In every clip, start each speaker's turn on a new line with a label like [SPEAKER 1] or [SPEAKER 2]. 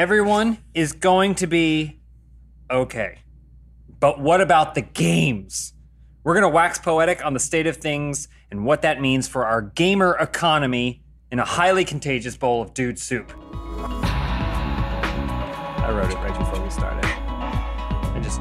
[SPEAKER 1] Everyone is going to be okay. But what about the games? We're going to wax poetic on the state of things and what that means for our gamer economy in a highly contagious bowl of dude soup. I wrote it right before we started. I just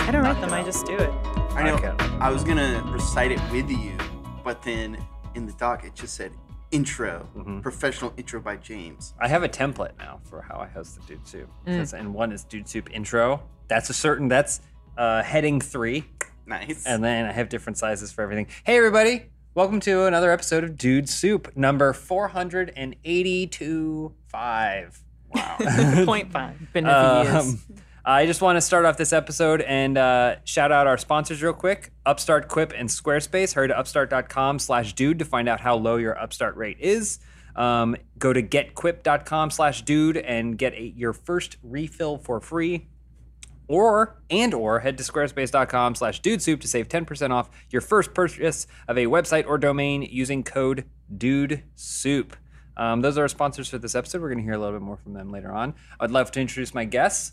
[SPEAKER 2] I don't write them. I just do it.
[SPEAKER 3] I know.
[SPEAKER 1] Okay.
[SPEAKER 3] I was gonna recite it with you, but then in the doc it just said intro,
[SPEAKER 1] Mm-hmm.
[SPEAKER 3] professional intro by James.
[SPEAKER 1] I have a template now for how I host the Dude Soup. That's- And one is Dude Soup intro. That's a certain, that's uh, heading three.
[SPEAKER 3] Nice.
[SPEAKER 1] And then I have different sizes for everything. Hey, everybody. Welcome to another episode of Dude Soup, number 482 5.
[SPEAKER 2] Point five. Been there for years.
[SPEAKER 1] Um, I just want to start off this episode and uh, shout out our sponsors real quick. Upstart, Quip, and Squarespace. Hurry to upstart.com slash dude to find out how low your upstart rate is. Um, go to getquip.com slash dude and get a, your first refill for free or and or head to squarespace.com slash dudesoup to save 10% off your first purchase of a website or domain using code dudesoup um, those are our sponsors for this episode we're going to hear a little bit more from them later on i'd love to introduce my guests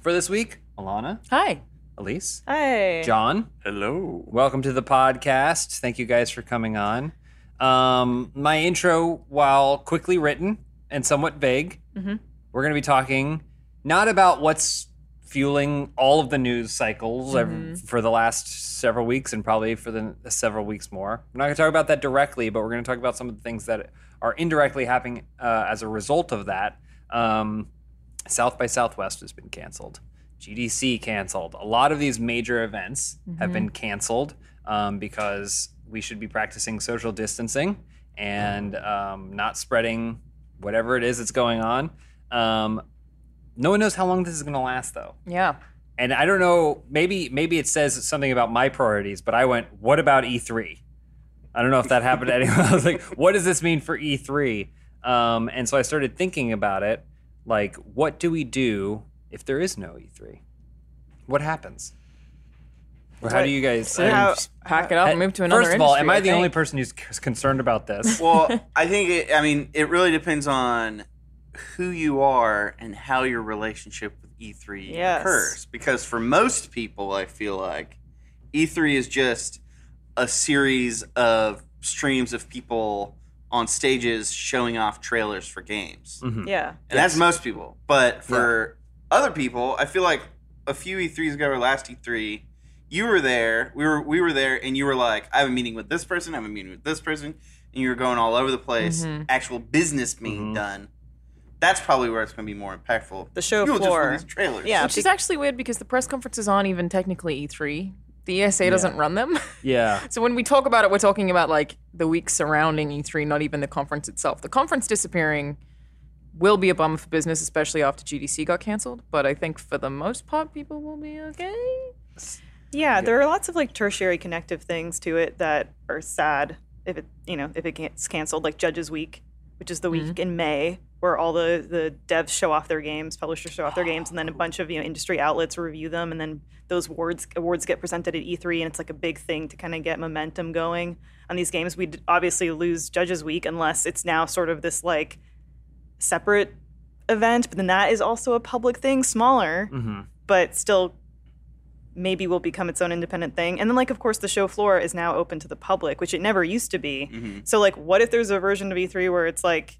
[SPEAKER 1] for this week alana
[SPEAKER 2] Hi.
[SPEAKER 1] elise
[SPEAKER 2] Hi.
[SPEAKER 1] john
[SPEAKER 3] Hello.
[SPEAKER 1] welcome to the podcast thank you guys for coming on um, my intro while quickly written and somewhat vague we're going to be talking not about what's fueling all of the news cycles ev- for the last several weeks and probably for the n- several weeks more. We're not going to talk about that directly, but we're going to talk about some of the things that are indirectly happening uh, as a result of that. Um, South by Southwest has been canceled. GDC canceled. A lot of these major events have been canceled um, because we should be practicing social distancing and um, not spreading whatever it is that's going on. Um, no one knows how long this is going to last, though.
[SPEAKER 2] Yeah.
[SPEAKER 1] And I don't know. Maybe maybe it says something about my priorities, but I went, "What about E3?" I don't know if that happened to anyone. I was like, "What does this mean for E3?" Um, and so I started thinking about it, like, what do we do if there is no E3? What happens? Or how do you guys?
[SPEAKER 2] So how,
[SPEAKER 1] I'm-
[SPEAKER 2] pack it up and move to another
[SPEAKER 1] First of all, am
[SPEAKER 2] industry,
[SPEAKER 1] I the only
[SPEAKER 2] think.
[SPEAKER 1] person who's c- concerned about this?
[SPEAKER 3] Well, I think it, I mean it really depends on who you are and how your relationship with E3
[SPEAKER 2] Yes.
[SPEAKER 3] occurs. Because for most people, I feel like E3 is just a series of streams of people on stages showing off trailers for games.
[SPEAKER 1] Mhm.
[SPEAKER 2] Yeah.
[SPEAKER 3] And that's most people. But for other people, I feel like a few E3s ago or last E3, you were there, we were we were there and you were like, I have a meeting with this person, I have a meeting with this person, and you were going all over the place, actual business being
[SPEAKER 1] Mhm.
[SPEAKER 3] done. That's probably where it's gonna be more impactful.
[SPEAKER 2] The show
[SPEAKER 3] you were just
[SPEAKER 2] floor.
[SPEAKER 3] with these trailers.
[SPEAKER 2] Yeah. Which is actually weird because the press conference is on even technically E3. The ESA doesn't run them.
[SPEAKER 1] yeah.
[SPEAKER 2] so when we talk about it, we're talking about like the week surrounding E3, not even the conference itself. The conference disappearing will be a bummer for business, especially after GDC got canceled. But I think for the most part, people will be okay.
[SPEAKER 4] Yeah, there are lots of like tertiary connective things to it that are sad if it you know if it gets canceled. Like Judges Week, which is the week in May where all the the devs show off their games, publishers show off their games, and then a bunch of you know industry outlets review them, and then those awards awards get presented at E3, and it's like a big thing to kind of get momentum going on these games. We obviously lose Judges Week unless it's now sort of this like separate event, but then that is also a public thing, smaller
[SPEAKER 1] hmm
[SPEAKER 4] but still maybe will become its own independent thing. And then like of course the show floor is now open to the public, which it never used to be.
[SPEAKER 3] Mhm.
[SPEAKER 4] So like what if there's a version of E3 where it's like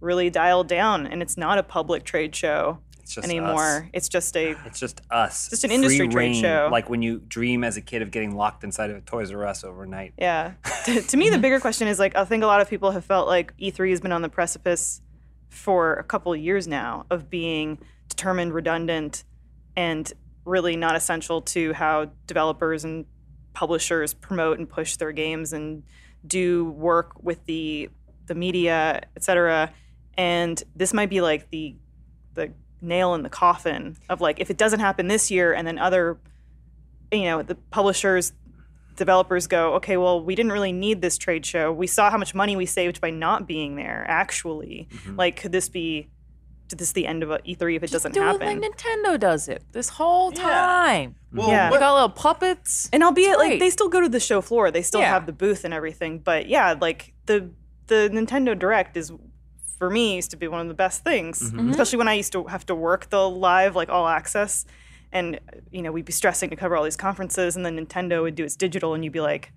[SPEAKER 4] really dialed down and it's not a public trade show
[SPEAKER 1] It's just us.
[SPEAKER 4] anymore. It's just a
[SPEAKER 1] It's just us.
[SPEAKER 4] Just an industry
[SPEAKER 1] Free
[SPEAKER 4] trade
[SPEAKER 1] reign,
[SPEAKER 4] show.
[SPEAKER 1] Like when you dream as a kid of getting locked inside of a Toys R Us overnight.
[SPEAKER 4] yeah. to, to me the bigger question is like I think a lot of people have felt like E3 has been on the precipice for a couple years now of being determined redundant and really not essential to how developers and publishers promote and push their games and do work with the the media, et cetera. And this might be like the the nail in the coffin of like if it doesn't happen this year and then other you know, the publishers developers go, okay, well, we didn't really need this trade show. We saw how much money we saved by not being there actually. Like could this be did this the end of a E3 if it doesn't
[SPEAKER 2] do
[SPEAKER 4] happen?
[SPEAKER 2] it like Nintendo does it this whole time.
[SPEAKER 3] Well,
[SPEAKER 4] Yeah.
[SPEAKER 2] They
[SPEAKER 3] what-
[SPEAKER 2] got little puppets.
[SPEAKER 4] And albeit like
[SPEAKER 2] great.
[SPEAKER 4] they still go to the show floor, they still
[SPEAKER 2] Yeah.
[SPEAKER 4] have the booth and everything. But yeah, like the the Nintendo Direct is for me used to be one of the best things,
[SPEAKER 2] Mm-hmm.
[SPEAKER 4] especially when I used to have to work the live, like all access. And, you know, we'd be stressing to cover all these conferences, and then Nintendo would do its digital, and you'd be like,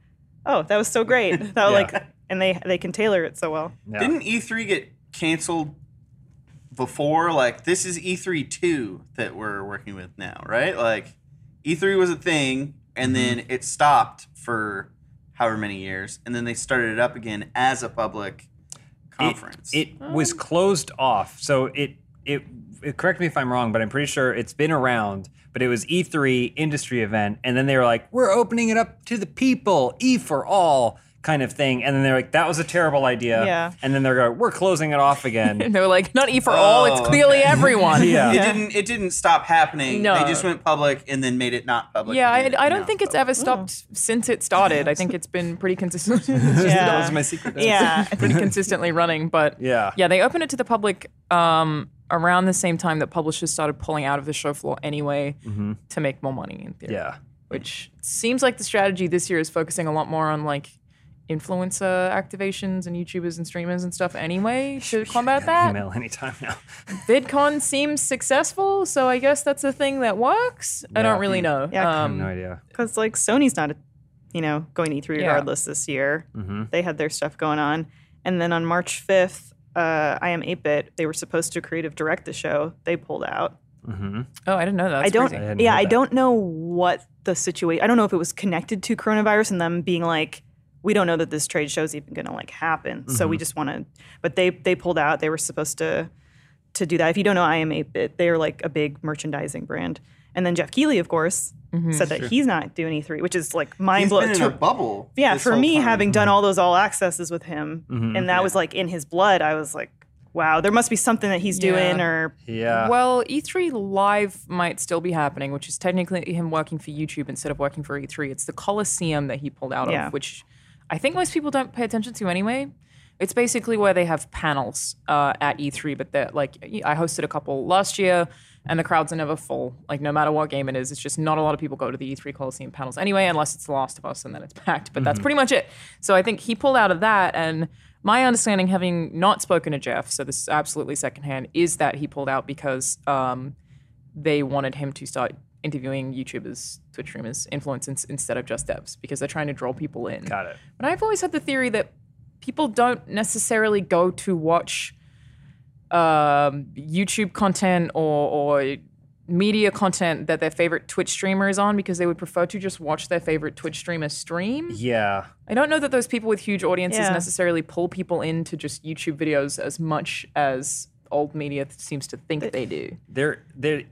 [SPEAKER 4] oh, that was so great. That was like, and they, they can tailor it so well.
[SPEAKER 1] Yeah.
[SPEAKER 3] Didn't E3 get canceled before? Like this is E3 two that we're working with now, right? Like E3 was a thing, and
[SPEAKER 1] Mm-hmm.
[SPEAKER 3] then it stopped for however many years, and then they started it up again as a public conference.
[SPEAKER 1] It, it was
[SPEAKER 4] Oh.
[SPEAKER 1] closed off, so it, it it- Correct me if I'm wrong, but I'm pretty sure it's been around. But it was E3 industry event, and then they were like, "We're opening it up to the people, E for all." Kind of thing, and then they're like, "That was a terrible idea,"
[SPEAKER 4] Yeah.
[SPEAKER 1] and then they're going, "We're closing it off again."
[SPEAKER 2] And they're like, not E for all, it's
[SPEAKER 3] Oh,
[SPEAKER 2] clearly
[SPEAKER 3] okay.
[SPEAKER 2] everyone.
[SPEAKER 1] yeah,
[SPEAKER 3] It didn't. It didn't stop happening.
[SPEAKER 2] No.
[SPEAKER 3] They just went public and then made it not public.
[SPEAKER 2] Yeah, I,
[SPEAKER 3] again,
[SPEAKER 2] I don't
[SPEAKER 3] now,
[SPEAKER 2] think it's
[SPEAKER 3] so.
[SPEAKER 2] ever stopped since it started. I think it's been pretty consistent.
[SPEAKER 4] Yeah.
[SPEAKER 1] that was my secret. answer.
[SPEAKER 4] Yeah.
[SPEAKER 2] pretty consistently running, but
[SPEAKER 1] Yeah.
[SPEAKER 2] yeah, they opened it to the public um, around the same time that publishers started pulling out of the show floor anyway to make more money in
[SPEAKER 1] Mm-hmm.
[SPEAKER 2] theory.
[SPEAKER 1] yeah.
[SPEAKER 2] which seems like the strategy this year is focusing a lot more on like influencer activations and YouTubers and streamers and stuff anyway to combat
[SPEAKER 1] Got an
[SPEAKER 2] that.
[SPEAKER 1] Email anytime now.
[SPEAKER 2] VidCon seems successful, so I guess that's a thing that works. I
[SPEAKER 1] Yeah. Mm.
[SPEAKER 2] don't really know.
[SPEAKER 4] Yeah,
[SPEAKER 1] I have
[SPEAKER 2] Um,
[SPEAKER 1] no idea.
[SPEAKER 4] because like Sony's not, you know, going to E3
[SPEAKER 2] Yeah.
[SPEAKER 4] regardless this year.
[SPEAKER 1] Mhm.
[SPEAKER 4] They had their stuff going on, and then on March fifth, uh, I am 8-bit. They were supposed to creative direct the show. They pulled out.
[SPEAKER 1] hmm
[SPEAKER 2] oh, I didn't know that. That's
[SPEAKER 4] I don't.
[SPEAKER 2] crazy.
[SPEAKER 1] I hadn't
[SPEAKER 4] yeah,
[SPEAKER 1] heard
[SPEAKER 4] I
[SPEAKER 1] that.
[SPEAKER 4] don't know what the situation. I don't know if it was connected to coronavirus and them being like, we don't know that this trade show's even going to like happen. So
[SPEAKER 1] Mm-hmm.
[SPEAKER 4] we just want to. But they they pulled out. They were supposed to to do that. If you don't know, I am 8-bit. They're like a big merchandising brand. And then Jeff Keighley, of course, said that he's not doing E3, which is like mind
[SPEAKER 3] Mm-hmm.
[SPEAKER 4] blowing.
[SPEAKER 3] He's been in a bubble.
[SPEAKER 4] yeah,
[SPEAKER 3] this
[SPEAKER 4] for
[SPEAKER 3] whole
[SPEAKER 4] me,
[SPEAKER 3] time. Mm-hmm,
[SPEAKER 4] having done all those all accesses with him,
[SPEAKER 1] Mhm.
[SPEAKER 4] and that was like in his blood. I was like, wow, there must be something that he's doing,
[SPEAKER 2] Yeah.
[SPEAKER 4] or
[SPEAKER 1] Yeah.
[SPEAKER 2] Well, E3 Live might still be happening, which is technically him working for YouTube instead of working for E3. It's the Coliseum that he pulled out
[SPEAKER 4] Yeah.
[SPEAKER 2] of, which I think most people don't pay attention to anyway. It's basically where they have panels uh, at E3, but they're like, I hosted a couple last year, and the crowds are never full. Like, no matter what game it is, it's just not a lot of people go to the E3 Coliseum panels anyway, unless it's The Last of Us and then it's packed, but that's pretty much it. So I think he pulled out of that, and my understanding, having not spoken to Jeff, so this is absolutely secondhand, is that he pulled out because um, they wanted him to start interviewing YouTubers, Twitch streamers, influencers instead of just devs because they're trying to draw people in.
[SPEAKER 1] Got it.
[SPEAKER 2] But I've always had the theory that people don't necessarily go to watch um, YouTube content or, or media content that their favorite Twitch streamer is on because they would prefer to just watch their favorite Twitch streamer stream.
[SPEAKER 1] Yeah.
[SPEAKER 2] I don't know that those people with huge audiences
[SPEAKER 4] Yeah.
[SPEAKER 2] necessarily pull people into just YouTube videos as much as old media seems to think they do.
[SPEAKER 1] They're they're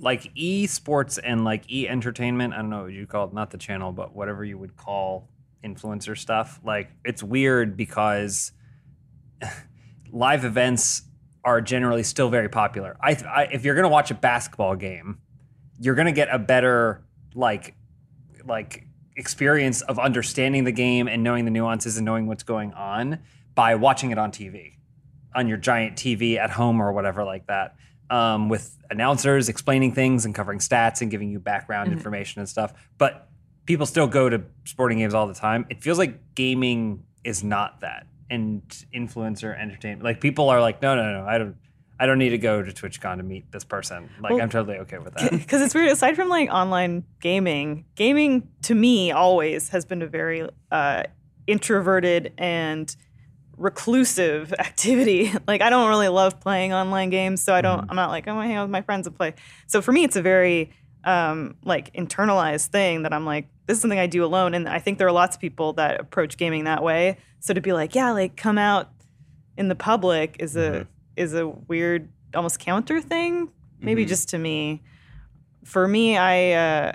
[SPEAKER 1] like e sports and like e entertainment. I don't know what you call it, not the channel, but whatever you would call influencer stuff. Like it's weird because live events are generally still very popular. I, I if you're gonna watch a basketball game, you're gonna get a better like like experience of understanding the game and knowing the nuances and knowing what's going on by watching it on TV, on your giant TV at home or whatever like that, um, with announcers explaining things and covering stats and giving you background information and stuff. But people still go to sporting games all the time. It feels like gaming is not that and influencer entertainment. Like people are like, no, no, no, I don't. I don't need to go to TwitchCon to meet this person. Like,
[SPEAKER 4] Well-
[SPEAKER 1] I'm totally okay with that.
[SPEAKER 4] because it's weird. Aside from like online gaming, gaming to me always has been a very uh, introverted and reclusive activity. like I don't really love playing online games, so I don't.
[SPEAKER 1] Mm-hmm.
[SPEAKER 4] I'm not like I'm gonna hang out with my friends and play. So for me, it's a very um, like internalized thing that I'm like this is something I do alone, and I think there are lots of people that approach gaming that way. So to be like, yeah, like come out in the public is
[SPEAKER 1] Mm-hmm.
[SPEAKER 4] a is a weird almost counter thing
[SPEAKER 3] Mm-hmm.
[SPEAKER 1] Mm-hmm.
[SPEAKER 4] maybe just to me for me i uh,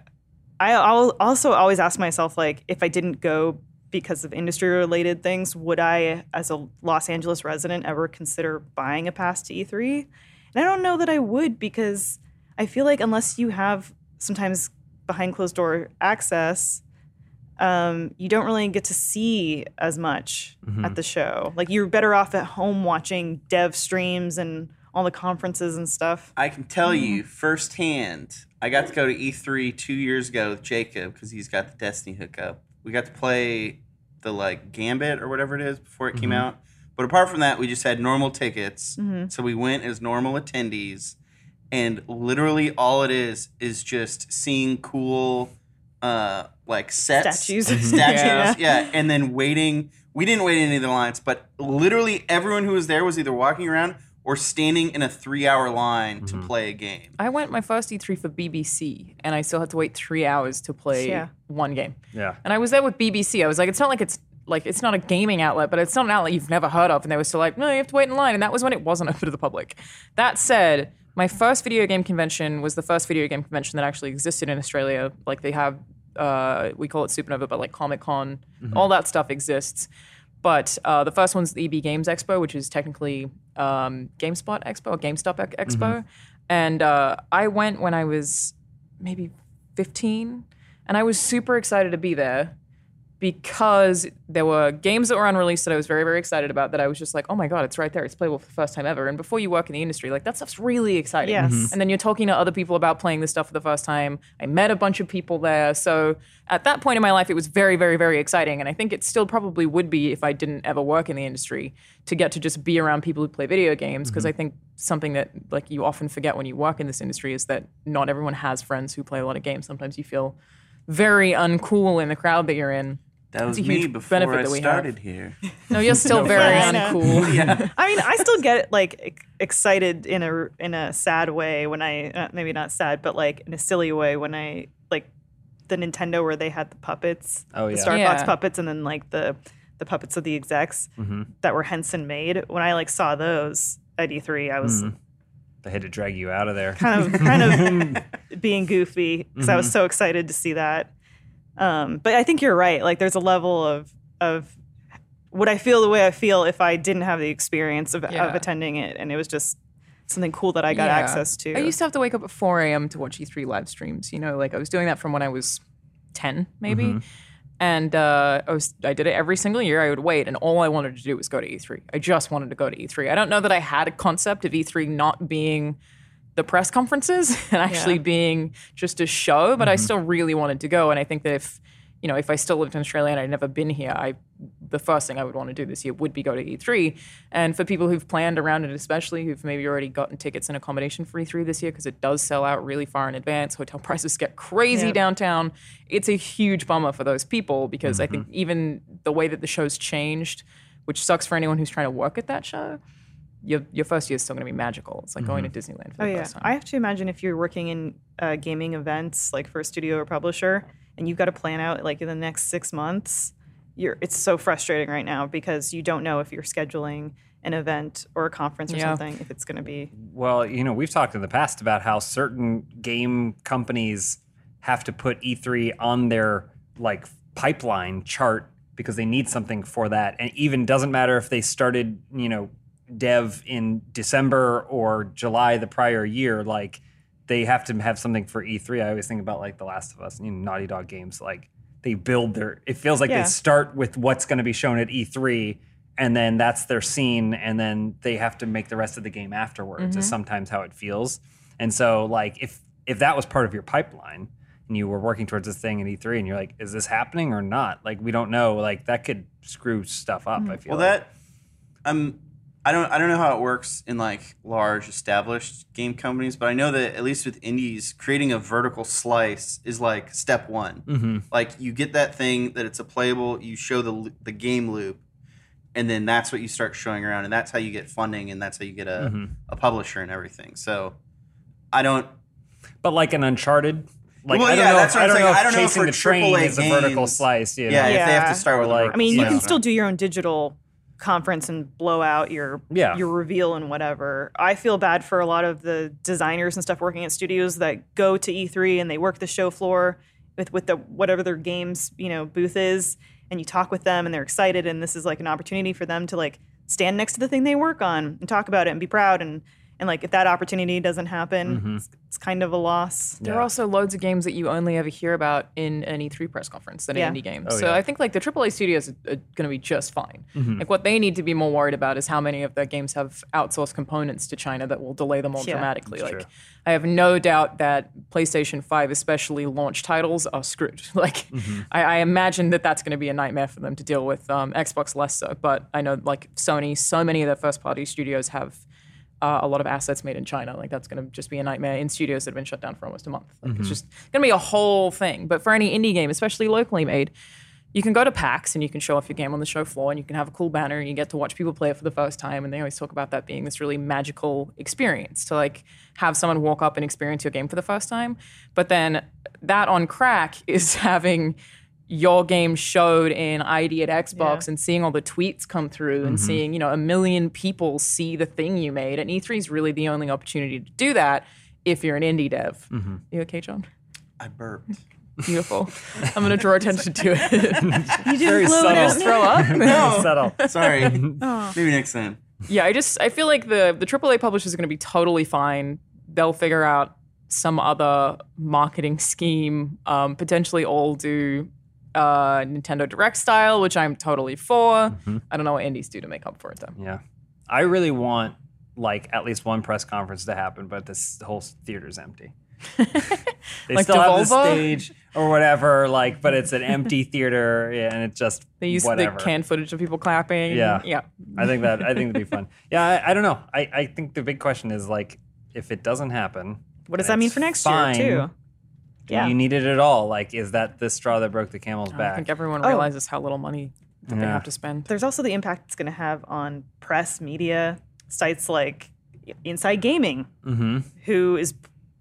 [SPEAKER 4] i al- also always ask myself like if i didn't go because of industry related things would i as a los angeles resident ever consider buying a pass to e3 and i don't know that i would because i feel like unless you have sometimes behind closed door access um, you don't really get to see as much at the show like you're better off at home watching dev streams and all the conferences and stuff
[SPEAKER 3] I can tell you firsthand. I got to go to E3 two years ago with Jacob because he's got the Destiny hookup. We got to play the like Gambit or whatever it is before it came out. But apart from that, we just had normal tickets. So we went as normal attendees. And literally all it is is just seeing cool uh like sets
[SPEAKER 4] Statues.
[SPEAKER 3] statues
[SPEAKER 2] Yeah.
[SPEAKER 3] yeah. and then waiting we didn't wait in any of the lines but literally everyone who was there was either walking around or standing in a three hour line
[SPEAKER 1] Mhm.
[SPEAKER 3] to play a game
[SPEAKER 2] I went my first E3 for BBC, and I still had to wait three hours to play
[SPEAKER 4] Yeah.
[SPEAKER 2] one game.
[SPEAKER 1] Yeah.
[SPEAKER 2] And I was there with BBC. I was like, it's not like it's like it's not a gaming outlet, but it's not an outlet you've never heard of. And they were still like, no, you have to wait in line. And that was when it wasn't open to the public. That said, my first video game convention was the first video game convention that actually existed in Australia. Like they have, uh, we call it Supernova, but like Comic Con, all that stuff exists. But uh, the first one's the EB Games Expo, which is technically um, GameSpot Expo or GameStop Ex- Expo. And uh, I went when I was maybe 15, and I was super excited to be there because there were games that were unreleased that I was very, very excited about that I was just like, oh my God, it's right there. It's playable for the first time ever. And before you work in the industry, like that stuff's really exciting.
[SPEAKER 4] Yes. Mhm.
[SPEAKER 2] And then you're talking to other people about playing this stuff for the first time. I met a bunch of people there. So at that point in my life, it was very, very, very exciting. And I think it still probably would be if I didn't ever work in the industry to get to just be around people who play video games. Because I think something that like you often forget when you work in this industry is that not everyone has friends who play a lot of games. Sometimes you feel very uncool in the crowd that you're in.
[SPEAKER 3] that was
[SPEAKER 2] a huge
[SPEAKER 3] me before
[SPEAKER 2] benefit
[SPEAKER 3] i
[SPEAKER 2] that we have.
[SPEAKER 3] started here
[SPEAKER 2] No, you're still very
[SPEAKER 4] offense. I know.
[SPEAKER 2] uncool.
[SPEAKER 3] yeah
[SPEAKER 4] I mean, I still get like ex- excited in a in a sad way when I uh, maybe not sad, but like in a silly way when I like the Nintendo where they had the puppets,
[SPEAKER 1] Oh,
[SPEAKER 4] the
[SPEAKER 1] yeah.
[SPEAKER 4] Star Fox
[SPEAKER 2] Yeah.
[SPEAKER 4] puppets, and then like the the puppets of the execs
[SPEAKER 1] Mhm.
[SPEAKER 4] that were Henson made. When I like saw those at E3, I was
[SPEAKER 1] Mhm. They had to drag you out of there.
[SPEAKER 4] kind of kind of being goofy because I
[SPEAKER 2] Mm-hmm.
[SPEAKER 4] was so excited to see that. Um, but I think you're right. Like there's a level of of would I feel the way I feel if I didn't have the experience of,
[SPEAKER 2] Yeah.
[SPEAKER 4] of attending it and it was just something cool that I got
[SPEAKER 2] Yeah.
[SPEAKER 4] access to.
[SPEAKER 2] I used to have to wake up at 4 a.m. to watch E3 live streams. You know, like I was doing that from when I was 10, maybe. And uh, I was I did it every single year. I would wait, and all I wanted to do was go to E3. I just wanted to go to E3. I don't know that I had a concept of E3 not being the press conferences and actually being just a show, but I still really wanted to go. And I think that if you know, if I still lived in Australia and I'd never been here, I the first thing I would want to do this year would be go to E3. And for people who've planned around it, especially who've maybe already gotten tickets and accommodation for E3 this year, because it does sell out really far in advance. Hotel prices get crazy
[SPEAKER 4] Yeah.
[SPEAKER 2] downtown. It's a huge bummer for those people because I think even the way that the show's changed, which sucks for anyone who's trying to work at that show, your your first year is still going to be magical. It's like going to Disneyland for
[SPEAKER 4] oh
[SPEAKER 2] the
[SPEAKER 4] yeah,
[SPEAKER 2] first time.
[SPEAKER 4] I have to imagine if you're working in uh, gaming events like for a studio or publisher and you've got to plan out like in the next six months. You're, it's so frustrating right now because you don't know if you're scheduling an event or a conference or
[SPEAKER 2] Yeah.
[SPEAKER 4] something if it's going to be
[SPEAKER 1] Well, you know, we've talked in the past about how certain game companies have to put E3 on their like pipeline chart because they need something for that. And even doesn't matter if they started, you know, dev in December or July the prior year, like they have to have something for E3. I always think about like The Last of Us, you know, Naughty Dog games, like they build their it feels like
[SPEAKER 4] Yeah.
[SPEAKER 1] they start with what's going to be shown at E E3 and then that's their scene and then they have to make the rest of the game afterwards is sometimes how it feels and so like if if that was part of your pipeline and you were working towards this thing at E3 and you're like is this happening or not like we don't know like that could screw stuff up I feel
[SPEAKER 3] Well,
[SPEAKER 1] like.
[SPEAKER 3] that I'm. I don't. I don't know how it works in like large established game companies, but I know that at least with indies, creating a vertical slice is like step one.
[SPEAKER 1] Mhm.
[SPEAKER 3] Like you get that thing that it's a playable. You show the lo- the game loop, and then that's what you start showing around, and that's how you get funding, and that's how you get a
[SPEAKER 1] Mm-hmm.
[SPEAKER 3] a publisher and everything. So I don't.
[SPEAKER 1] but like an uncharted like
[SPEAKER 3] Well,
[SPEAKER 1] I don't
[SPEAKER 3] yeah,
[SPEAKER 1] know
[SPEAKER 3] that's
[SPEAKER 1] if,
[SPEAKER 3] what
[SPEAKER 1] I
[SPEAKER 3] I'm
[SPEAKER 1] don't
[SPEAKER 3] saying.
[SPEAKER 1] know if
[SPEAKER 3] I don't know
[SPEAKER 1] chasing
[SPEAKER 3] for
[SPEAKER 1] the train
[SPEAKER 3] AAA
[SPEAKER 1] is a vertical
[SPEAKER 3] games-
[SPEAKER 1] slice you know?
[SPEAKER 3] Yeah, if they have
[SPEAKER 4] Yeah.
[SPEAKER 3] to start with. a
[SPEAKER 1] Like,
[SPEAKER 4] I
[SPEAKER 3] vertical
[SPEAKER 4] mean, you
[SPEAKER 1] Yeah.
[SPEAKER 4] can
[SPEAKER 3] slice.
[SPEAKER 4] still do your own digital conference and blow out your
[SPEAKER 1] Yeah.
[SPEAKER 4] your reveal and whatever. I feel bad for a lot of the designers and stuff working at studios that go to E3 and they work the show floor with with the whatever their games you know booth is, and you talk with them and they're excited and this is like an opportunity for them to like stand next to the thing they work on and talk about it and be proud and And like if that opportunity doesn't happen,
[SPEAKER 1] Mhm.
[SPEAKER 4] it's, it's kind of a loss.
[SPEAKER 2] There
[SPEAKER 1] Yeah.
[SPEAKER 2] are also loads of games that you only ever hear about in an E3 press conference than
[SPEAKER 4] Yeah.
[SPEAKER 2] an indie game.
[SPEAKER 1] Oh,
[SPEAKER 2] so
[SPEAKER 1] yeah.
[SPEAKER 2] I think like the AAA studios are, going to be just fine.
[SPEAKER 1] Mhm.
[SPEAKER 2] Like what they need to be more worried about is how many of their games have outsourced components to China that will delay them all
[SPEAKER 4] Yeah.
[SPEAKER 2] dramatically.
[SPEAKER 1] That's
[SPEAKER 2] like
[SPEAKER 1] true.
[SPEAKER 2] I have no doubt that PlayStation 5, especially launch titles, are screwed. Like
[SPEAKER 1] Mm-hmm.
[SPEAKER 2] I, I imagine that that's going to be a nightmare for them to deal with. Um, Xbox less so, but I know like Sony, so many of their first party studios have. Uh, a lot of assets made in China, like that's going to just be a nightmare in studios that have been shut down for almost a month. Like, It's just going to be a whole thing. But for any indie game, especially locally made, you can go to PAX and you can show off your game on the show floor and you can have a cool banner and you get to watch people play it for the first time. And they always talk about that being this really magical experience to like have someone walk up and experience your game for the first time. But then that on crack is having your game showed in ID at Xbox and seeing all the tweets come through and seeing, you know, a million people see the thing you made. And E3 is really the only opportunity to do that if you're an indie dev. You okay, John?
[SPEAKER 3] I burped.
[SPEAKER 2] Beautiful. I'm going to draw attention to it.
[SPEAKER 4] You
[SPEAKER 1] Very
[SPEAKER 4] blew it
[SPEAKER 1] subtle.
[SPEAKER 4] out.
[SPEAKER 2] Throw up?
[SPEAKER 1] Settle.
[SPEAKER 3] Sorry.
[SPEAKER 4] Oh.
[SPEAKER 3] Maybe next time.
[SPEAKER 2] Yeah, I just I feel like the the AAA publishers are going to be totally fine. They'll figure out some other marketing scheme. Um, potentially, all do uh, Nintendo Direct style, which I'm totally for.
[SPEAKER 1] Mm-hmm.
[SPEAKER 2] I don't know what indies do to make up for it though.
[SPEAKER 1] Yeah. I really want like at least one press conference to happen, but this whole theater's empty. they
[SPEAKER 2] Like
[SPEAKER 1] still have the
[SPEAKER 2] Devolver?
[SPEAKER 1] stage or whatever, like, but it's an empty theater yeah, and it's just
[SPEAKER 2] They use
[SPEAKER 1] whatever.
[SPEAKER 2] the canned footage of people clapping.
[SPEAKER 1] Yeah.
[SPEAKER 2] yeah.
[SPEAKER 1] I think that I think that'd be fun. Yeah, I, I don't know. I, I think the big question is like, if it doesn't happen,
[SPEAKER 4] What does
[SPEAKER 1] and
[SPEAKER 4] that mean
[SPEAKER 1] it's
[SPEAKER 4] for next
[SPEAKER 1] fine,
[SPEAKER 4] year too?
[SPEAKER 1] do
[SPEAKER 4] Yeah.
[SPEAKER 1] you need it at all? Like, is that the straw that broke the camel's
[SPEAKER 2] I
[SPEAKER 1] back?
[SPEAKER 2] think everyone
[SPEAKER 4] Oh.
[SPEAKER 2] realizes how little money that they
[SPEAKER 1] Yeah.
[SPEAKER 2] have to spend.
[SPEAKER 4] There's also the impact it's going to have on press, media, sites like Inside Gaming,
[SPEAKER 1] mm-hmm.
[SPEAKER 4] who is,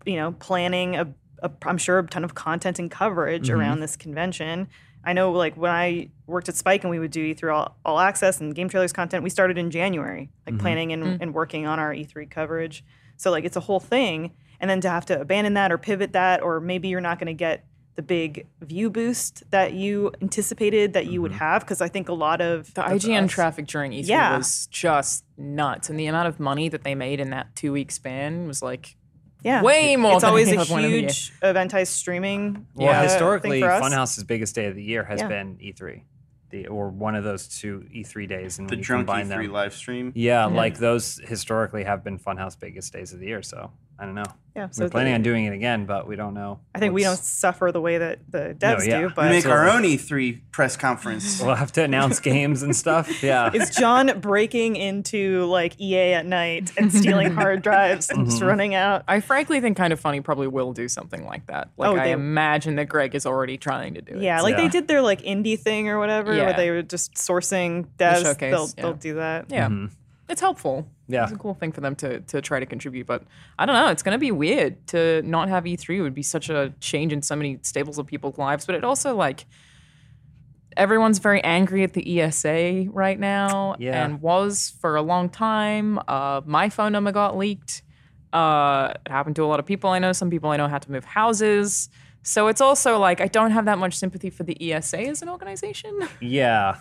[SPEAKER 4] you know, planning a, a I'm sure a ton of content and coverage around this convention. I know, like when I worked at Spike and we would do E3 all, all access and game trailers content, we started in January, like planning and, and working on our E3 coverage. So like it's a whole thing, and then to have to abandon that or pivot that, or maybe you're not going to get the big view boost that you anticipated that you would have because I think a lot of
[SPEAKER 2] The IGN traffic during E3
[SPEAKER 4] Yeah.
[SPEAKER 2] was just nuts, and the amount of money that they made in that two week span was like
[SPEAKER 4] yeah
[SPEAKER 2] way more.
[SPEAKER 4] it's
[SPEAKER 2] than
[SPEAKER 4] always
[SPEAKER 2] any
[SPEAKER 4] a
[SPEAKER 2] other one in the year.
[SPEAKER 4] huge eventized streaming
[SPEAKER 1] Well,
[SPEAKER 4] uh, thing
[SPEAKER 1] historically,
[SPEAKER 4] for us.
[SPEAKER 1] Funhouse's biggest day of the year has
[SPEAKER 4] Yeah.
[SPEAKER 1] been E3, the, or one of those two E3 days, and
[SPEAKER 3] The
[SPEAKER 1] when you
[SPEAKER 3] drunk E
[SPEAKER 1] combine
[SPEAKER 3] E3
[SPEAKER 1] them,
[SPEAKER 3] live stream.
[SPEAKER 1] yeah, like those historically have been Funhouse biggest days of the year. So I don't know.
[SPEAKER 4] yeah
[SPEAKER 1] We're
[SPEAKER 4] so
[SPEAKER 1] planning
[SPEAKER 4] the-
[SPEAKER 1] on doing it again, but we don't know.
[SPEAKER 4] I think we don't
[SPEAKER 1] what's-
[SPEAKER 4] suffer the way that the devs
[SPEAKER 1] yeah.
[SPEAKER 4] do,
[SPEAKER 1] We
[SPEAKER 3] we
[SPEAKER 4] but
[SPEAKER 3] make our own E3 press conference.
[SPEAKER 1] We'll have to announce games and stuff. Yeah.
[SPEAKER 4] is John breaking into like EA at night and stealing hard drives and
[SPEAKER 1] Mm-hmm.
[SPEAKER 4] just running out?
[SPEAKER 2] I frankly think kind of funny probably will do something like that. Like
[SPEAKER 4] Oh,
[SPEAKER 2] I
[SPEAKER 4] they-
[SPEAKER 2] imagine that Greg is already trying to do it.
[SPEAKER 4] Yeah, like
[SPEAKER 1] Yeah.
[SPEAKER 4] they did their like indie thing or whatever, where
[SPEAKER 2] Yeah.
[SPEAKER 4] they were just sourcing devs.
[SPEAKER 2] showcase,
[SPEAKER 4] they'll
[SPEAKER 2] yeah.
[SPEAKER 4] they'll do that.
[SPEAKER 2] yeah,
[SPEAKER 1] Mm-hmm.
[SPEAKER 2] it's helpful.
[SPEAKER 1] Yeah.
[SPEAKER 2] it's a cool thing for them to to try to contribute. But I don't know, it's gonna be weird to not have E three. Would be such a change in so many staples of people's lives. But it also like everyone's very angry at the ESA right now,
[SPEAKER 1] Yeah.
[SPEAKER 2] and was for a long time. Uh, my phone number got leaked. Uh, it happened to a lot of people I know. Some people I know had to move houses. So it's also like I don't have that much sympathy for the ESA as an organization,
[SPEAKER 1] yeah.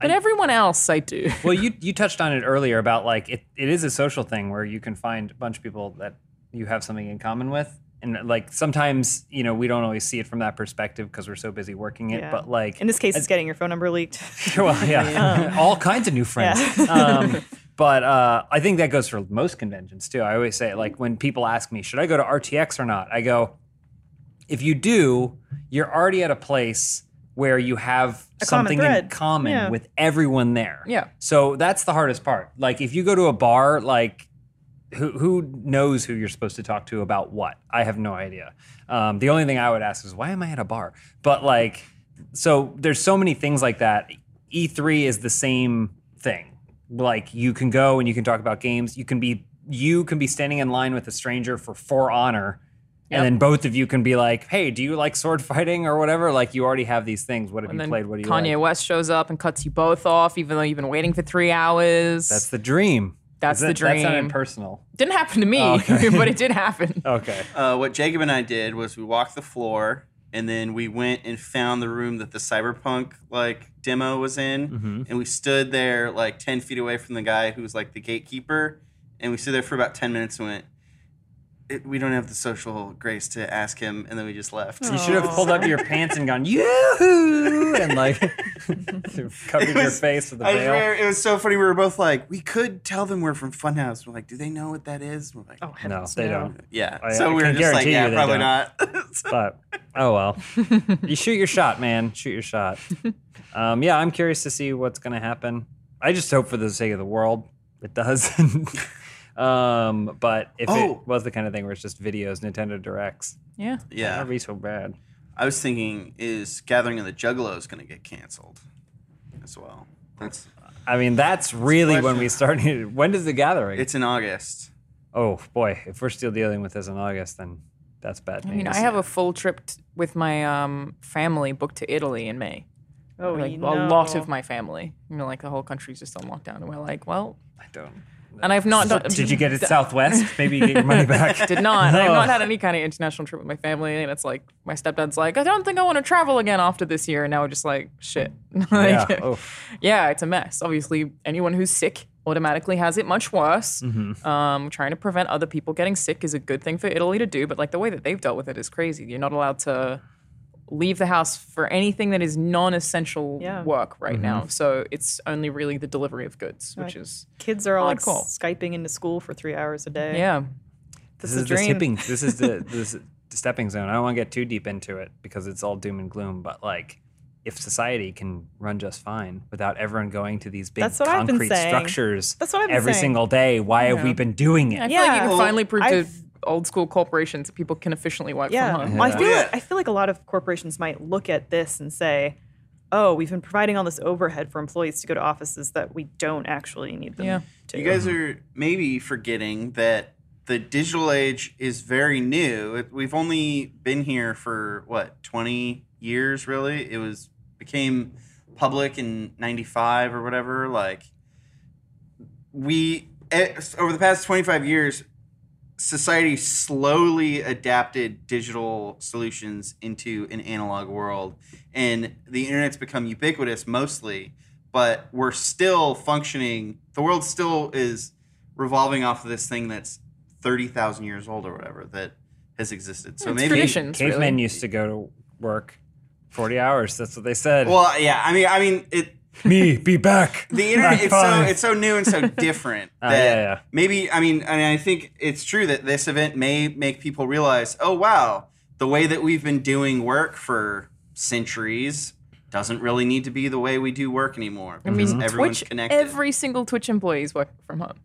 [SPEAKER 2] but everyone else I do.
[SPEAKER 1] Well, you you touched on it earlier about like it, it is a social thing where you can find a bunch of people that you have something in common with. And like sometimes, you know, we don't always see it from that perspective because we're so busy working it.
[SPEAKER 4] Yeah.
[SPEAKER 1] But like
[SPEAKER 4] In this case, it's getting your phone number leaked.
[SPEAKER 1] well, yeah, all kinds of new friends. um, but uh, I think that goes for most conventions too. I always say, like, when people ask me, should I go to RTX or not? I go, if you do, you're already at a place where you have
[SPEAKER 4] A common
[SPEAKER 1] something in
[SPEAKER 4] thread.
[SPEAKER 1] common
[SPEAKER 4] Yeah.
[SPEAKER 1] with everyone there.
[SPEAKER 2] Yeah.
[SPEAKER 1] So that's the hardest part. Like, if you go to a bar, like, who, who knows who you're supposed to talk to about what? I have no idea. Um, the only thing I would ask is why am I at a bar? But like, so there's so many things like that. E3 is the same thing. Like you can go and you can talk about games. You can be you can be standing in line with a stranger for For Honor, and then both of you can be like, "Hey, do you like sword fighting or whatever?" Like you already have these things. What have
[SPEAKER 2] And
[SPEAKER 1] you
[SPEAKER 2] then
[SPEAKER 1] played? What do you
[SPEAKER 2] Kanye
[SPEAKER 1] like?
[SPEAKER 2] West shows up and cuts you both off, even though you've been waiting for three hours.
[SPEAKER 1] That's the dream.
[SPEAKER 2] That's
[SPEAKER 1] Is
[SPEAKER 2] the
[SPEAKER 1] That's not
[SPEAKER 2] dream.
[SPEAKER 1] impersonal.
[SPEAKER 2] Didn't happen to me,
[SPEAKER 1] Oh, Okay. Oh.
[SPEAKER 2] but it did happen.
[SPEAKER 1] Okay.
[SPEAKER 3] Uh, what Jacob and I did was we walked the floor and then we went and found the room that the cyberpunk like
[SPEAKER 1] Mm-hmm.
[SPEAKER 3] demo was in, and we stood there like ten feet away from the guy who was like the gatekeeper, and we stood there for about ten minutes and went. It, we don't have the social grace to ask him, and then we just left.
[SPEAKER 1] You should have pulled up your pants and gone yoo-hoo and like covered
[SPEAKER 3] It
[SPEAKER 1] your
[SPEAKER 3] was-
[SPEAKER 1] face with a
[SPEAKER 3] I
[SPEAKER 1] veil.
[SPEAKER 3] swear, it was so funny. We were both like, we could tell them we're from Funhouse. We're like, do they know what that is? We're like,
[SPEAKER 4] Oh,
[SPEAKER 1] No,
[SPEAKER 4] heavens,
[SPEAKER 1] they
[SPEAKER 4] no.
[SPEAKER 1] don't.
[SPEAKER 3] yeah.
[SPEAKER 1] I-
[SPEAKER 3] so
[SPEAKER 1] I
[SPEAKER 3] we were
[SPEAKER 1] can
[SPEAKER 3] just like,
[SPEAKER 1] guarantee you
[SPEAKER 3] yeah,
[SPEAKER 1] they
[SPEAKER 3] probably
[SPEAKER 1] don't.
[SPEAKER 3] not. So-
[SPEAKER 1] But oh well, you shoot your shot, man. Shoot your shot. Um, yeah, I'm curious to see what's going to happen. I just hope for the sake of the world it does. um, but if
[SPEAKER 3] Oh.
[SPEAKER 1] it was the kind of thing where it's just videos, Nintendo directs,
[SPEAKER 2] Yeah.
[SPEAKER 1] that'd
[SPEAKER 3] yeah.
[SPEAKER 1] be so bad.
[SPEAKER 3] I was thinking, is Gathering of the Juggalos going to get canceled as well? That's
[SPEAKER 1] I mean, that's really when
[SPEAKER 3] question.
[SPEAKER 1] we started. When does the gathering?
[SPEAKER 3] It's in August.
[SPEAKER 1] oh boy, if we're still dealing with this in August, then that's bad
[SPEAKER 2] I
[SPEAKER 1] news.
[SPEAKER 2] mean, I have a full trip t- with my um, family booked to Italy in May.
[SPEAKER 4] Oh,
[SPEAKER 2] like
[SPEAKER 4] you
[SPEAKER 2] a lot
[SPEAKER 4] know.
[SPEAKER 2] of my family. You know, like the whole country's just on lockdown, and we're like, well,
[SPEAKER 1] I don't.
[SPEAKER 2] and I've not done.
[SPEAKER 1] Did you get it Southwest? Maybe you get your money back.
[SPEAKER 2] Did not. I've
[SPEAKER 1] Oh.
[SPEAKER 2] not had any kind of international trip with my family, and it's like my stepdad's like, I don't think I want to travel again after this year, and now we're just like, shit. like,
[SPEAKER 1] Yeah. Oh.
[SPEAKER 2] yeah, it's a mess. Obviously, anyone who's sick automatically has it much worse.
[SPEAKER 3] Mm-hmm.
[SPEAKER 2] Um, trying to prevent other people getting sick is a good thing for Italy to do, but like the way that they've dealt with it is crazy. You're not allowed to leave the house for anything that is non-essential
[SPEAKER 4] Yeah.
[SPEAKER 2] work right
[SPEAKER 3] Mm-hmm.
[SPEAKER 2] now. So it's only really the delivery of goods, which
[SPEAKER 4] Right.
[SPEAKER 2] is
[SPEAKER 4] Kids are all like
[SPEAKER 2] Hardcore.
[SPEAKER 4] skyping into school for three hours a day.
[SPEAKER 2] Oh, yeah.
[SPEAKER 1] This
[SPEAKER 4] is
[SPEAKER 1] is
[SPEAKER 4] the
[SPEAKER 1] the
[SPEAKER 4] dream.
[SPEAKER 1] tipping. This is the this is the stepping zone. I don't want to get too deep into it because it's all doom and gloom. But like, if society can run just fine without everyone going to these big
[SPEAKER 4] That's what I've been
[SPEAKER 1] concrete
[SPEAKER 4] saying.
[SPEAKER 1] structures
[SPEAKER 4] That's what I've been
[SPEAKER 1] every
[SPEAKER 4] saying.
[SPEAKER 1] single day, why have we been doing
[SPEAKER 2] I
[SPEAKER 1] it?
[SPEAKER 2] feel like you
[SPEAKER 4] Yeah.
[SPEAKER 2] can
[SPEAKER 4] Well,
[SPEAKER 2] finally prove to
[SPEAKER 4] I've-
[SPEAKER 2] old school corporations that people can efficiently work
[SPEAKER 4] Yeah.
[SPEAKER 2] from
[SPEAKER 4] Well,
[SPEAKER 2] home.
[SPEAKER 4] I feel
[SPEAKER 3] Yeah.
[SPEAKER 4] like, I feel like a lot of corporations might look at this and say, "Oh, we've been providing all this overhead for employees to go to offices that we don't actually need them
[SPEAKER 2] Yeah.
[SPEAKER 4] to."
[SPEAKER 3] You guys are maybe forgetting that the digital age is very new. It- We've only been here for what twenty years, really. It was became public in '95 or whatever. Like we eh, over the past 25 years, society slowly adapted digital solutions into an analog world, and the internet's become ubiquitous mostly but we're still functioning. The world still is revolving off of this thing that's thirty thousand years old or whatever that has existed. So
[SPEAKER 2] It's
[SPEAKER 3] maybe
[SPEAKER 2] traditions,
[SPEAKER 1] Cavemen
[SPEAKER 2] really.
[SPEAKER 1] used to go to work forty hours. That's what they said.
[SPEAKER 3] Well, yeah. I mean, I mean, it.
[SPEAKER 1] Me, be back.
[SPEAKER 3] The internet
[SPEAKER 1] High
[SPEAKER 3] it's so
[SPEAKER 1] five.
[SPEAKER 3] it's so new and so different
[SPEAKER 1] Oh,
[SPEAKER 3] that
[SPEAKER 1] yeah, yeah.
[SPEAKER 3] maybe I mean, and I think it's true that this event may make people realize, oh wow, the way that we've been doing work for centuries doesn't really need to be the way we do work anymore.
[SPEAKER 2] I mean,
[SPEAKER 3] because everyone's
[SPEAKER 2] Twitch,
[SPEAKER 3] connected.
[SPEAKER 2] every single Twitch employee is working from home.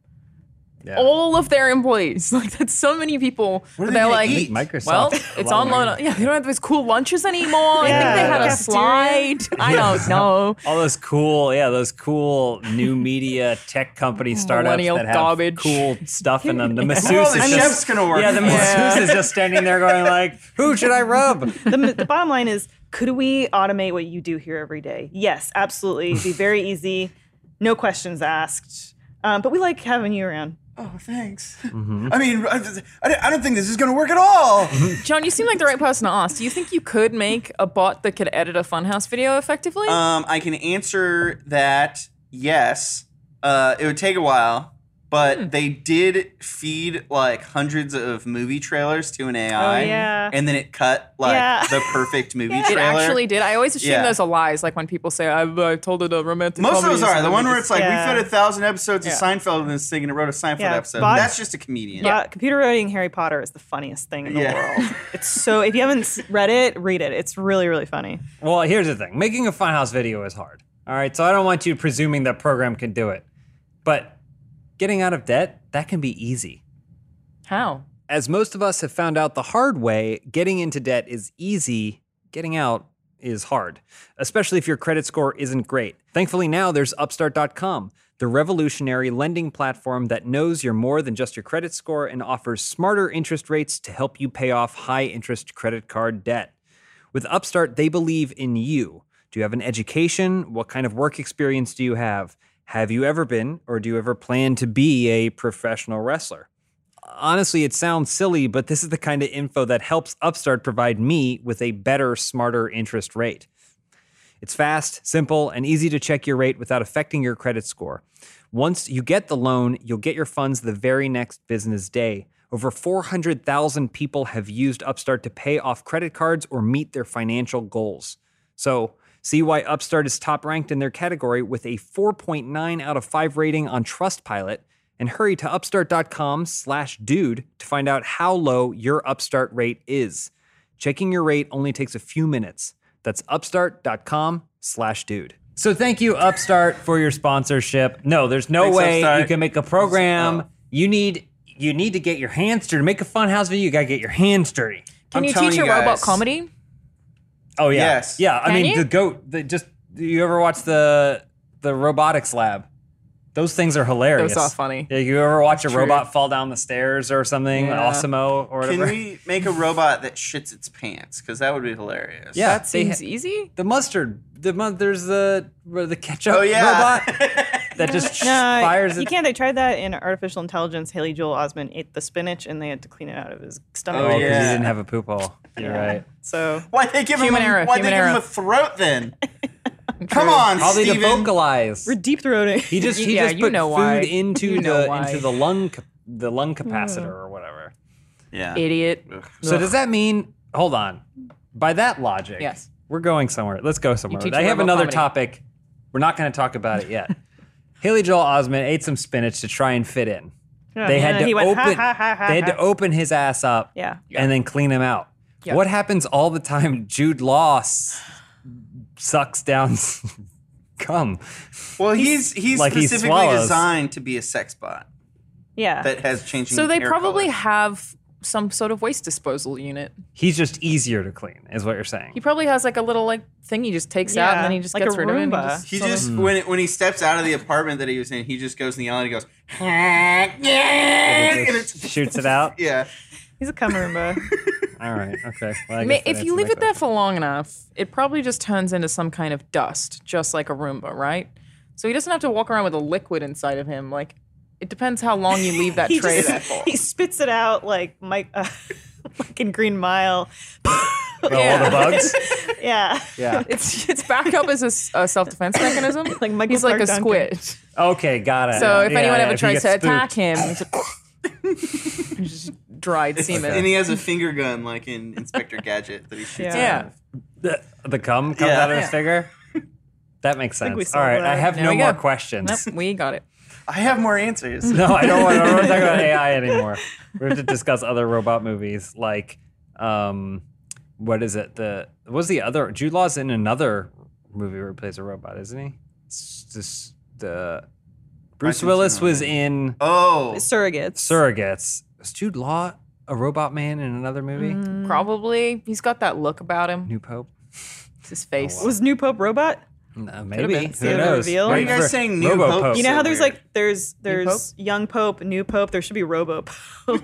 [SPEAKER 1] Yeah.
[SPEAKER 2] All of their employees. Like, that's so many people.
[SPEAKER 3] What are
[SPEAKER 2] they're
[SPEAKER 3] they
[SPEAKER 2] like,
[SPEAKER 3] gonna eat?
[SPEAKER 1] Microsoft.
[SPEAKER 2] well,
[SPEAKER 1] a
[SPEAKER 2] it's
[SPEAKER 1] lot
[SPEAKER 2] on
[SPEAKER 1] of
[SPEAKER 2] loan.
[SPEAKER 1] money.
[SPEAKER 2] Yeah, they don't have those cool lunches anymore. I think
[SPEAKER 4] Yeah.
[SPEAKER 2] they had a
[SPEAKER 4] Cafeteria.
[SPEAKER 2] slide. I don't know.
[SPEAKER 1] All those cool, yeah, those cool new media tech company startups
[SPEAKER 2] Millennial
[SPEAKER 1] that have
[SPEAKER 2] garbage.
[SPEAKER 1] cool stuff in them. The masseuse
[SPEAKER 3] Where are
[SPEAKER 1] is
[SPEAKER 3] all
[SPEAKER 1] just-
[SPEAKER 3] the chefs gonna work?
[SPEAKER 1] Yeah, the
[SPEAKER 3] from?
[SPEAKER 1] masseuse is just standing there going like, "Who should I rub?"
[SPEAKER 4] the, the bottom line is could we automate what you do here every day yes absolutely it'd be very easy no questions asked um, but we like having you around
[SPEAKER 3] Oh, thanks. I mean, I, just- I don't- I don't think this is going to work at all.
[SPEAKER 2] John, you seem like the right person to ask. Do you think you could make a bot that could edit a Funhouse video effectively?
[SPEAKER 3] um, I can answer that yes. Uh, it would take a while, but they did feed like hundreds of movie trailers to an AI.
[SPEAKER 4] Oh, yeah.
[SPEAKER 3] And then it cut like
[SPEAKER 4] Yeah.
[SPEAKER 3] the perfect movie
[SPEAKER 2] it
[SPEAKER 3] trailer.
[SPEAKER 2] actually did. I always assume
[SPEAKER 3] Yeah.
[SPEAKER 2] those are lies. Like when people say, "I've uh, told it a romantic."
[SPEAKER 3] Most of
[SPEAKER 2] comedy
[SPEAKER 3] those
[SPEAKER 2] or
[SPEAKER 3] are. The
[SPEAKER 2] something,
[SPEAKER 3] one where
[SPEAKER 2] just-
[SPEAKER 3] it's like,
[SPEAKER 4] Yeah.
[SPEAKER 3] we fed a thousand episodes
[SPEAKER 4] Yeah.
[SPEAKER 3] of Seinfeld in this thing and it wrote a Seinfeld
[SPEAKER 4] Yeah,
[SPEAKER 3] episode.
[SPEAKER 4] bots-
[SPEAKER 3] That's just a comedian.
[SPEAKER 4] Uh, computer writing harry potter is the funniest thing in the
[SPEAKER 3] Yeah.
[SPEAKER 4] world it's so if you haven't s- read it read it it's really really funny
[SPEAKER 1] Well, here's the thing: making a funhouse video is hard. All right, so I don't want you presuming that program can do it, but getting out of debt that can be easy.
[SPEAKER 2] how?
[SPEAKER 1] As most of us have found out the hard way, getting into debt is easy, getting out is hard, especially if your credit score isn't great. Thankfully, now there's Upstart.com, the revolutionary lending platform that knows you're more than just your credit score and offers smarter interest rates to help you pay off high interest credit card debt. With Upstart, they believe in you. Do you have an education? What kind of work experience do you have? Have you ever been or do you ever plan to be a professional wrestler? Honestly, it sounds silly, but this is the kind of info that helps Upstart provide me with a better, smarter interest rate. It's fast, simple, and easy to check your rate without affecting your credit score. Once you get the loan, you'll get your funds the very next business day. Over 400,000 people have used Upstart to pay off credit cards or meet their financial goals. So, see why Upstart is top ranked in their category with a 4.9 out of 5 rating on Trustpilot and hurry to upstart.com/dude to find out how low your Upstart rate is. Checking your rate only takes a few minutes. That's upstart.com/dude. So thank you Upstart for your sponsorship. No, there's no
[SPEAKER 3] Thanks,
[SPEAKER 1] way you
[SPEAKER 3] Upstart. Oh.
[SPEAKER 1] can make a program. You need you need to get your hands dirty. To Make a fun house video, you got to get your hands dirty.
[SPEAKER 2] Can
[SPEAKER 3] I'm
[SPEAKER 2] you
[SPEAKER 3] telling
[SPEAKER 2] teach
[SPEAKER 3] you
[SPEAKER 2] a robot
[SPEAKER 3] guys.
[SPEAKER 2] comedy?
[SPEAKER 1] Oh yeah.
[SPEAKER 3] Yes.
[SPEAKER 1] Yeah. I
[SPEAKER 2] Can
[SPEAKER 1] mean
[SPEAKER 2] you?
[SPEAKER 1] the goat. The, just you ever watch the the robotics lab? Those things are hilarious.
[SPEAKER 2] Those are funny.
[SPEAKER 1] Yeah, you ever watch a
[SPEAKER 2] True.
[SPEAKER 1] robot fall down the stairs or something, an
[SPEAKER 2] Yeah.
[SPEAKER 1] Osimo or
[SPEAKER 3] Can
[SPEAKER 1] whatever?
[SPEAKER 3] we make a robot that shits its pants? Because that would be hilarious.
[SPEAKER 1] Yeah.
[SPEAKER 2] That
[SPEAKER 1] they ha-
[SPEAKER 2] seems easy.
[SPEAKER 1] the mustard. The mu- there's the the ketchup
[SPEAKER 3] Oh yeah.
[SPEAKER 1] robot that just
[SPEAKER 4] No,
[SPEAKER 1] fires
[SPEAKER 4] you
[SPEAKER 1] it.
[SPEAKER 4] can't. They tried that in artificial intelligence. Haley Joel Osment ate the spinach, and they had to clean it out of his stomach.
[SPEAKER 1] Oh, 'cause
[SPEAKER 3] yeah.
[SPEAKER 1] you didn't have a poop hole. You're right.
[SPEAKER 4] So
[SPEAKER 3] why they give
[SPEAKER 2] Human
[SPEAKER 3] him?
[SPEAKER 2] error,
[SPEAKER 3] Why they
[SPEAKER 2] human
[SPEAKER 3] give him
[SPEAKER 2] error.
[SPEAKER 3] a throat then? Come on,
[SPEAKER 1] Probably to
[SPEAKER 3] Steven.
[SPEAKER 1] vocalize.
[SPEAKER 4] we're deep throating.
[SPEAKER 1] He just he
[SPEAKER 2] Yeah,
[SPEAKER 1] just
[SPEAKER 2] you
[SPEAKER 1] put
[SPEAKER 2] know
[SPEAKER 1] food
[SPEAKER 2] why.
[SPEAKER 1] into
[SPEAKER 2] You know
[SPEAKER 1] the
[SPEAKER 2] why.
[SPEAKER 1] into the lung cap- the lung capacitor or whatever.
[SPEAKER 3] Yeah.
[SPEAKER 2] Idiot.
[SPEAKER 1] So does that mean? Hold on. By that logic,
[SPEAKER 2] Yes.
[SPEAKER 1] we're going somewhere. Let's go somewhere.
[SPEAKER 2] teach
[SPEAKER 1] I
[SPEAKER 2] her
[SPEAKER 1] have
[SPEAKER 2] about
[SPEAKER 1] another
[SPEAKER 2] comedy.
[SPEAKER 1] topic. We're not going to talk about it yet. Haley Joel Osment ate some spinach to try and fit in. They had
[SPEAKER 4] and
[SPEAKER 1] to
[SPEAKER 4] he went,
[SPEAKER 1] open.
[SPEAKER 4] "Ha, ha, ha, ha,
[SPEAKER 1] they had
[SPEAKER 4] ha."
[SPEAKER 1] to open his ass up.
[SPEAKER 4] Yeah.
[SPEAKER 1] and then clean him out.
[SPEAKER 2] Yeah.
[SPEAKER 1] What happens all the time? Jude Law s- sucks down cum.
[SPEAKER 3] Well, he's he's
[SPEAKER 1] Like he
[SPEAKER 3] specifically
[SPEAKER 1] swallows.
[SPEAKER 3] designed to be a sex bot
[SPEAKER 4] yeah.
[SPEAKER 3] that has changing.
[SPEAKER 2] So they
[SPEAKER 3] hair
[SPEAKER 2] probably
[SPEAKER 3] color.
[SPEAKER 2] have some sort of waste disposal unit.
[SPEAKER 1] He's just easier to clean, is what you're saying.
[SPEAKER 2] He probably has like a little like thing he just takes out and then
[SPEAKER 4] Yeah,
[SPEAKER 2] he just
[SPEAKER 4] like
[SPEAKER 2] gets
[SPEAKER 4] a
[SPEAKER 2] rid of it. and
[SPEAKER 4] Roomba.
[SPEAKER 3] He
[SPEAKER 2] sort of-
[SPEAKER 3] just when it, when he steps out of the apartment that he was in, he just goes in the alley. and goes.
[SPEAKER 1] He
[SPEAKER 3] and
[SPEAKER 1] just
[SPEAKER 3] it's,
[SPEAKER 1] shoots it out.
[SPEAKER 3] yeah.
[SPEAKER 4] He's a Camarumba.
[SPEAKER 1] All right. Okay. Well, I
[SPEAKER 2] Ma-
[SPEAKER 1] guess that
[SPEAKER 2] if
[SPEAKER 1] answers
[SPEAKER 2] you leave
[SPEAKER 1] my
[SPEAKER 2] it there for long enough, it probably just turns into some kind of dust, just like a Roomba, right? So he doesn't have to walk around with a liquid inside of him. Like, it depends how long you leave that
[SPEAKER 4] he
[SPEAKER 2] tray
[SPEAKER 4] just
[SPEAKER 2] there for.
[SPEAKER 4] he spits it out like Mike, uh, like in Green Mile.
[SPEAKER 1] question. Oh, all the bugs.
[SPEAKER 4] yeah.
[SPEAKER 1] Yeah.
[SPEAKER 2] It's it's backed up as a s- a, self defense mechanism.
[SPEAKER 4] Like Michael
[SPEAKER 2] he's like
[SPEAKER 4] Clark
[SPEAKER 2] a
[SPEAKER 4] Duncan.
[SPEAKER 2] squid.
[SPEAKER 1] Okay. Got it.
[SPEAKER 2] So if
[SPEAKER 1] Yeah,
[SPEAKER 2] anyone
[SPEAKER 1] yeah,
[SPEAKER 2] ever
[SPEAKER 1] if he
[SPEAKER 2] tries
[SPEAKER 1] gets
[SPEAKER 2] to
[SPEAKER 1] spooked.
[SPEAKER 2] attack him, he's just, just dried semen.
[SPEAKER 3] And he has a finger gun like in Inspector Gadget that he shoots.
[SPEAKER 4] Yeah.
[SPEAKER 3] out of.
[SPEAKER 1] the, the cum comes
[SPEAKER 3] Yeah.
[SPEAKER 1] out of his
[SPEAKER 2] Yeah.
[SPEAKER 1] finger. That makes
[SPEAKER 4] think we
[SPEAKER 1] sense. All
[SPEAKER 4] solved
[SPEAKER 1] right. I
[SPEAKER 4] that.
[SPEAKER 1] have
[SPEAKER 2] There
[SPEAKER 1] no
[SPEAKER 2] we go.
[SPEAKER 1] more questions.
[SPEAKER 2] Nope, we got it.
[SPEAKER 3] I have more answers.
[SPEAKER 1] No, I don't want to talk about AI anymore. We have to discuss other robot movies like um what is it? The what was the other Jude Law's in another movie where he plays a robot, isn't he? It's just the Bruce
[SPEAKER 3] Parkinson's
[SPEAKER 1] Willis was
[SPEAKER 3] movie.
[SPEAKER 1] in
[SPEAKER 3] Oh,
[SPEAKER 4] Surrogates.
[SPEAKER 1] Surrogates. Was Jude Law a robot man in another movie?
[SPEAKER 4] Mm.
[SPEAKER 2] Probably he's got that look about him.
[SPEAKER 1] Mm. New Oh, Pope?
[SPEAKER 2] It's his face.
[SPEAKER 4] Was New Pope Robot?
[SPEAKER 1] No, maybe.
[SPEAKER 2] been.
[SPEAKER 1] Who
[SPEAKER 4] See the
[SPEAKER 1] knows?
[SPEAKER 4] reveal? Why
[SPEAKER 3] are you
[SPEAKER 1] Maybe
[SPEAKER 3] guys
[SPEAKER 1] for
[SPEAKER 3] saying new
[SPEAKER 1] Robopope.
[SPEAKER 3] Pope?
[SPEAKER 4] You know
[SPEAKER 3] so
[SPEAKER 4] how there's
[SPEAKER 3] weird.
[SPEAKER 4] like there's there's
[SPEAKER 2] Pope?
[SPEAKER 4] young Pope, new Pope. There should be Robo Pope.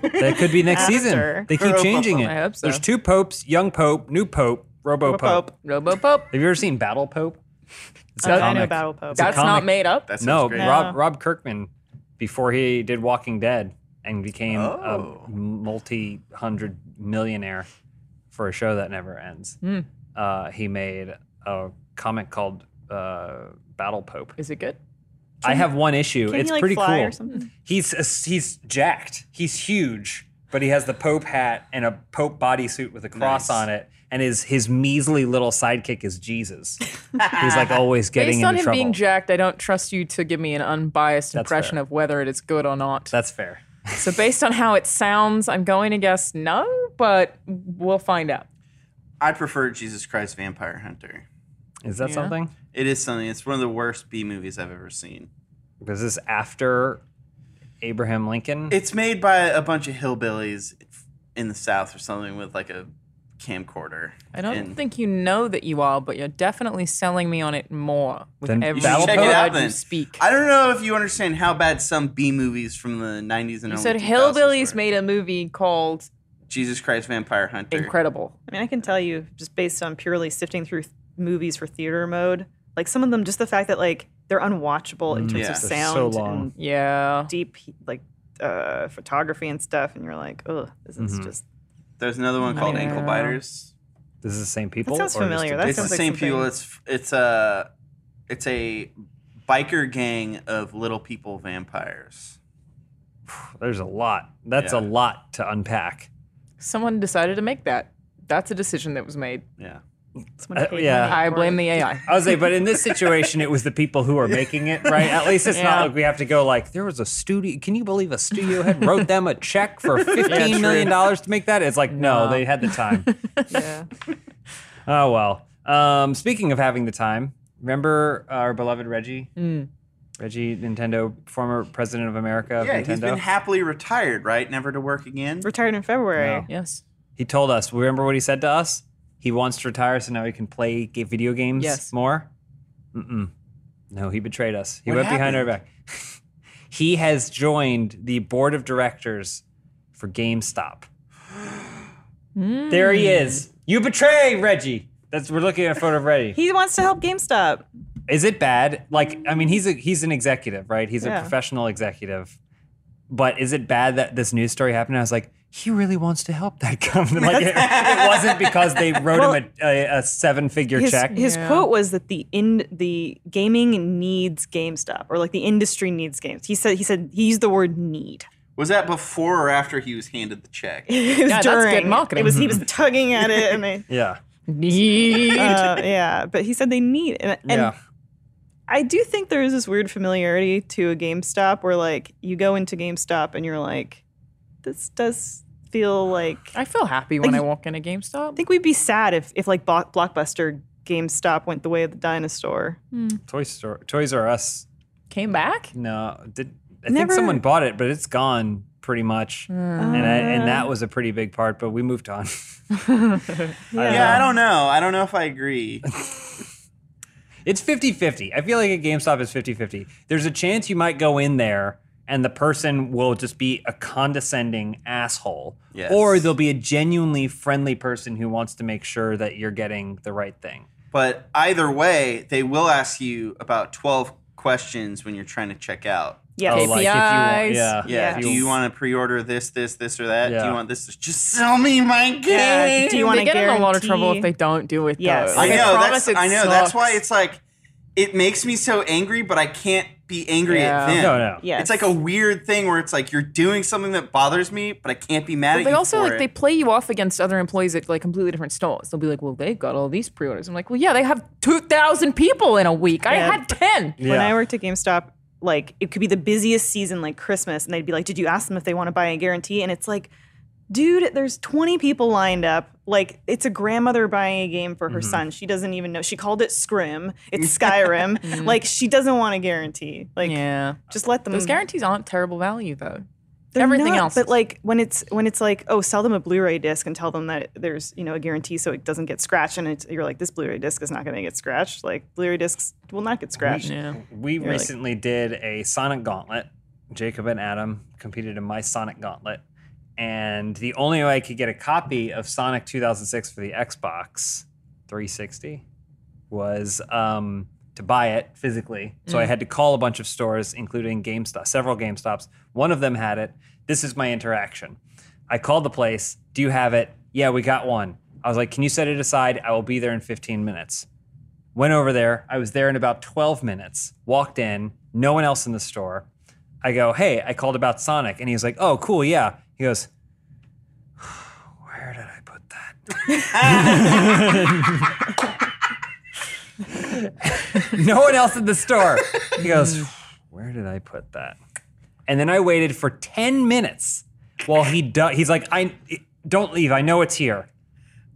[SPEAKER 1] That could be next season.
[SPEAKER 4] After.
[SPEAKER 1] They keep changing it.
[SPEAKER 2] I hope so.
[SPEAKER 1] There's two popes, young pope, new pope, robo pope.
[SPEAKER 2] Robo Pope.
[SPEAKER 1] Have you ever seen Battle Pope? It's a
[SPEAKER 4] Oh, I know
[SPEAKER 1] comic.
[SPEAKER 4] Uh, Battle Pope.
[SPEAKER 1] a
[SPEAKER 2] That's
[SPEAKER 1] comic.
[SPEAKER 2] not made up.
[SPEAKER 3] That sounds
[SPEAKER 1] No,
[SPEAKER 3] great.
[SPEAKER 1] Rob
[SPEAKER 4] No.
[SPEAKER 1] Rob Kirkman, before he did Walking Dead and became
[SPEAKER 3] Oh.
[SPEAKER 1] a multi hundred millionaire for a show that never ends,
[SPEAKER 2] Hmm.
[SPEAKER 1] uh, he made a comic called uh, Battle Pope.
[SPEAKER 2] Is it good?
[SPEAKER 1] I have one issue.
[SPEAKER 4] Can
[SPEAKER 1] it's
[SPEAKER 4] he like
[SPEAKER 1] pretty
[SPEAKER 4] fly
[SPEAKER 1] cool.
[SPEAKER 4] or something?
[SPEAKER 1] He's he's jacked. He's huge, but he has the Pope hat and a Pope bodysuit with a cross
[SPEAKER 3] Nice.
[SPEAKER 1] on it. And his his measly little sidekick is Jesus. he's like always getting
[SPEAKER 2] Based on
[SPEAKER 1] into
[SPEAKER 2] him
[SPEAKER 1] trouble.
[SPEAKER 2] being jacked, I don't trust you to give me an unbiased
[SPEAKER 1] That's
[SPEAKER 2] impression
[SPEAKER 1] fair.
[SPEAKER 2] of whether it is good or not.
[SPEAKER 1] That's fair.
[SPEAKER 2] so based on how it sounds, I'm going to guess no, but we'll find out.
[SPEAKER 3] I prefer Jesus Christ Vampire Hunter.
[SPEAKER 1] Is that
[SPEAKER 2] Yeah.
[SPEAKER 1] something?
[SPEAKER 3] It is something. It's one of the worst B movies I've ever seen.
[SPEAKER 1] Because this after Abraham Lincoln.
[SPEAKER 3] It's made by a bunch of hillbillies in the South or something with like a camcorder.
[SPEAKER 2] I don't
[SPEAKER 3] And-
[SPEAKER 2] think you know that you are, but you're definitely selling me on it more with
[SPEAKER 1] Then
[SPEAKER 2] every
[SPEAKER 1] you should
[SPEAKER 2] word
[SPEAKER 1] check it
[SPEAKER 3] out
[SPEAKER 2] you
[SPEAKER 3] then.
[SPEAKER 2] speak.
[SPEAKER 3] I don't know if you understand how bad some B movies from the 90s and
[SPEAKER 2] you
[SPEAKER 3] early
[SPEAKER 2] said
[SPEAKER 3] 2000s
[SPEAKER 2] Hillbillies
[SPEAKER 3] were.
[SPEAKER 2] made a movie called
[SPEAKER 3] Jesus Christ Vampire Hunter.
[SPEAKER 2] Incredible.
[SPEAKER 4] I mean, I can tell you just based on purely sifting through th- movies for theater mode, like some of them, just the fact that like they're unwatchable in terms
[SPEAKER 3] Yeah.
[SPEAKER 4] of
[SPEAKER 1] Mm. They're so
[SPEAKER 4] sound
[SPEAKER 1] long.
[SPEAKER 4] and
[SPEAKER 2] Yeah.
[SPEAKER 4] deep like uh, photography and stuff, and you're like, oh, this is
[SPEAKER 1] Mhm.
[SPEAKER 4] just
[SPEAKER 3] There's another one called
[SPEAKER 2] Yeah.
[SPEAKER 3] Ankle Biters.
[SPEAKER 1] This is the same people.
[SPEAKER 4] sounds
[SPEAKER 1] or just
[SPEAKER 4] familiar.
[SPEAKER 1] a
[SPEAKER 4] That
[SPEAKER 3] it's the
[SPEAKER 1] different-
[SPEAKER 4] sounds like
[SPEAKER 3] same people.
[SPEAKER 4] something-
[SPEAKER 3] It's it's a it's a biker gang of little people vampires.
[SPEAKER 1] There's a lot. That's a
[SPEAKER 3] Yeah.
[SPEAKER 1] lot to unpack.
[SPEAKER 2] Someone decided to make that. That's a decision that was made.
[SPEAKER 3] Yeah.
[SPEAKER 4] Someone
[SPEAKER 1] Uh,
[SPEAKER 4] paid
[SPEAKER 1] yeah.
[SPEAKER 4] money
[SPEAKER 2] I
[SPEAKER 4] for
[SPEAKER 2] blame
[SPEAKER 4] it.
[SPEAKER 2] the AI.
[SPEAKER 1] I was say, but in this situation, it was the people who are making it, right? At least it's
[SPEAKER 2] Yeah.
[SPEAKER 1] not like we have to go like there was a studio. Can you believe a studio head wrote them a check for fifteen million dollars to make that? It's like no,
[SPEAKER 2] No.
[SPEAKER 1] they had the time.
[SPEAKER 4] Yeah.
[SPEAKER 1] oh well. Um, speaking of having the time, remember our beloved Reggie,
[SPEAKER 2] Mm.
[SPEAKER 1] Reggie Nintendo, former president of America of
[SPEAKER 3] yeah,
[SPEAKER 1] Nintendo.
[SPEAKER 3] he's been happily retired, right? Never to work again.
[SPEAKER 4] Retired in February.
[SPEAKER 1] No.
[SPEAKER 2] Yes.
[SPEAKER 1] He told us. Remember what he said to us? He wants to retire so now he can play ga- video games
[SPEAKER 2] Yes.
[SPEAKER 1] more. Mm-mm. No, he betrayed us. He
[SPEAKER 3] What
[SPEAKER 1] went behind our
[SPEAKER 3] happened?
[SPEAKER 1] back. he has joined the board of directors for GameStop. There he
[SPEAKER 3] Hmm.
[SPEAKER 1] is. You betray Reggie. That's we're looking at a photo of Reggie.
[SPEAKER 4] He wants to help GameStop.
[SPEAKER 1] Is it bad? Like, I mean, he's a he's an executive, right? He's a
[SPEAKER 4] Yeah.
[SPEAKER 1] professional executive. But is it bad that this news story happened? I was like, he really wants to help that company. Like, it, it wasn't because they wrote
[SPEAKER 4] Well,
[SPEAKER 1] him a, a, a seven figure
[SPEAKER 4] his,
[SPEAKER 1] check.
[SPEAKER 4] His
[SPEAKER 2] Yeah.
[SPEAKER 4] quote was that the in the gaming needs GameStop, or like the industry needs games. He said he said he used the word need.
[SPEAKER 3] Was that before or after he was handed the check?
[SPEAKER 4] It was
[SPEAKER 2] Yeah, that's good
[SPEAKER 4] during.
[SPEAKER 2] marketing.
[SPEAKER 4] It was he was tugging at it, and they
[SPEAKER 1] yeah.
[SPEAKER 4] uh, yeah. But he said they need, and, and
[SPEAKER 1] yeah.
[SPEAKER 4] I do think there is this weird familiarity to a GameStop where like you go into GameStop and you're like, this does feel like I
[SPEAKER 2] I feel happy when I walk in a GameStop.
[SPEAKER 4] think we'd be sad if if like Blo- Blockbuster GameStop went the way of the dinosaur.
[SPEAKER 1] Toy Store, Toys R Us.
[SPEAKER 2] Came back.
[SPEAKER 1] No, did I think
[SPEAKER 4] Never-
[SPEAKER 1] someone bought it, but it's gone pretty much. Uh,
[SPEAKER 2] Hmm.
[SPEAKER 1] And I, and that was a pretty big part, but we moved on.
[SPEAKER 3] yeah, I don't know. I don't know if I agree.
[SPEAKER 1] It's 50 50. I feel like at GameStop is 50 50. There's a chance you might go in there and the person will just be a condescending asshole.
[SPEAKER 3] Yes.
[SPEAKER 1] Or there'll be a genuinely friendly person who wants to make sure that you're getting the right thing.
[SPEAKER 3] But either way, they will ask you about 12 questions when you're trying to check out.
[SPEAKER 4] Yes.
[SPEAKER 1] Oh, like if you want,
[SPEAKER 2] KPIs.
[SPEAKER 1] yeah.
[SPEAKER 3] Yeah.
[SPEAKER 1] If
[SPEAKER 3] Do you want to pre-order this, this, this, or that? Do
[SPEAKER 1] Yeah.
[SPEAKER 3] you want this? Just sell me my game.
[SPEAKER 4] Yeah, do you want
[SPEAKER 2] they
[SPEAKER 4] to
[SPEAKER 2] get in a lot of
[SPEAKER 4] guarantee-
[SPEAKER 2] trouble if they don't do it.
[SPEAKER 4] Yes.
[SPEAKER 2] though.
[SPEAKER 3] I
[SPEAKER 2] Like,
[SPEAKER 3] know.
[SPEAKER 2] promise
[SPEAKER 3] that's,
[SPEAKER 2] it
[SPEAKER 3] I know. That's why
[SPEAKER 2] sucks.
[SPEAKER 3] it's like it makes me so angry, but I can't be angry at
[SPEAKER 2] Yeah.
[SPEAKER 3] them.
[SPEAKER 1] No, no.
[SPEAKER 4] Yes.
[SPEAKER 3] It's like a weird thing where it's like you're doing something that bothers me, but I can't be mad
[SPEAKER 2] Well,
[SPEAKER 3] at
[SPEAKER 2] they
[SPEAKER 3] you
[SPEAKER 2] also
[SPEAKER 3] for
[SPEAKER 2] like
[SPEAKER 3] it.
[SPEAKER 2] they play you off against other employees at like completely different stores. They'll be like, "Well, they got all these pre-orders." I'm like, "Well, yeah, they have two thousand people in a week. I
[SPEAKER 4] Yeah.
[SPEAKER 2] had ten.
[SPEAKER 4] When
[SPEAKER 1] Yeah.
[SPEAKER 4] I worked at GameStop, like it could be the busiest season, like Christmas, and they'd be like, "Did you ask them if they want to buy a guarantee?" And it's like, dude, there's 20 people lined up. Like it's a grandmother buying a game for her
[SPEAKER 1] Mm-hmm.
[SPEAKER 4] son. She doesn't even know. She called it Scrim. It's Skyrim. like she doesn't want a guarantee. Like
[SPEAKER 2] Mm. Yeah,
[SPEAKER 4] just let them.
[SPEAKER 2] those guarantees aren't terrible value though.
[SPEAKER 4] They're
[SPEAKER 2] everything
[SPEAKER 4] not,
[SPEAKER 2] else
[SPEAKER 4] But
[SPEAKER 2] is-
[SPEAKER 4] like when it's when it's like, oh, sell them a Blu-ray disc and tell them that there's you know a guarantee so it doesn't get scratched. And it's, you're like, this Blu-ray disc is not going to get scratched. Like Blu-ray discs will not get scratched.
[SPEAKER 2] Yeah,
[SPEAKER 1] We
[SPEAKER 4] like-
[SPEAKER 1] recently did a Sonic Gauntlet. Jacob and Adam competed in my Sonic Gauntlet. And the only way I could get a copy of Sonic 2006 for the Xbox 360 was um, to buy it physically. So I had to call a bunch of stores, including GameStop, several GameStops. One of them had it. This is my interaction. I called the place. Do you have it? Yeah, we got one. I was like, can you set it aside? I will be there in 15 minutes. Went over there. I was there in about 12 minutes. Walked in, no one else in the store. I go, hey, I called about Sonic. And he's like, oh, cool, yeah. He goes, where did I put that? no one else in the store. He goes, where did I put that? And then I waited for 10 minutes while he do- he's like, I don't leave. I know it's here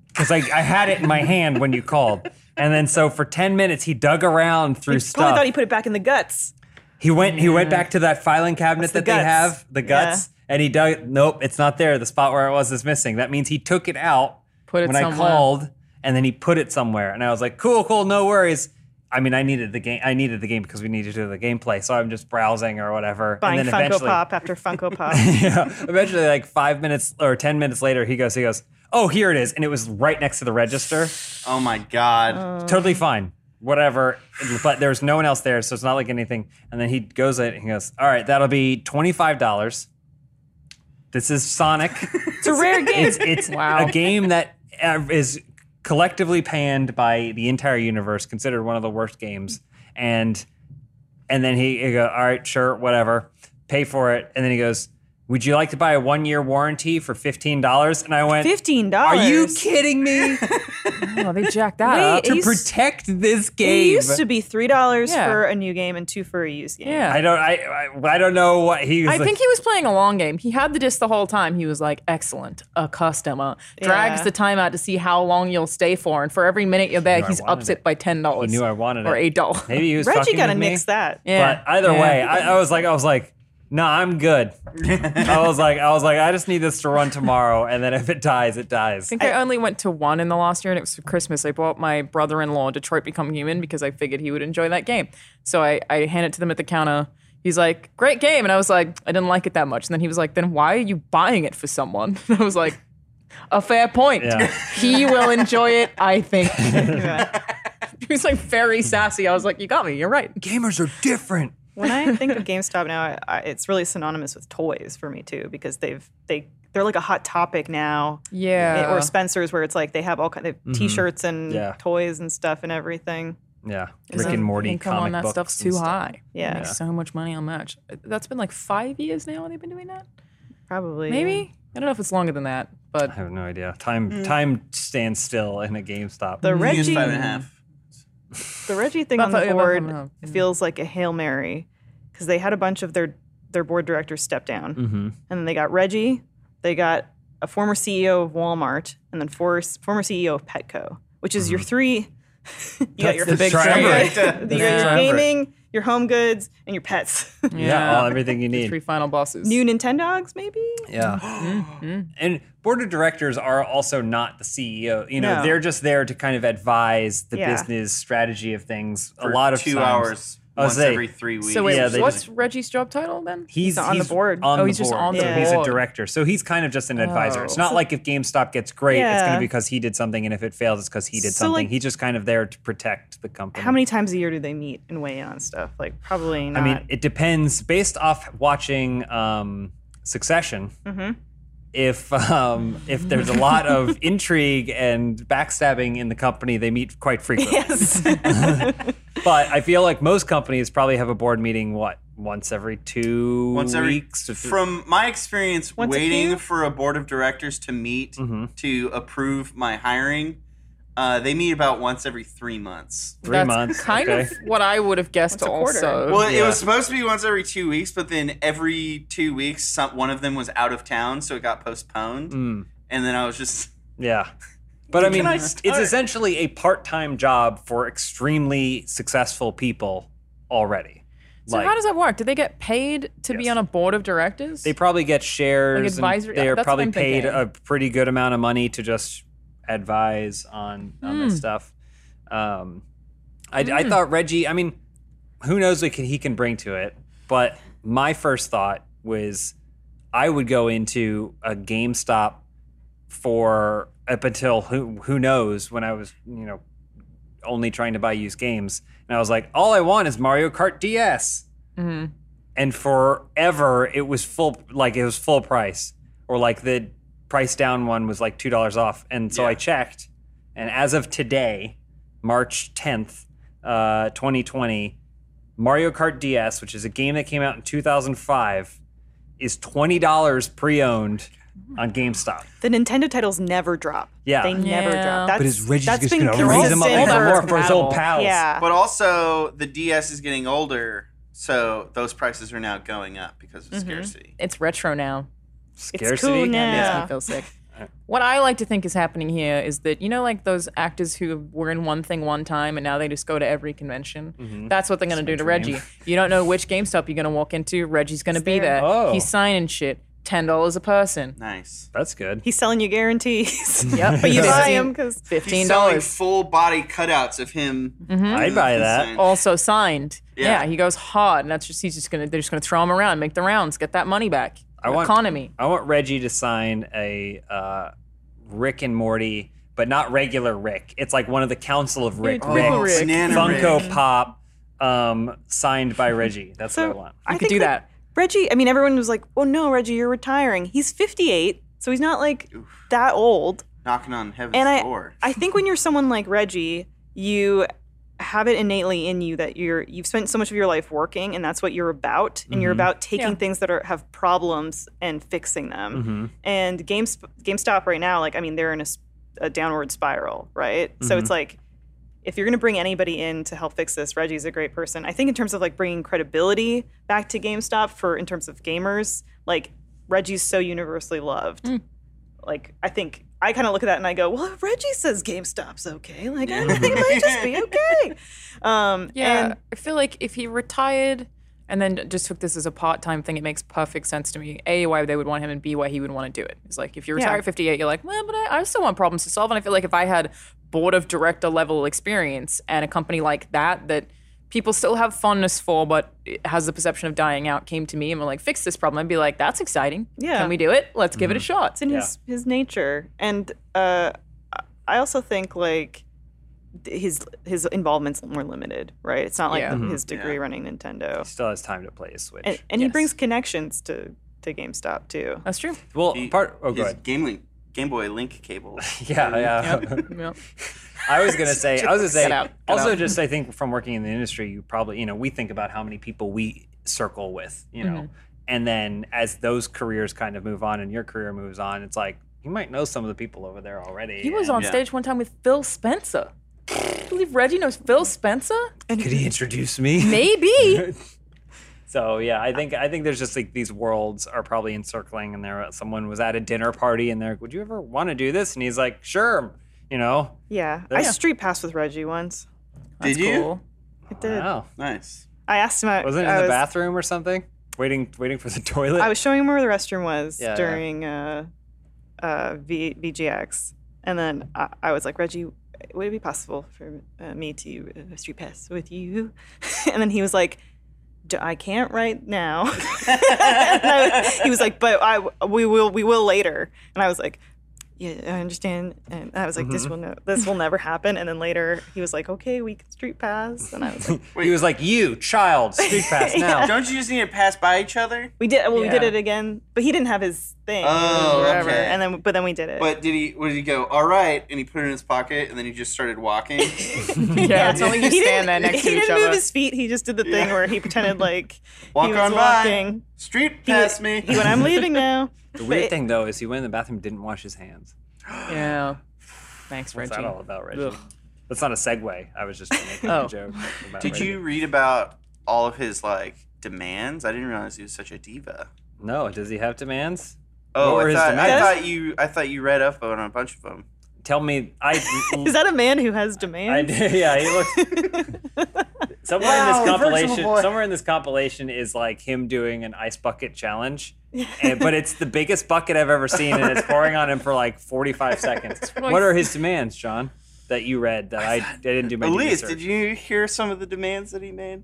[SPEAKER 1] because I, I had it in my hand when you called. And then so for 10 minutes, he dug around through
[SPEAKER 4] Probably
[SPEAKER 1] stuff.
[SPEAKER 4] thought he put it back in the guts.
[SPEAKER 1] He went. He went back to that filing cabinet
[SPEAKER 4] the
[SPEAKER 1] that they
[SPEAKER 4] guts.
[SPEAKER 1] have, the guts, and he dug. Nope, it's not there. The spot where it was is missing. That means he took it out
[SPEAKER 2] Put it
[SPEAKER 1] when I
[SPEAKER 2] somewhere.
[SPEAKER 1] called, and then he put it somewhere. And I was like, cool, cool, no worries. I mean, I needed the game. I needed the game because we needed to do the gameplay. So I'm just browsing or whatever.
[SPEAKER 4] Buying
[SPEAKER 1] and then
[SPEAKER 4] Funko
[SPEAKER 1] eventually,
[SPEAKER 4] Pop after Funko Pop.
[SPEAKER 1] yeah, eventually, like five minutes or ten minutes later, he goes. He goes. Oh, here it is, and it was right next to the register.
[SPEAKER 3] oh my god.
[SPEAKER 2] Uh.
[SPEAKER 1] totally fine. Whatever. But there's no one else there, so it's not like anything. And then he goes in and he goes, All right, that'll be $25. This is Sonic.
[SPEAKER 4] It's a rare game.
[SPEAKER 1] It's, it's
[SPEAKER 2] Wow.
[SPEAKER 1] a game that uh, is collectively panned by the entire universe, considered one of the worst games, and and then he, he go, all right, sure, whatever, pay for it, and then he goes, would you like to buy a one year warranty for fifteen dollars? And I went,
[SPEAKER 4] Fifteen dollars.
[SPEAKER 1] are you kidding me?
[SPEAKER 2] Oh, they jacked that
[SPEAKER 4] Wait,
[SPEAKER 2] up.
[SPEAKER 4] it-
[SPEAKER 1] to
[SPEAKER 4] used-
[SPEAKER 1] protect this game,
[SPEAKER 4] It used to be three dollars
[SPEAKER 2] Yeah.
[SPEAKER 4] for a new game and two for a used game.
[SPEAKER 2] Yeah.
[SPEAKER 1] I don't, I, I, I don't know what he was.
[SPEAKER 2] I
[SPEAKER 1] like,
[SPEAKER 2] think he was playing a long game. He had the disc the whole time. He was like, excellent, a customer. Drags
[SPEAKER 4] Yeah.
[SPEAKER 2] the time out to see how long you'll stay for. And for every minute you're there,
[SPEAKER 1] I
[SPEAKER 2] he's
[SPEAKER 1] wanted
[SPEAKER 2] ups
[SPEAKER 1] it.
[SPEAKER 2] it by $10.
[SPEAKER 1] He knew I wanted
[SPEAKER 2] Or
[SPEAKER 1] it.
[SPEAKER 2] $8.
[SPEAKER 1] Maybe he was
[SPEAKER 4] Reggie
[SPEAKER 1] fucking
[SPEAKER 4] gotta
[SPEAKER 1] with
[SPEAKER 4] mix
[SPEAKER 1] me.
[SPEAKER 4] that.
[SPEAKER 2] Yeah.
[SPEAKER 1] But either
[SPEAKER 2] Yeah.
[SPEAKER 1] way, I, I was like, I was like, no, nah, I'm good. I was like, I was like, I just need this to run tomorrow, and then if it dies, it dies.
[SPEAKER 2] I think I, only went to one in the last year, and it was for Christmas. I bought my brother-in-law Detroit Become Human because I figured he would enjoy that game. So I, I hand it to them at the counter. He's like, "Great game," and I was like, "I didn't like it that much." And then he was like, "Then why are you buying it for someone?" And I was like, "A fair point.
[SPEAKER 1] Yeah.
[SPEAKER 2] He will enjoy it, I think." he
[SPEAKER 4] Yeah.
[SPEAKER 2] was like very sassy. I was like, "You got me. You're right."
[SPEAKER 1] Gamers are different.
[SPEAKER 4] when I think of GameStop now, I, I, it's really synonymous with toys for me too because they've they they're like a hot topic now.
[SPEAKER 2] Yeah.
[SPEAKER 4] or Spencer's where it's like they have all kind of t-shirts and
[SPEAKER 1] Mm-hmm. Yeah.
[SPEAKER 4] toys and stuff and everything.
[SPEAKER 1] Yeah, Rick and Morty
[SPEAKER 2] income
[SPEAKER 1] comic
[SPEAKER 2] on that
[SPEAKER 1] books
[SPEAKER 2] stuff's
[SPEAKER 1] and
[SPEAKER 2] too
[SPEAKER 1] stuff.
[SPEAKER 2] high.
[SPEAKER 4] Yeah.
[SPEAKER 2] Make so much money on merch. That's been like five years now. They've been doing that.
[SPEAKER 4] Probably
[SPEAKER 2] Maybe I don't know if it's longer than that,
[SPEAKER 1] I
[SPEAKER 2] but
[SPEAKER 1] have no idea. Time
[SPEAKER 2] Hmm.
[SPEAKER 1] time stands still in a GameStop.
[SPEAKER 4] the
[SPEAKER 3] He used
[SPEAKER 4] Reggie
[SPEAKER 3] five and a half.
[SPEAKER 4] the Reggie thing
[SPEAKER 2] About
[SPEAKER 4] on the
[SPEAKER 2] five- yeah, about
[SPEAKER 4] board
[SPEAKER 2] five and a half, yeah.
[SPEAKER 4] feels like a hail mary because they had a bunch of their their board directors step down
[SPEAKER 1] mm-hmm.
[SPEAKER 4] and then they got Reggie, they got a former CEO of Walmart, and then for, former CEO of Petco, which is your three. you
[SPEAKER 1] Mm-hmm. That's
[SPEAKER 4] got your
[SPEAKER 1] the big
[SPEAKER 4] triumvirate.
[SPEAKER 3] triumvirate.
[SPEAKER 4] You got your
[SPEAKER 1] Yeah.
[SPEAKER 4] gaming, your home goods, and your pets.
[SPEAKER 1] Yeah, all, everything you
[SPEAKER 2] the three
[SPEAKER 1] need.
[SPEAKER 2] final bosses.
[SPEAKER 4] New Nintendogs, maybe.
[SPEAKER 1] Yeah, and board of directors are also not the CEO. You know,
[SPEAKER 4] No.
[SPEAKER 1] they're just there to kind of advise the
[SPEAKER 4] Yeah.
[SPEAKER 1] business strategy of things.
[SPEAKER 3] for
[SPEAKER 1] a lot of
[SPEAKER 3] two
[SPEAKER 1] times.
[SPEAKER 3] hours
[SPEAKER 1] I was
[SPEAKER 3] once
[SPEAKER 1] saying-
[SPEAKER 3] every three weeks.
[SPEAKER 2] so wait,
[SPEAKER 1] Yeah, they
[SPEAKER 2] what's Reggie's job title then?
[SPEAKER 1] He's,
[SPEAKER 4] on the board.
[SPEAKER 1] on
[SPEAKER 2] Oh,
[SPEAKER 1] the
[SPEAKER 2] he's just
[SPEAKER 1] board.
[SPEAKER 2] on
[SPEAKER 4] the
[SPEAKER 1] So He's a
[SPEAKER 2] board.
[SPEAKER 1] director. So he's kind of just an advisor. It's
[SPEAKER 2] Oh.
[SPEAKER 1] not like if GameStop gets great, it's going
[SPEAKER 4] Yeah.
[SPEAKER 1] to be because he did something, and if it fails, it's because he did
[SPEAKER 4] So,
[SPEAKER 1] something.
[SPEAKER 4] like-
[SPEAKER 1] he's just kind of there to protect the company.
[SPEAKER 4] How many times a year do they meet and weigh in on stuff? Like probably
[SPEAKER 1] I
[SPEAKER 4] not.
[SPEAKER 1] mean, it depends. Based off watching um, Succession,
[SPEAKER 4] Mhm.
[SPEAKER 1] if um, if there's a lot of intrigue and backstabbing in the company, they meet quite frequently.
[SPEAKER 4] yes.
[SPEAKER 1] But I feel like most companies probably have a board meeting what once every two
[SPEAKER 3] once every
[SPEAKER 1] weeks. to three-
[SPEAKER 3] from my experience
[SPEAKER 4] Once a
[SPEAKER 3] waiting
[SPEAKER 4] few?
[SPEAKER 3] for a board of directors to meet
[SPEAKER 1] Mhm.
[SPEAKER 3] to approve my hiring uh, they meet about once every three months
[SPEAKER 1] three
[SPEAKER 2] That's
[SPEAKER 1] months.
[SPEAKER 2] Kind
[SPEAKER 1] okay.
[SPEAKER 2] of what I would have guessed
[SPEAKER 4] Once a quarter.
[SPEAKER 2] also.
[SPEAKER 3] well it
[SPEAKER 1] Yeah.
[SPEAKER 3] was supposed to be once every two weeks but then every two weeks some, one of them was out of town so it got postponed
[SPEAKER 1] Mm,
[SPEAKER 3] and then i was just
[SPEAKER 1] yeah. But I
[SPEAKER 3] Can
[SPEAKER 1] mean,
[SPEAKER 3] I
[SPEAKER 1] it's
[SPEAKER 3] start?
[SPEAKER 1] essentially a part-time job for extremely successful people already.
[SPEAKER 2] so how does that work? Do they get paid to be
[SPEAKER 1] Yes.
[SPEAKER 2] on a board of directors?
[SPEAKER 1] They probably get shares.
[SPEAKER 2] Like
[SPEAKER 1] and
[SPEAKER 2] advisory-
[SPEAKER 1] They are
[SPEAKER 2] that's what
[SPEAKER 1] probably
[SPEAKER 2] I'm
[SPEAKER 1] paid
[SPEAKER 2] thinking.
[SPEAKER 1] a pretty good amount of money to just advise on on
[SPEAKER 2] Hmm.
[SPEAKER 1] this stuff. Um, I, I thought Reggie. I mean, who knows what he can bring to it? But my first thought was, I would go into a GameStop for up until who who knows when I was you know only trying to buy used games, and I was like, all I want is Mario Kart DS
[SPEAKER 2] Mhm.
[SPEAKER 1] and forever it was full like it was full price or like the price down one was like $2 off and so
[SPEAKER 3] Yeah.
[SPEAKER 1] i checked and as of today march 10th uh, 2020 mario kart ds which is a game that came out in 2005 is $20 pre-owned on gamestop
[SPEAKER 4] the Nintendo titles never drop.
[SPEAKER 1] Yeah.
[SPEAKER 4] They never
[SPEAKER 2] Yeah.
[SPEAKER 4] drop. That's, that's been
[SPEAKER 1] gonna
[SPEAKER 4] consistent
[SPEAKER 2] raise 'em up even
[SPEAKER 4] for-
[SPEAKER 2] more? compatible.
[SPEAKER 1] pals
[SPEAKER 4] Yeah.
[SPEAKER 3] but also the ds is getting older so those prices are now going up because of scarcity
[SPEAKER 2] it's retro now.
[SPEAKER 1] scarcity
[SPEAKER 4] cool now.
[SPEAKER 2] Makes
[SPEAKER 4] Yeah.
[SPEAKER 2] me feel sick. What I like to think is happening here is that you know, like those actors who were in one thing one time and now they just go to every convention. That's what they're gonna do to
[SPEAKER 1] Mm-hmm. dream.
[SPEAKER 2] Reggie. You don't know which GameStop you're gonna walk into. Reggie's gonna be there.
[SPEAKER 1] Oh.
[SPEAKER 2] He's signing shit. Ten dollars a person.
[SPEAKER 3] nice
[SPEAKER 1] that's good
[SPEAKER 4] He's selling you guarantees.
[SPEAKER 2] Yep.
[SPEAKER 4] but you buy him because
[SPEAKER 2] Fifteen
[SPEAKER 3] He's selling
[SPEAKER 2] dollars.
[SPEAKER 3] full body cutouts of him
[SPEAKER 4] Mm-hmm.
[SPEAKER 1] i'd buy that
[SPEAKER 4] Oh,
[SPEAKER 2] Also signed.
[SPEAKER 3] Yeah.
[SPEAKER 2] Yeah. he goes hard, and that's just he's just gonna they're just gonna throw him around, make the rounds, get that money back.
[SPEAKER 1] I want-
[SPEAKER 2] economy.
[SPEAKER 1] I want Reggie to sign a uh, Rick and Morty, but not regular Rick. It's like one of the Council of Rick,
[SPEAKER 2] Oh,
[SPEAKER 1] Rick,
[SPEAKER 2] Rick.
[SPEAKER 3] Banana
[SPEAKER 1] Funko
[SPEAKER 3] Rick.
[SPEAKER 1] Pop, um, signed by Reggie. That's
[SPEAKER 4] So
[SPEAKER 1] what I want.
[SPEAKER 4] I
[SPEAKER 2] could
[SPEAKER 4] think
[SPEAKER 2] do that.
[SPEAKER 4] Reggie, I mean, everyone was like, "Oh no, Reggie, you're retiring." He's 58, so he's not like that old.
[SPEAKER 3] knocking on heaven's
[SPEAKER 4] And I-
[SPEAKER 3] door.
[SPEAKER 4] I think when you're someone like Reggie, you have it innately in you that you're you've spent so much of your life working and that's what you're about and you're
[SPEAKER 1] Mhm.
[SPEAKER 4] about taking
[SPEAKER 2] Yeah.
[SPEAKER 4] things that are have problems and fixing them.
[SPEAKER 1] Mm-hmm.
[SPEAKER 4] And Games GameStop right now like I mean they're in a, s- a downward spiral, right? So it's like if you're going to bring anybody in to help fix this, Reggie's a great person. I think in terms of like bringing credibility back to GameStop for in terms of gamers, like Reggie's so universally loved. Like I think I kind of look at that and I go, well, if Reggie says GameStop's okay. Like I
[SPEAKER 3] Yeah.
[SPEAKER 4] think it might just be okay. Um,
[SPEAKER 2] Yeah,
[SPEAKER 4] and-
[SPEAKER 2] I feel like if he retired and then just took this as a part-time thing, it makes perfect sense to me. A, why they would want him, and B, why he would want to do it. It's like if you retire
[SPEAKER 4] Yeah.
[SPEAKER 2] at 58, you're like, well, but I, I still want problems to solve. And I feel like if I had board of director level experience and a company like that that people still have fondness for but it has the perception of dying out came to me and were like, fix this problem, I'd be like, that's exciting.
[SPEAKER 4] Yeah.
[SPEAKER 2] Can we do it? Let's give it a shot.
[SPEAKER 4] it's in his his nature and uh i also think like th- his his involvement's more limited right it's not like
[SPEAKER 2] Yeah.
[SPEAKER 1] Mhm.
[SPEAKER 4] his degree
[SPEAKER 3] Yeah.
[SPEAKER 4] running nintendo
[SPEAKER 1] He still has time to play a Switch.
[SPEAKER 4] and, and he
[SPEAKER 2] Yes.
[SPEAKER 4] brings connections to to gamestop too
[SPEAKER 2] That's true.
[SPEAKER 1] well,
[SPEAKER 3] He-
[SPEAKER 1] part. Oh, go
[SPEAKER 3] His
[SPEAKER 1] ahead.
[SPEAKER 3] Game Link, Game Boy Link cable.
[SPEAKER 1] Yeah, yeah.
[SPEAKER 2] Yeah.
[SPEAKER 1] I was gonna say, I was gonna say,
[SPEAKER 2] Get out, get
[SPEAKER 1] also
[SPEAKER 2] out.
[SPEAKER 1] just I think from working in the industry, you probably you know we think about how many people we circle with, you
[SPEAKER 2] Mm-hmm.
[SPEAKER 1] know, and then as those careers kind of move on and your career moves on, it's like you might know some of the people over there already.
[SPEAKER 2] He was
[SPEAKER 1] and
[SPEAKER 2] on
[SPEAKER 3] Yeah.
[SPEAKER 2] stage one time with Phil Spencer. I believe Reggie knows Phil Spencer.
[SPEAKER 1] Could he introduce me?
[SPEAKER 2] Maybe.
[SPEAKER 1] So yeah, I think I think there's just like these worlds are probably encircling, and there someone was at a dinner party, and they're like, "Would you ever want to do this?" And he's like, "Sure," you know.
[SPEAKER 4] yeah
[SPEAKER 1] Yeah.
[SPEAKER 4] i street passed with reggie once
[SPEAKER 3] Did
[SPEAKER 2] That's
[SPEAKER 3] you?
[SPEAKER 2] cool.
[SPEAKER 4] i did
[SPEAKER 1] Wow.
[SPEAKER 3] Nice.
[SPEAKER 4] i asked him out
[SPEAKER 1] Wasn't it in
[SPEAKER 4] I
[SPEAKER 1] the
[SPEAKER 4] was,
[SPEAKER 1] bathroom or something? Waiting, waiting for the toilet.
[SPEAKER 4] i was showing him where the restroom was
[SPEAKER 1] Yeah, yeah.
[SPEAKER 4] during uh uh v, vgx and then I, I was like reggie would it be possible for uh, me to uh, street pass with you and then he was like D- I can't right now. And I- he was like, but I we will we will later. And I was like, yeah, I understand. And I was like, this will no, this will never happen. And then later he was like, okay, we can street pass. And I was like,
[SPEAKER 1] he was like, "You child, street pass now."
[SPEAKER 3] Don't you just need to pass by each other?
[SPEAKER 4] we did well, we did
[SPEAKER 2] Yeah.
[SPEAKER 4] it again, but he didn't have his thing.
[SPEAKER 3] Oh,
[SPEAKER 4] wherever.
[SPEAKER 3] okay.
[SPEAKER 4] And then but then we did it.
[SPEAKER 3] But did he? What did he go? All right, and he put it in his pocket, and then he just started walking.
[SPEAKER 2] Yeah, it's only you
[SPEAKER 4] He
[SPEAKER 2] stand there
[SPEAKER 4] didn't-
[SPEAKER 2] next
[SPEAKER 4] he
[SPEAKER 2] to each
[SPEAKER 4] didn't move
[SPEAKER 2] other.
[SPEAKER 4] his feet. He just did the thing
[SPEAKER 3] Yeah.
[SPEAKER 4] where he pretended like
[SPEAKER 3] Walk
[SPEAKER 4] he was
[SPEAKER 3] on
[SPEAKER 4] walking.
[SPEAKER 3] by. Street
[SPEAKER 4] He went-
[SPEAKER 3] pass me.
[SPEAKER 4] He went, I'm leaving now.
[SPEAKER 1] the weird thing though is he went in the bathroom, and didn't wash his hands.
[SPEAKER 2] Yeah. Thanks,
[SPEAKER 1] What's
[SPEAKER 2] Reggie.
[SPEAKER 1] that all about, Reggie?
[SPEAKER 2] Ugh.
[SPEAKER 1] That's not a segue. I was just making
[SPEAKER 2] Oh.
[SPEAKER 1] a joke. About
[SPEAKER 3] Did
[SPEAKER 1] Reggie.
[SPEAKER 3] you read about all of his like demands? I didn't realize he was such a diva.
[SPEAKER 1] No. Does he have demands?
[SPEAKER 3] Oh,
[SPEAKER 1] What were
[SPEAKER 3] I
[SPEAKER 1] his
[SPEAKER 3] thought, I
[SPEAKER 1] demands?
[SPEAKER 3] thought you. I thought you read up on a bunch of them.
[SPEAKER 1] Tell me. I. mm,
[SPEAKER 4] Is that a man who has
[SPEAKER 1] I
[SPEAKER 4] demands?
[SPEAKER 1] did. Yeah, he looks. somewhere
[SPEAKER 3] Wow,
[SPEAKER 1] in this
[SPEAKER 3] reversible
[SPEAKER 1] compilation,
[SPEAKER 3] boy.
[SPEAKER 1] somewhere in this compilation is like him doing an ice bucket challenge, and, but it's the biggest bucket I've ever seen, and it's pouring on him for like forty-five seconds. What are his demands, John? That you read that I, I didn't do my
[SPEAKER 3] Elise,
[SPEAKER 1] research.
[SPEAKER 3] did you hear some of the demands that he made?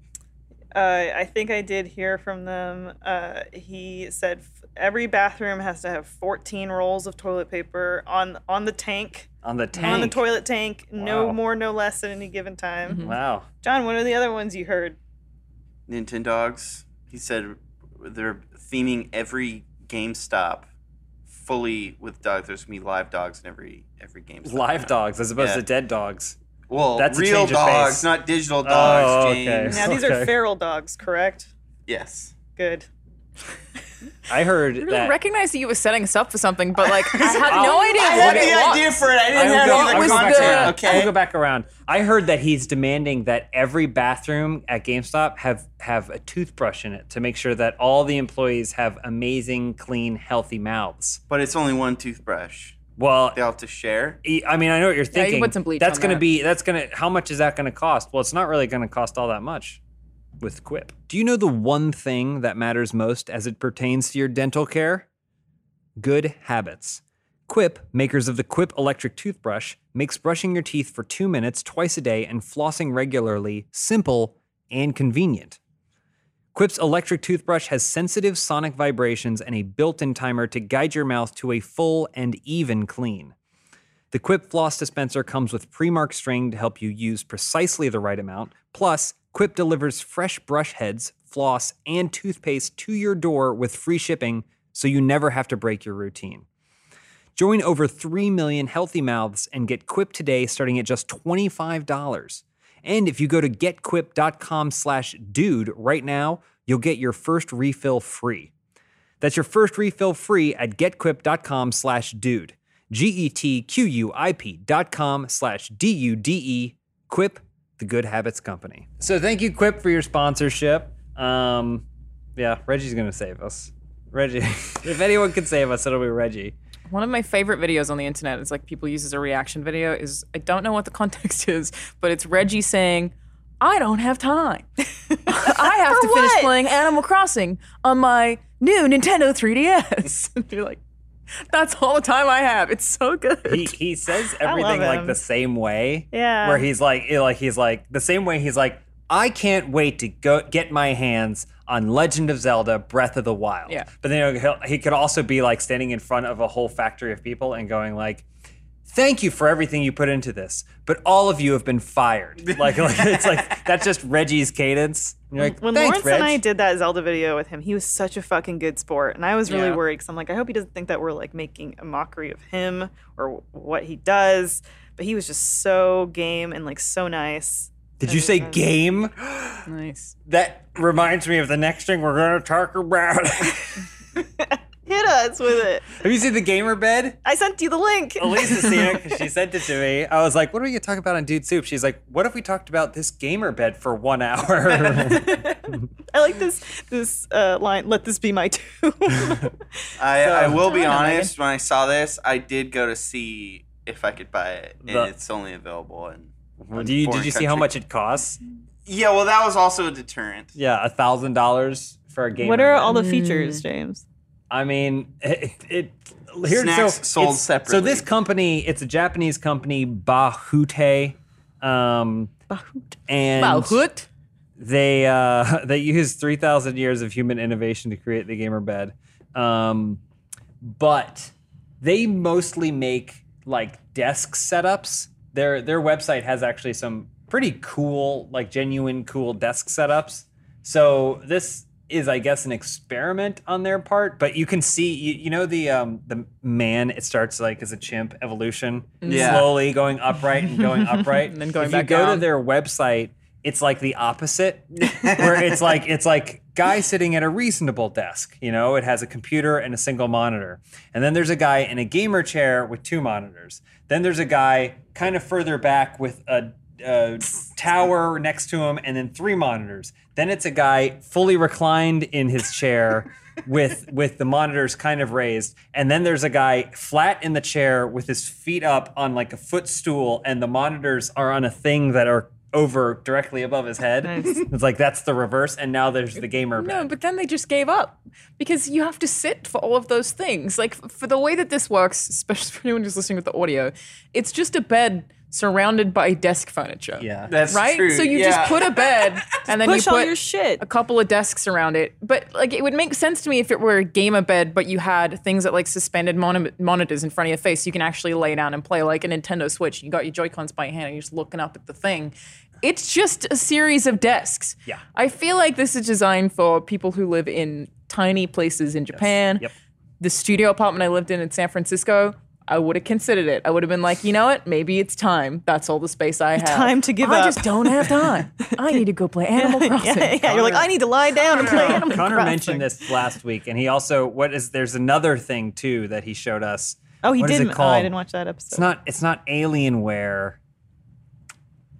[SPEAKER 4] Uh, I think I did hear from them. Uh, he said f- every bathroom has to have 14 rolls of toilet paper on on the tank,
[SPEAKER 1] on the tank?
[SPEAKER 4] on the toilet tank,
[SPEAKER 1] Wow.
[SPEAKER 4] no more, no less at any given time.
[SPEAKER 1] Wow.
[SPEAKER 4] John, what are the other ones you heard?
[SPEAKER 3] Nintendogs. He said they're theming every GameStop fully with dogs. There's gonna be live dogs in every every GameStop.
[SPEAKER 1] Live dogs as opposed
[SPEAKER 3] Yeah.
[SPEAKER 1] to dead dogs.
[SPEAKER 3] Well,
[SPEAKER 1] That's a
[SPEAKER 3] real
[SPEAKER 1] change of
[SPEAKER 3] dogs,
[SPEAKER 1] pace.
[SPEAKER 3] not digital dogs,
[SPEAKER 1] Oh, okay.
[SPEAKER 3] James.
[SPEAKER 4] Now these
[SPEAKER 1] Okay.
[SPEAKER 4] are feral dogs, correct?
[SPEAKER 3] Yes.
[SPEAKER 4] Good.
[SPEAKER 1] I heard
[SPEAKER 2] I really
[SPEAKER 1] that.
[SPEAKER 2] recognized that you were setting us up for something, but like I had
[SPEAKER 1] Oh,
[SPEAKER 2] no idea
[SPEAKER 3] I
[SPEAKER 2] what
[SPEAKER 3] had
[SPEAKER 2] it
[SPEAKER 3] the
[SPEAKER 2] was.
[SPEAKER 3] idea for it. I didn't
[SPEAKER 1] I
[SPEAKER 3] have
[SPEAKER 1] will
[SPEAKER 2] go-
[SPEAKER 3] any
[SPEAKER 2] I
[SPEAKER 3] of
[SPEAKER 2] will
[SPEAKER 3] the
[SPEAKER 2] go
[SPEAKER 1] back around.
[SPEAKER 3] content.
[SPEAKER 1] I'll go
[SPEAKER 3] Okay.
[SPEAKER 1] back around. I heard that he's demanding that every bathroom at GameStop have have a toothbrush in it to make sure that all the employees have amazing, clean, healthy mouths.
[SPEAKER 3] But it's only one toothbrush.
[SPEAKER 1] Well,
[SPEAKER 3] They all have to share.
[SPEAKER 1] e- I mean, I know what you're
[SPEAKER 2] you
[SPEAKER 1] thinking.
[SPEAKER 2] put some bleach
[SPEAKER 1] that's
[SPEAKER 2] on
[SPEAKER 1] gonna
[SPEAKER 2] that.
[SPEAKER 1] be that's gonna. How much is that gonna cost? Well, it's not really gonna cost all that much. With Quip. Do you know the one thing that matters most as it pertains to your dental care? Good habits. Quip, makers of the Quip electric toothbrush, makes brushing your teeth for two minutes twice a day and flossing regularly simple and convenient. Quip's electric toothbrush has sensitive sonic vibrations and a built in timer to guide your mouth to a full and even clean. The Quip floss dispenser comes with pre-marked string to help you use precisely the right amount. Plus, Quip delivers fresh brush heads, floss, and toothpaste to your door with free shipping so you never have to break your routine. Join over 3 million healthy mouths and get Quip today starting at just $25. And if you go to getquip.com slash dude right now, you'll get your first refill free. That's your first refill free at getquip.com slash dude. E G-E-T-Q-U-I-P dot com slash D-U-D-E. E. Quip, the good habits company. So thank you, Quip, for your sponsorship. Um, yeah, Reggie's going to save us. Reggie. if anyone can save us, it'll be Reggie.
[SPEAKER 2] One of my favorite videos on the internet is like people use as a reaction video is I don't know what the context is, but it's Reggie saying, I don't have time. I have to finish
[SPEAKER 4] what?
[SPEAKER 2] playing Animal Crossing on my new Nintendo 3DS. and you're like, that's all the time I have. It's so good.
[SPEAKER 1] he he says everything
[SPEAKER 4] love
[SPEAKER 1] like
[SPEAKER 4] him.
[SPEAKER 1] the same way.
[SPEAKER 4] Yeah.
[SPEAKER 1] Where he's like, eh, like he's like the same way he's like, I can't wait to go get my hands on Legend of Zelda: Breath of the Wild.
[SPEAKER 2] Yeah.
[SPEAKER 1] But then he'll, he could also be like standing in front of a whole factory of people and going like. Thank you for everything you put into this, but all of you have been fired. Like, like it's like that's just Reggie's cadence. And you're like,
[SPEAKER 4] When
[SPEAKER 1] Thanks,
[SPEAKER 4] Lawrence
[SPEAKER 1] Reg.
[SPEAKER 4] and I did that Zelda video with him, he was such a fucking good sport, and I was really
[SPEAKER 2] Yeah.
[SPEAKER 4] worried because I'm like, I hope he doesn't think that we're like making a mockery of him or wh- what he does. But he was just so game and like so nice.
[SPEAKER 1] Did you say game?
[SPEAKER 2] nice.
[SPEAKER 1] That reminds me of the next thing we're going to talk about.
[SPEAKER 4] Hit us with it.
[SPEAKER 1] Have you seen the gamer bed?
[SPEAKER 4] I sent you the link.
[SPEAKER 1] Elise has seen it 'cause she sent it to me. I was like, "What are we gonna talk about on Dude Soup?" She's like, "What if we talked about this gamer bed for one hour?"
[SPEAKER 4] I like this this uh, line. Let this be my tomb.
[SPEAKER 3] I, I will be
[SPEAKER 2] I don't know, Megan.
[SPEAKER 3] honest. When I saw this, I did go to see if I could buy it, and
[SPEAKER 1] The-
[SPEAKER 3] it's only available in. one
[SPEAKER 1] Do you, did
[SPEAKER 3] foreign
[SPEAKER 1] you see how
[SPEAKER 3] country.
[SPEAKER 1] much it costs?
[SPEAKER 3] Yeah, well, that was also a deterrent.
[SPEAKER 1] Yeah, a thousand dollars for a gamer.
[SPEAKER 4] what are
[SPEAKER 1] bed.
[SPEAKER 4] all the features, James?
[SPEAKER 1] I mean, it. it here,
[SPEAKER 3] Snacks
[SPEAKER 1] so
[SPEAKER 3] sold
[SPEAKER 1] it's- So
[SPEAKER 3] separately.
[SPEAKER 1] this company, it's a Japanese company, Bahute, um, and
[SPEAKER 2] Wow, hoot.
[SPEAKER 1] they uh, they used 3,000 years of human innovation to create the gamer bed. Um, but they mostly make like desk setups. Their their website has actually some pretty cool, like genuine cool desk setups. So this is, I guess, an experiment on their part. But you can see, you, you know, the um, the man. It starts like as a chimp evolution,
[SPEAKER 3] Yeah.
[SPEAKER 1] slowly going upright and going upright,
[SPEAKER 2] And then going
[SPEAKER 1] if
[SPEAKER 2] back
[SPEAKER 1] you go to
[SPEAKER 2] down.
[SPEAKER 1] their website, it's like the opposite, where it's like it's like guy sitting at a reasonable desk. You know, it has a computer and a single monitor, and then there's a guy in a gamer chair with two monitors. Then there's a guy kind of further back with a. A tower next to him, and then three monitors. Then it's a guy fully reclined in his chair, with with the monitors kind of raised and then there's a guy flat in the chair with his feet up on like a footstool and the monitors are on a thing that are over directly above his head it's like that's the reverse and now there's the gamer
[SPEAKER 2] No,
[SPEAKER 1] bed
[SPEAKER 2] but then they just gave up because you have to sit for all of those things. Like f- for the way that this works, especially for anyone who's listening with the audio, it's just a bed surrounded by desk furniture.
[SPEAKER 1] yeah
[SPEAKER 3] That's
[SPEAKER 2] Right?
[SPEAKER 3] true.
[SPEAKER 2] So you
[SPEAKER 3] yeah.
[SPEAKER 2] just put a bed and then you
[SPEAKER 4] Push
[SPEAKER 2] put
[SPEAKER 4] all your shit.
[SPEAKER 2] a couple of desks around it. But like it would make sense to me if it were a gamer bed, but you had things that like suspended mon- monitors in front of your face. So you can actually lay down and play like a Nintendo Switch. You got your Joy Cons by your hand and you're just looking up at the thing. It's just a series of desks.
[SPEAKER 1] Yeah.
[SPEAKER 2] I feel like this is designed for people who live in tiny places in Japan.
[SPEAKER 1] Yep.
[SPEAKER 2] The studio apartment I lived in in San Francisco. I would have considered it. I would have been like, you know what? Maybe it's time. That's all the space I have.
[SPEAKER 4] Time to give
[SPEAKER 2] I
[SPEAKER 4] up.
[SPEAKER 2] just don't have time. I need to go play Animal Crossing.
[SPEAKER 4] yeah, yeah, you're like, "Oh, I need to lie down and play Animal
[SPEAKER 1] connor
[SPEAKER 4] Crossing.
[SPEAKER 1] mentioned this last week and he also what is there's another thing too that he showed us
[SPEAKER 4] Oh, he
[SPEAKER 1] What is it
[SPEAKER 4] didn't. Oh, I
[SPEAKER 1] called?
[SPEAKER 4] didn't watch that
[SPEAKER 1] It's
[SPEAKER 4] episode.
[SPEAKER 1] not. It's not Alienware.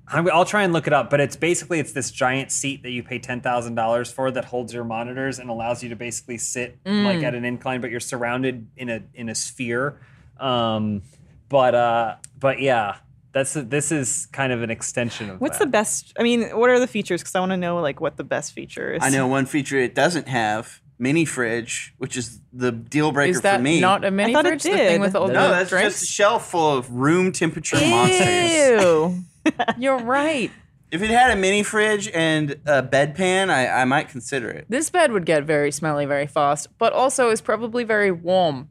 [SPEAKER 1] I'm, I'll try and look it up, but it's basically it's this giant seat that you pay ten thousand dollars for that holds your monitors and allows you to basically sit like
[SPEAKER 2] Mm.
[SPEAKER 1] at an incline, but you're surrounded in a in a sphere. Um, but uh, but yeah, that's this is kind of an extension of
[SPEAKER 4] What's the
[SPEAKER 1] that.
[SPEAKER 4] best? I mean, what are the features? Because I want to know like what the best feature is.
[SPEAKER 3] I know one feature it doesn't have mini fridge, which is the deal breaker
[SPEAKER 2] Is that
[SPEAKER 3] for me.
[SPEAKER 2] not a mini
[SPEAKER 4] I thought it
[SPEAKER 2] fridge? The
[SPEAKER 4] did.
[SPEAKER 2] thing with all
[SPEAKER 3] no,
[SPEAKER 2] the
[SPEAKER 3] that's
[SPEAKER 2] drinks?
[SPEAKER 3] just a shelf full of room temperature monsters.
[SPEAKER 2] Ew. You're right.
[SPEAKER 3] If it had a mini fridge and a bedpan, I, I might consider it.
[SPEAKER 2] This bed would get very smelly very fast, but also is probably very warm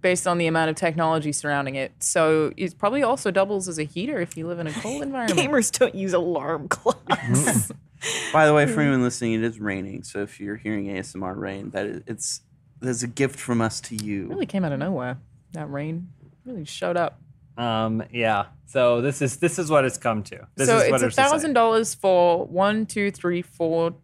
[SPEAKER 2] based on the amount of technology surrounding it. So it probably also doubles as a heater if you live in a cold environment.
[SPEAKER 4] Gamers don't use alarm
[SPEAKER 1] Mm.
[SPEAKER 4] clocks.
[SPEAKER 3] By the way, for anyone listening, it is raining. So if you're hearing ASMR rain, that is, it's that's a gift from us to you.
[SPEAKER 2] Really came out of nowhere, that rain. Really showed up.
[SPEAKER 1] Um, yeah. So this is this is what it's come to. This
[SPEAKER 2] so
[SPEAKER 1] is
[SPEAKER 2] it's
[SPEAKER 1] what
[SPEAKER 2] a thousand dollars for one, two, three, four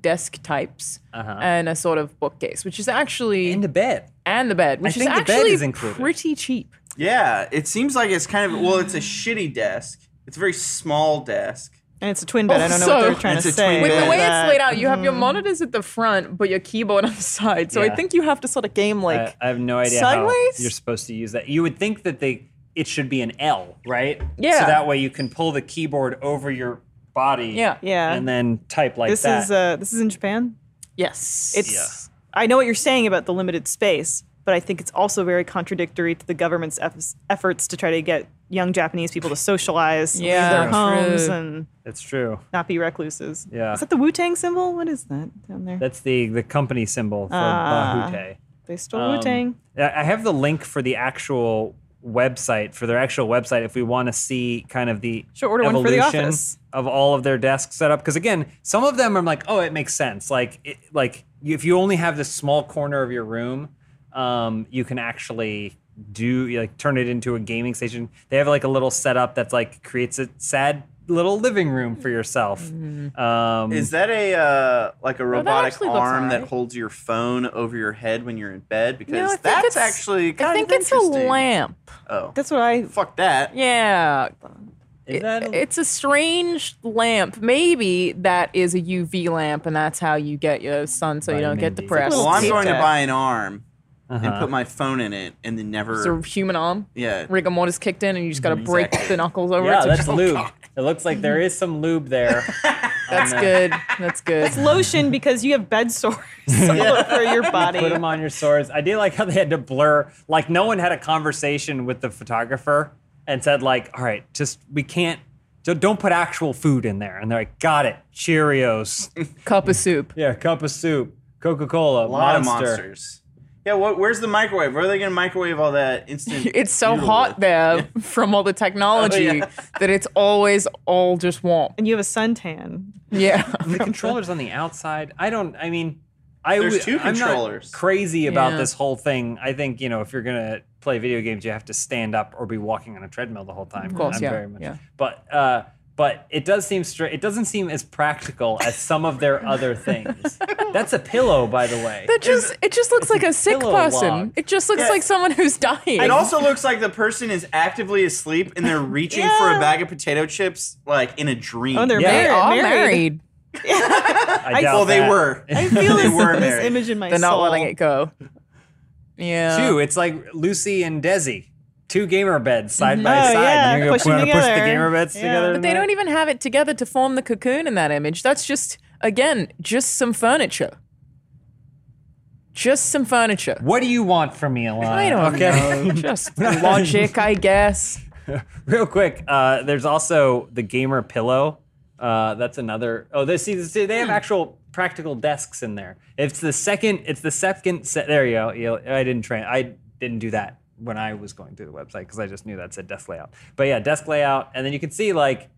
[SPEAKER 2] desk types
[SPEAKER 1] Uh-huh.
[SPEAKER 2] and a sort of bookcase, which is actually
[SPEAKER 1] And a bed.
[SPEAKER 2] and the bed, which is
[SPEAKER 1] think the bed
[SPEAKER 2] actually
[SPEAKER 1] is included.
[SPEAKER 2] pretty cheap.
[SPEAKER 3] Yeah, it seems like it's kind of well, it's a shitty desk. It's a very small desk.
[SPEAKER 4] And it's a twin bed. I don't know what
[SPEAKER 2] Also-
[SPEAKER 1] Oh,
[SPEAKER 4] they're trying
[SPEAKER 3] It's
[SPEAKER 4] to
[SPEAKER 3] a
[SPEAKER 4] say.
[SPEAKER 3] twin
[SPEAKER 2] With the
[SPEAKER 3] Yeah.
[SPEAKER 2] way it's laid
[SPEAKER 4] That-
[SPEAKER 2] out, you have your
[SPEAKER 3] Mm.
[SPEAKER 2] monitors at the front, but your keyboard on the side. So
[SPEAKER 1] Yeah.
[SPEAKER 2] I think you have to sort of game like
[SPEAKER 1] I, I have no idea
[SPEAKER 2] sideways?
[SPEAKER 1] how you're supposed to use that. You would think that they it should be an L, right? So
[SPEAKER 2] Yeah.
[SPEAKER 1] that way you can pull the keyboard over your body.
[SPEAKER 2] Yeah.
[SPEAKER 4] Yeah.
[SPEAKER 1] And then type like
[SPEAKER 4] This
[SPEAKER 1] that.
[SPEAKER 4] is uh, this is in Japan.
[SPEAKER 2] yes.
[SPEAKER 4] It's I know what you're saying about the limited space, but I think it's also very contradictory to the government's eff- efforts to try to get young Japanese people to socialize,
[SPEAKER 2] Yeah,
[SPEAKER 4] leave their
[SPEAKER 2] true.
[SPEAKER 4] homes, and
[SPEAKER 1] It's true.
[SPEAKER 4] not be recluses.
[SPEAKER 1] Yeah.
[SPEAKER 4] Is that the Wu Tang symbol? What is that down there?
[SPEAKER 1] That's the the company symbol for
[SPEAKER 4] Ah.
[SPEAKER 1] Bahute.
[SPEAKER 4] they stole
[SPEAKER 1] um,
[SPEAKER 4] Wu Tang.
[SPEAKER 1] I I have the link for the actual website for their actual website if we want to see kind of the
[SPEAKER 4] Should order one for the
[SPEAKER 1] evolution
[SPEAKER 4] office.
[SPEAKER 1] of all of their desk setup because again some of them I'm like oh it makes sense like it, like if you only have this small corner of your room um, you can actually do like turn it into a gaming station they have like a little setup that's like creates a sad little living room for yourself um,
[SPEAKER 3] Is that a uh, like a
[SPEAKER 2] that
[SPEAKER 3] robotic
[SPEAKER 2] actually looks
[SPEAKER 3] arm that
[SPEAKER 2] alright.
[SPEAKER 3] holds your phone over your head when you're in bed? Because
[SPEAKER 2] No, I think
[SPEAKER 3] that's
[SPEAKER 2] it's-
[SPEAKER 3] actually kind
[SPEAKER 2] I think
[SPEAKER 3] of
[SPEAKER 2] it's a
[SPEAKER 3] interesting.
[SPEAKER 2] lamp.
[SPEAKER 3] Oh,
[SPEAKER 4] That's what I.
[SPEAKER 3] fuck that.
[SPEAKER 2] Yeah.
[SPEAKER 1] is that a-
[SPEAKER 2] It's a strange lamp. Maybe that is a UV lamp, and that's how you get your sun so you don't
[SPEAKER 1] Vitamin
[SPEAKER 2] get
[SPEAKER 1] D.
[SPEAKER 2] depressed.
[SPEAKER 3] Well, I'm
[SPEAKER 4] Little
[SPEAKER 3] going to
[SPEAKER 4] tip.
[SPEAKER 3] buy an arm and
[SPEAKER 1] Uh-huh.
[SPEAKER 3] put my phone in it and then never.
[SPEAKER 2] It's a human arm.
[SPEAKER 3] yeah.
[SPEAKER 2] Rigor mortis kicked in, and you just got to break
[SPEAKER 3] Exactly.
[SPEAKER 2] the knuckles over
[SPEAKER 1] yeah
[SPEAKER 2] it.
[SPEAKER 1] that's
[SPEAKER 4] Oh,
[SPEAKER 1] lube
[SPEAKER 3] God.
[SPEAKER 1] it looks like there is some lube there
[SPEAKER 2] That's good. That's good.
[SPEAKER 4] It's lotion because you have bed sores all over your body.
[SPEAKER 1] Put them on your swords. I did like how they had to blur. Like no one had a conversation with the photographer and said like, "All right, just we can't. Don't, don't put actual food in there." And they're like, "Got it. Cheerios.
[SPEAKER 2] Cup of soup.
[SPEAKER 1] yeah, cup of soup. Coca Cola.
[SPEAKER 3] A lot
[SPEAKER 1] monster.
[SPEAKER 3] of monsters. Yeah, what, where's the microwave? Where are they going to microwave all that instant?
[SPEAKER 2] It's so
[SPEAKER 3] noodle
[SPEAKER 2] hot
[SPEAKER 3] with?
[SPEAKER 2] there from all the technology
[SPEAKER 3] Oh, yeah.
[SPEAKER 2] that it's always all just warm.
[SPEAKER 4] and you have a suntan.
[SPEAKER 2] Yeah.
[SPEAKER 1] The controllers on the outside. I don't. I mean, I
[SPEAKER 3] There's
[SPEAKER 1] would-
[SPEAKER 3] two
[SPEAKER 1] I'm not
[SPEAKER 3] controllers.
[SPEAKER 1] crazy about
[SPEAKER 2] Yeah.
[SPEAKER 1] this whole thing. I think you know if you're gonna play video games, you have to stand up or be walking on a treadmill the whole time. Of
[SPEAKER 2] course,
[SPEAKER 1] I'm
[SPEAKER 2] yeah,
[SPEAKER 1] Very much,
[SPEAKER 2] yeah.
[SPEAKER 1] But uh, but it does seem straight. It doesn't seem as practical as some of their other things. That's a pillow, by the way.
[SPEAKER 2] That just it just looks like a sick
[SPEAKER 1] pillow
[SPEAKER 2] person.
[SPEAKER 1] log.
[SPEAKER 2] It just looks
[SPEAKER 3] Yeah.
[SPEAKER 2] like someone who's dying.
[SPEAKER 3] It also looks like the person is actively asleep and they're reaching for a bag of potato chips like in a dream.
[SPEAKER 4] Oh, they're
[SPEAKER 1] Yeah.
[SPEAKER 2] they
[SPEAKER 4] married.
[SPEAKER 2] are
[SPEAKER 4] married.
[SPEAKER 2] married.
[SPEAKER 1] I doubt
[SPEAKER 3] well, they
[SPEAKER 1] that.
[SPEAKER 3] were.
[SPEAKER 4] I feel
[SPEAKER 3] They
[SPEAKER 4] this,
[SPEAKER 3] were
[SPEAKER 4] this
[SPEAKER 3] married.
[SPEAKER 4] image in my
[SPEAKER 2] They're not
[SPEAKER 4] soul.
[SPEAKER 2] letting it go. Yeah.
[SPEAKER 1] Two. It's like Lucy and Desi. Two gamer beds
[SPEAKER 2] Mm-hmm.
[SPEAKER 1] side by
[SPEAKER 4] Oh,
[SPEAKER 1] side.
[SPEAKER 4] yeah,
[SPEAKER 1] and you're gonna
[SPEAKER 4] push them
[SPEAKER 1] wanna push the
[SPEAKER 4] together.
[SPEAKER 1] gamer beds
[SPEAKER 4] Yeah.
[SPEAKER 1] together.
[SPEAKER 4] But
[SPEAKER 1] in
[SPEAKER 2] They
[SPEAKER 1] that?
[SPEAKER 2] don't even have it together to form the cocoon in that image. That's just again just some furniture. Just some furniture.
[SPEAKER 1] What do you want from me, Alana?
[SPEAKER 2] I don't
[SPEAKER 1] Uh, okay?
[SPEAKER 2] know. Just logic, I guess.
[SPEAKER 1] Real quick, uh, there's also the gamer pillow. Uh, that's another. Oh, they see, see,
[SPEAKER 2] Hmm.
[SPEAKER 1] they have actual practical desks in there. It's the second. It's the second set. There you go. You- I didn't train. I didn't do that when I was going through the website because I just knew that said desk layout. But yeah, desk layout, and then you can see like.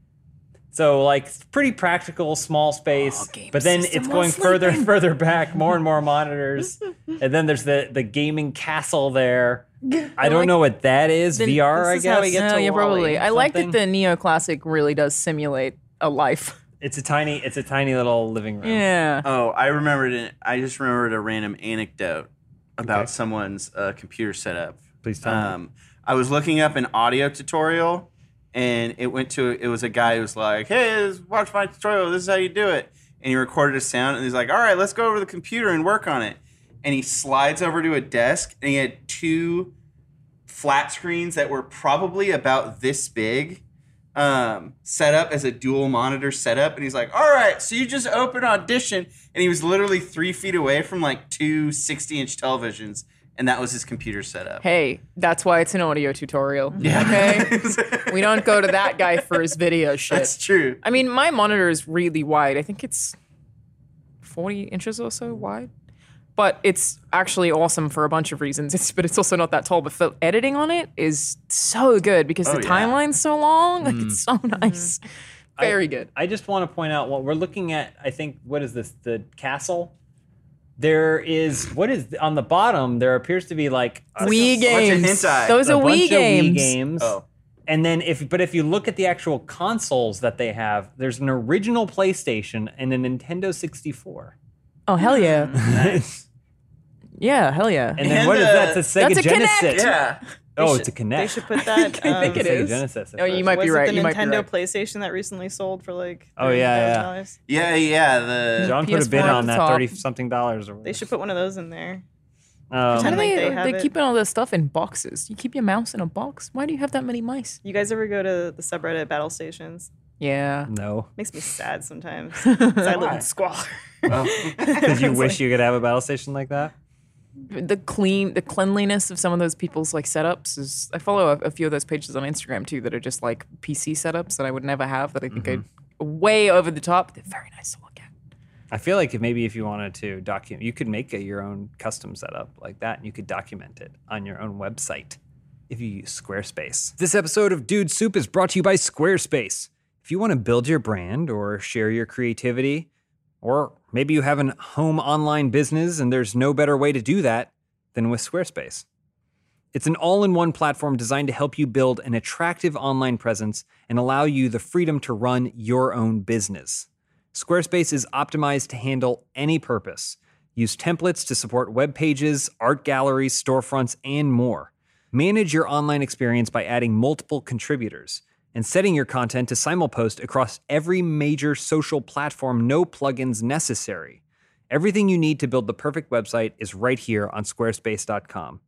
[SPEAKER 1] So like it's pretty practical, small space,
[SPEAKER 2] Oh, game
[SPEAKER 1] but then
[SPEAKER 2] system
[SPEAKER 1] it's
[SPEAKER 2] while
[SPEAKER 1] going further and
[SPEAKER 2] sleeping.
[SPEAKER 1] further back, more and more monitors, and then there's the the gaming castle there. I don't
[SPEAKER 2] like-
[SPEAKER 1] know what that is.
[SPEAKER 4] Then
[SPEAKER 1] VR,
[SPEAKER 4] this
[SPEAKER 1] I
[SPEAKER 4] is
[SPEAKER 1] guess.
[SPEAKER 4] how we get
[SPEAKER 2] No,
[SPEAKER 4] to
[SPEAKER 2] yeah, probably.
[SPEAKER 4] Wall-E.
[SPEAKER 2] I like that the
[SPEAKER 1] something.
[SPEAKER 2] neoclassic really does simulate a life.
[SPEAKER 1] It's a tiny, it's a tiny little living room.
[SPEAKER 2] Yeah.
[SPEAKER 3] Oh, I remembered it. I just remembered a random anecdote about someone's uh, computer setup.
[SPEAKER 1] Please tell me.
[SPEAKER 3] Um, I was looking up an audio tutorial, and it went to it was a guy who was like, "Hey, this- watch my tutorial. This is how you do it." And he recorded a sound, and he's like, "All right, let's go over to the computer and work on it." And he slides over to a desk, and he had two flat screens that were probably about this big um, set up as a dual monitor setup. And he's like, all right, so you just open audition. And he was literally three feet away from like two 60 inch televisions. And that was his computer setup.
[SPEAKER 2] Hey, that's why it's an audio tutorial.
[SPEAKER 3] Yeah.
[SPEAKER 2] Okay. we don't go to that guy for his video shit.
[SPEAKER 3] That's true.
[SPEAKER 2] I mean, my monitor is really wide. I think it's 40 inches or so wide. But it's actually awesome for a bunch of reasons. It's, but it's also not that tall. But the editing on it is so good because
[SPEAKER 3] Oh,
[SPEAKER 2] the
[SPEAKER 3] yeah.
[SPEAKER 2] timeline's so long. Like, it's so nice. Very good.
[SPEAKER 1] I just want to point out what we're looking at. I think what is this? The castle. there is what is on the bottom. There appears to be like a,
[SPEAKER 3] bunch
[SPEAKER 2] Wii
[SPEAKER 3] of
[SPEAKER 2] games.
[SPEAKER 3] hentai.
[SPEAKER 2] Those
[SPEAKER 1] a
[SPEAKER 2] are
[SPEAKER 1] bunch
[SPEAKER 2] Wii games.
[SPEAKER 1] of Wii games.
[SPEAKER 3] Oh.
[SPEAKER 1] And then if but if you look at the actual consoles that they have, there's an original PlayStation and a Nintendo 64.
[SPEAKER 2] Oh hell yeah, yeah hell yeah.
[SPEAKER 1] Mm. And then what
[SPEAKER 3] And,
[SPEAKER 1] is
[SPEAKER 3] uh,
[SPEAKER 1] that? It's a Sega
[SPEAKER 2] that's a Kinect.
[SPEAKER 1] Genesis.
[SPEAKER 3] Yeah.
[SPEAKER 1] Oh, it's
[SPEAKER 4] should-
[SPEAKER 1] a
[SPEAKER 4] They
[SPEAKER 1] Kinect.
[SPEAKER 4] should put that.
[SPEAKER 2] I
[SPEAKER 4] um,
[SPEAKER 2] think it
[SPEAKER 1] Sega
[SPEAKER 2] is.
[SPEAKER 1] Genesis.
[SPEAKER 2] Oh, you
[SPEAKER 1] that's
[SPEAKER 2] might
[SPEAKER 4] was
[SPEAKER 2] be
[SPEAKER 4] it
[SPEAKER 2] right.
[SPEAKER 4] The
[SPEAKER 2] You might be
[SPEAKER 4] Nintendo
[SPEAKER 2] right.
[SPEAKER 4] PlayStation that recently sold for like.
[SPEAKER 1] Oh, yeah, yeah.
[SPEAKER 4] $30,000?
[SPEAKER 3] Yeah, yeah.
[SPEAKER 1] right.
[SPEAKER 3] The
[SPEAKER 1] John put a
[SPEAKER 2] PS4
[SPEAKER 1] bid
[SPEAKER 2] at
[SPEAKER 1] on
[SPEAKER 2] the
[SPEAKER 1] that
[SPEAKER 2] top.
[SPEAKER 1] thirty something dollars. Or
[SPEAKER 4] They should put one of those in there.
[SPEAKER 1] Um,
[SPEAKER 2] How do
[SPEAKER 4] Pretend like
[SPEAKER 2] they?
[SPEAKER 4] they
[SPEAKER 2] They,
[SPEAKER 4] have it.
[SPEAKER 2] keeping all this stuff in boxes. You keep your mouse in a box. Why do you have that many mice?
[SPEAKER 4] You guys ever go to the subreddit battle stations?
[SPEAKER 2] Yeah.
[SPEAKER 1] no,
[SPEAKER 4] Makes me sad sometimes. 'cause I live in squalor.
[SPEAKER 1] because you
[SPEAKER 4] It's
[SPEAKER 1] wish
[SPEAKER 4] like-
[SPEAKER 1] you could have a battle station like that.
[SPEAKER 2] the clean the cleanliness of some of those people's like setups is I follow a, a few of those pages on Instagram too that are just like PC setups that I would never have that I think
[SPEAKER 1] Mm-hmm.
[SPEAKER 2] I'd way over the top. They're very nice to look at.
[SPEAKER 1] I feel like if maybe if you wanted to document, you could make a, your own custom setup like that, and you could document it on your own website if you use Squarespace. This episode of Dude Soup is brought to you by Squarespace. If you want to build your brand or share your creativity, or maybe you have a home online business and there's no better way to do that than with Squarespace. It's an all in one platform designed to help you build an attractive online presence and allow you the freedom to run your own business. Squarespace is optimized to handle any purpose. Use templates to support web pages, art galleries, storefronts, and more. Manage your online experience by adding multiple contributors and setting your content to simulpost across every major social platform, no plugins necessary. Everything you need to build the perfect website is right here on squarespace.com.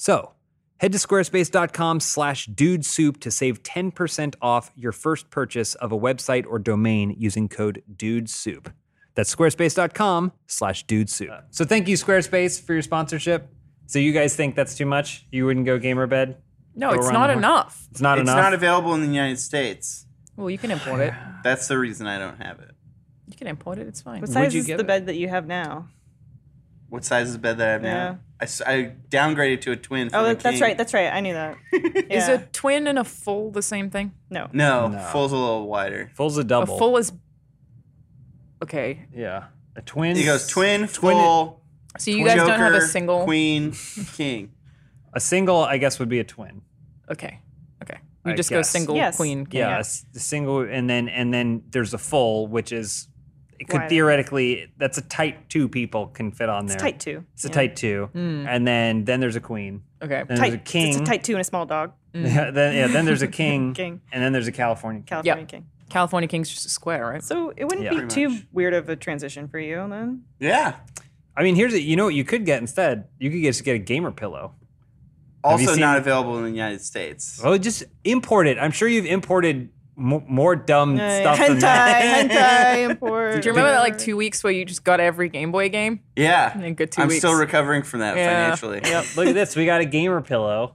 [SPEAKER 1] So head to squarespace.com slash dude soup to save 10% off your first purchase of a website or domain using code dude soup. That's squarespace.com slash dude soup. So thank you, Squarespace, for your sponsorship. So you guys think that's too much? You wouldn't go gamer bed?
[SPEAKER 2] No,
[SPEAKER 1] Go
[SPEAKER 2] it's
[SPEAKER 1] around
[SPEAKER 2] not
[SPEAKER 1] the horn.
[SPEAKER 2] enough.
[SPEAKER 1] It's not
[SPEAKER 3] it's
[SPEAKER 1] enough.
[SPEAKER 3] not available in the United States.
[SPEAKER 2] Well, you can import it.
[SPEAKER 3] That's the reason I don't have it.
[SPEAKER 2] You can import it. It's fine.
[SPEAKER 4] What size
[SPEAKER 1] you
[SPEAKER 4] is
[SPEAKER 1] get
[SPEAKER 4] the
[SPEAKER 1] it?
[SPEAKER 4] bed that you have now?
[SPEAKER 3] What size is the bed that I have
[SPEAKER 4] Yeah.
[SPEAKER 3] now? I s I downgraded to a twin. From
[SPEAKER 4] Oh,
[SPEAKER 3] a
[SPEAKER 4] that- that's
[SPEAKER 3] king.
[SPEAKER 4] right. That's right. I knew that.
[SPEAKER 2] Is
[SPEAKER 4] Yeah.
[SPEAKER 2] a twin and a full the same thing?
[SPEAKER 4] No.
[SPEAKER 3] No,
[SPEAKER 1] No.
[SPEAKER 3] full's a little wider.
[SPEAKER 1] Full's a
[SPEAKER 2] A
[SPEAKER 1] double.
[SPEAKER 2] full is okay.
[SPEAKER 1] yeah. A twin.
[SPEAKER 3] It goes twin, full,
[SPEAKER 2] So you guys
[SPEAKER 3] Joker,
[SPEAKER 2] don't have a single.
[SPEAKER 3] queen, king.
[SPEAKER 1] A single, I guess, would be a twin.
[SPEAKER 2] Okay. Okay. You
[SPEAKER 1] I
[SPEAKER 2] just
[SPEAKER 1] guess.
[SPEAKER 2] go single
[SPEAKER 4] Yes.
[SPEAKER 2] queen. king.
[SPEAKER 1] Yeah, a s- a single, and then and then there's a full, which is it could
[SPEAKER 4] Wider.
[SPEAKER 1] theoretically that's a tight two people can fit on there.
[SPEAKER 4] It's tight two.
[SPEAKER 1] It's a tight two, and then then there's a queen,
[SPEAKER 2] Okay.
[SPEAKER 1] then
[SPEAKER 4] Tight.
[SPEAKER 1] there's a king,
[SPEAKER 4] It's a tight two and a small dog.
[SPEAKER 1] yeah, then yeah, then there's a king,
[SPEAKER 4] King.
[SPEAKER 1] and then there's a California. king.
[SPEAKER 4] California king.
[SPEAKER 2] California king's just a square, right?
[SPEAKER 4] So it wouldn't
[SPEAKER 1] Yeah.
[SPEAKER 4] be
[SPEAKER 1] Pretty
[SPEAKER 4] too weird of a transition for you then.
[SPEAKER 3] Yeah.
[SPEAKER 1] I mean, here's a, you know what you could get instead. You could get, just get a gamer pillow. Have you
[SPEAKER 3] Also
[SPEAKER 1] seen- Oh.
[SPEAKER 3] not available in the United States.
[SPEAKER 1] Well, just import it. I'm sure you've imported mo more dumb
[SPEAKER 4] Yeah,
[SPEAKER 1] Mm, stuff
[SPEAKER 4] hentai,
[SPEAKER 1] than that.
[SPEAKER 4] hentai import.
[SPEAKER 2] Do you remember that like two weeks where you just got every Game Boy game?
[SPEAKER 3] Yeah.
[SPEAKER 2] And then good two
[SPEAKER 3] I'm
[SPEAKER 2] weeks.
[SPEAKER 3] still recovering from that
[SPEAKER 2] Yeah.
[SPEAKER 3] financially.
[SPEAKER 1] Yep, look at this. We got a gamer pillow.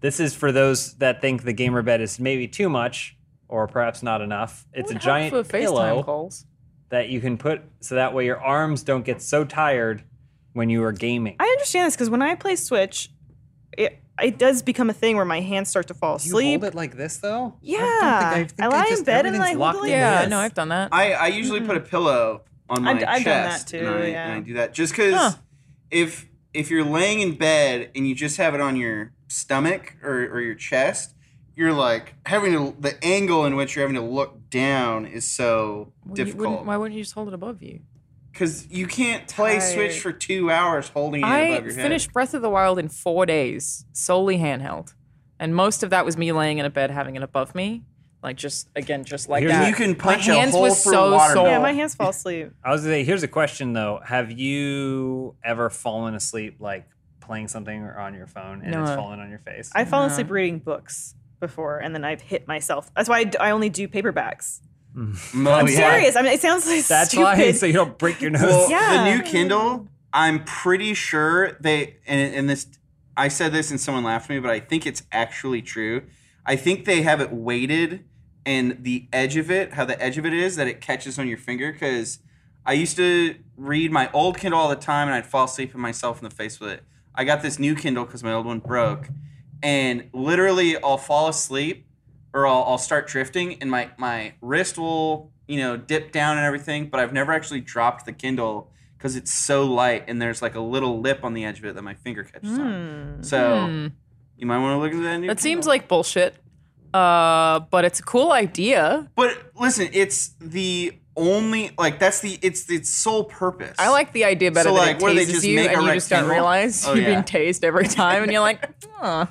[SPEAKER 1] This is for those that think the gamer bed is maybe too much or perhaps not enough. It's a
[SPEAKER 2] Would help
[SPEAKER 1] giant
[SPEAKER 2] for
[SPEAKER 1] pillow
[SPEAKER 2] FaceTime calls.
[SPEAKER 1] that you can put so that way your arms don't get so tired when you are gaming.
[SPEAKER 4] I understand this because when I play Switch, it it does become a thing where my hands start to fall asleep.
[SPEAKER 1] it like this though?
[SPEAKER 4] Yeah. I lie in bed and I hold it like
[SPEAKER 2] Yeah,
[SPEAKER 4] Yes.
[SPEAKER 2] no, I've done that.
[SPEAKER 3] I, I usually put a pillow on my
[SPEAKER 4] I've- I've done that
[SPEAKER 3] chest.
[SPEAKER 4] too,
[SPEAKER 3] and I,
[SPEAKER 4] yeah.
[SPEAKER 3] and I do that just because
[SPEAKER 2] Huh.
[SPEAKER 3] if if you're laying in bed and you just have it on your stomach or, or your chest, you're like having to, the angle in which you're having to look down is so
[SPEAKER 2] Well, you wouldn't- why
[SPEAKER 3] difficult
[SPEAKER 2] wouldn't you just hold it above you?
[SPEAKER 3] because you can't play Switch
[SPEAKER 4] Tired.
[SPEAKER 3] for two hours holding it
[SPEAKER 2] I
[SPEAKER 3] above your head.
[SPEAKER 2] finished Breath of the Wild in four days, solely handheld, and most of that was me laying in a bed having it above me, like just again, just like
[SPEAKER 1] Here's-
[SPEAKER 2] that.
[SPEAKER 3] You can punch
[SPEAKER 2] hands
[SPEAKER 3] a hole
[SPEAKER 2] was
[SPEAKER 3] through
[SPEAKER 2] so
[SPEAKER 3] a watermelon.
[SPEAKER 2] sore.
[SPEAKER 4] yeah, my hands fall asleep.
[SPEAKER 1] I was gonna say, here's a question though. Have you ever fallen asleep like playing something or on your phone and it's
[SPEAKER 2] No.
[SPEAKER 1] fallen on your face?
[SPEAKER 4] I've fallen asleep reading books before, and then I've hit myself. That's why I, d- I only do paperbacks.
[SPEAKER 3] Oh,
[SPEAKER 4] I'm
[SPEAKER 3] yeah.
[SPEAKER 4] serious. I mean, it sounds like
[SPEAKER 1] That's
[SPEAKER 4] stupid.
[SPEAKER 1] why so you don't break your nose.
[SPEAKER 3] Well,
[SPEAKER 4] Yeah.
[SPEAKER 3] the new Kindle, I'm pretty sure they and, and this I said this and someone laughed at me, but I think it's actually true. I think they have it weighted and the edge of it, how the edge of it is that it catches on your finger cuz I used to read my old Kindle all the time and I'd fall asleep and myself in the face with it. I got this new Kindle cuz my old one broke and literally I'll fall asleep or I'll, I'll start drifting and my, my wrist will you know dip down and everything but i've never actually dropped the kindle because it's so light and there's like a little lip on the edge of it that my finger catches on. So
[SPEAKER 2] Hmm.
[SPEAKER 3] you might want to look into that. new
[SPEAKER 2] That seems
[SPEAKER 3] Kindle.
[SPEAKER 2] like bullshit, uh, but it's a cool idea.
[SPEAKER 3] But listen, it's the only like that's the it's its sole purpose.
[SPEAKER 2] I like the idea better
[SPEAKER 3] So,
[SPEAKER 2] than
[SPEAKER 3] like,
[SPEAKER 2] it
[SPEAKER 3] where they
[SPEAKER 2] tases
[SPEAKER 3] just
[SPEAKER 2] you,
[SPEAKER 3] make
[SPEAKER 2] and
[SPEAKER 3] a
[SPEAKER 2] you just don't
[SPEAKER 3] rectangle?
[SPEAKER 2] realize
[SPEAKER 3] Oh,
[SPEAKER 2] you're
[SPEAKER 3] yeah.
[SPEAKER 2] being tased every time, and you're like, huh,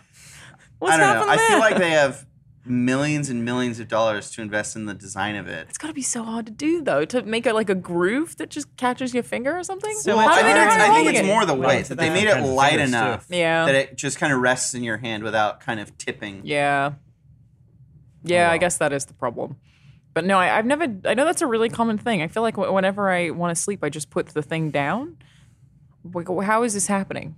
[SPEAKER 2] what's
[SPEAKER 3] I don't know.
[SPEAKER 2] happening
[SPEAKER 3] I feel
[SPEAKER 2] there?
[SPEAKER 3] like they have millions and millions of dollars to invest in the design of it.
[SPEAKER 2] it's got to be so hard to do though to make it like a groove that just catches your finger or something.
[SPEAKER 4] So
[SPEAKER 3] well,
[SPEAKER 4] how do
[SPEAKER 3] I,
[SPEAKER 4] they
[SPEAKER 3] think
[SPEAKER 4] know
[SPEAKER 3] it's,
[SPEAKER 4] how to
[SPEAKER 3] I think
[SPEAKER 4] hold
[SPEAKER 3] it's
[SPEAKER 4] it?
[SPEAKER 3] more the
[SPEAKER 4] Well,
[SPEAKER 3] weight
[SPEAKER 4] it's
[SPEAKER 3] that they
[SPEAKER 4] about
[SPEAKER 3] made it
[SPEAKER 1] kinds of
[SPEAKER 3] light
[SPEAKER 1] fingers, too.
[SPEAKER 3] enough
[SPEAKER 2] Yeah.
[SPEAKER 3] that it just kind of rests in your hand without kind of tipping.
[SPEAKER 2] Yeah. Yeah, I guess that is the problem. But no, I, I've never, I know that's a really common thing. I feel like wh- whenever I want to sleep, I just put the thing down. Like, wh- How is this happening?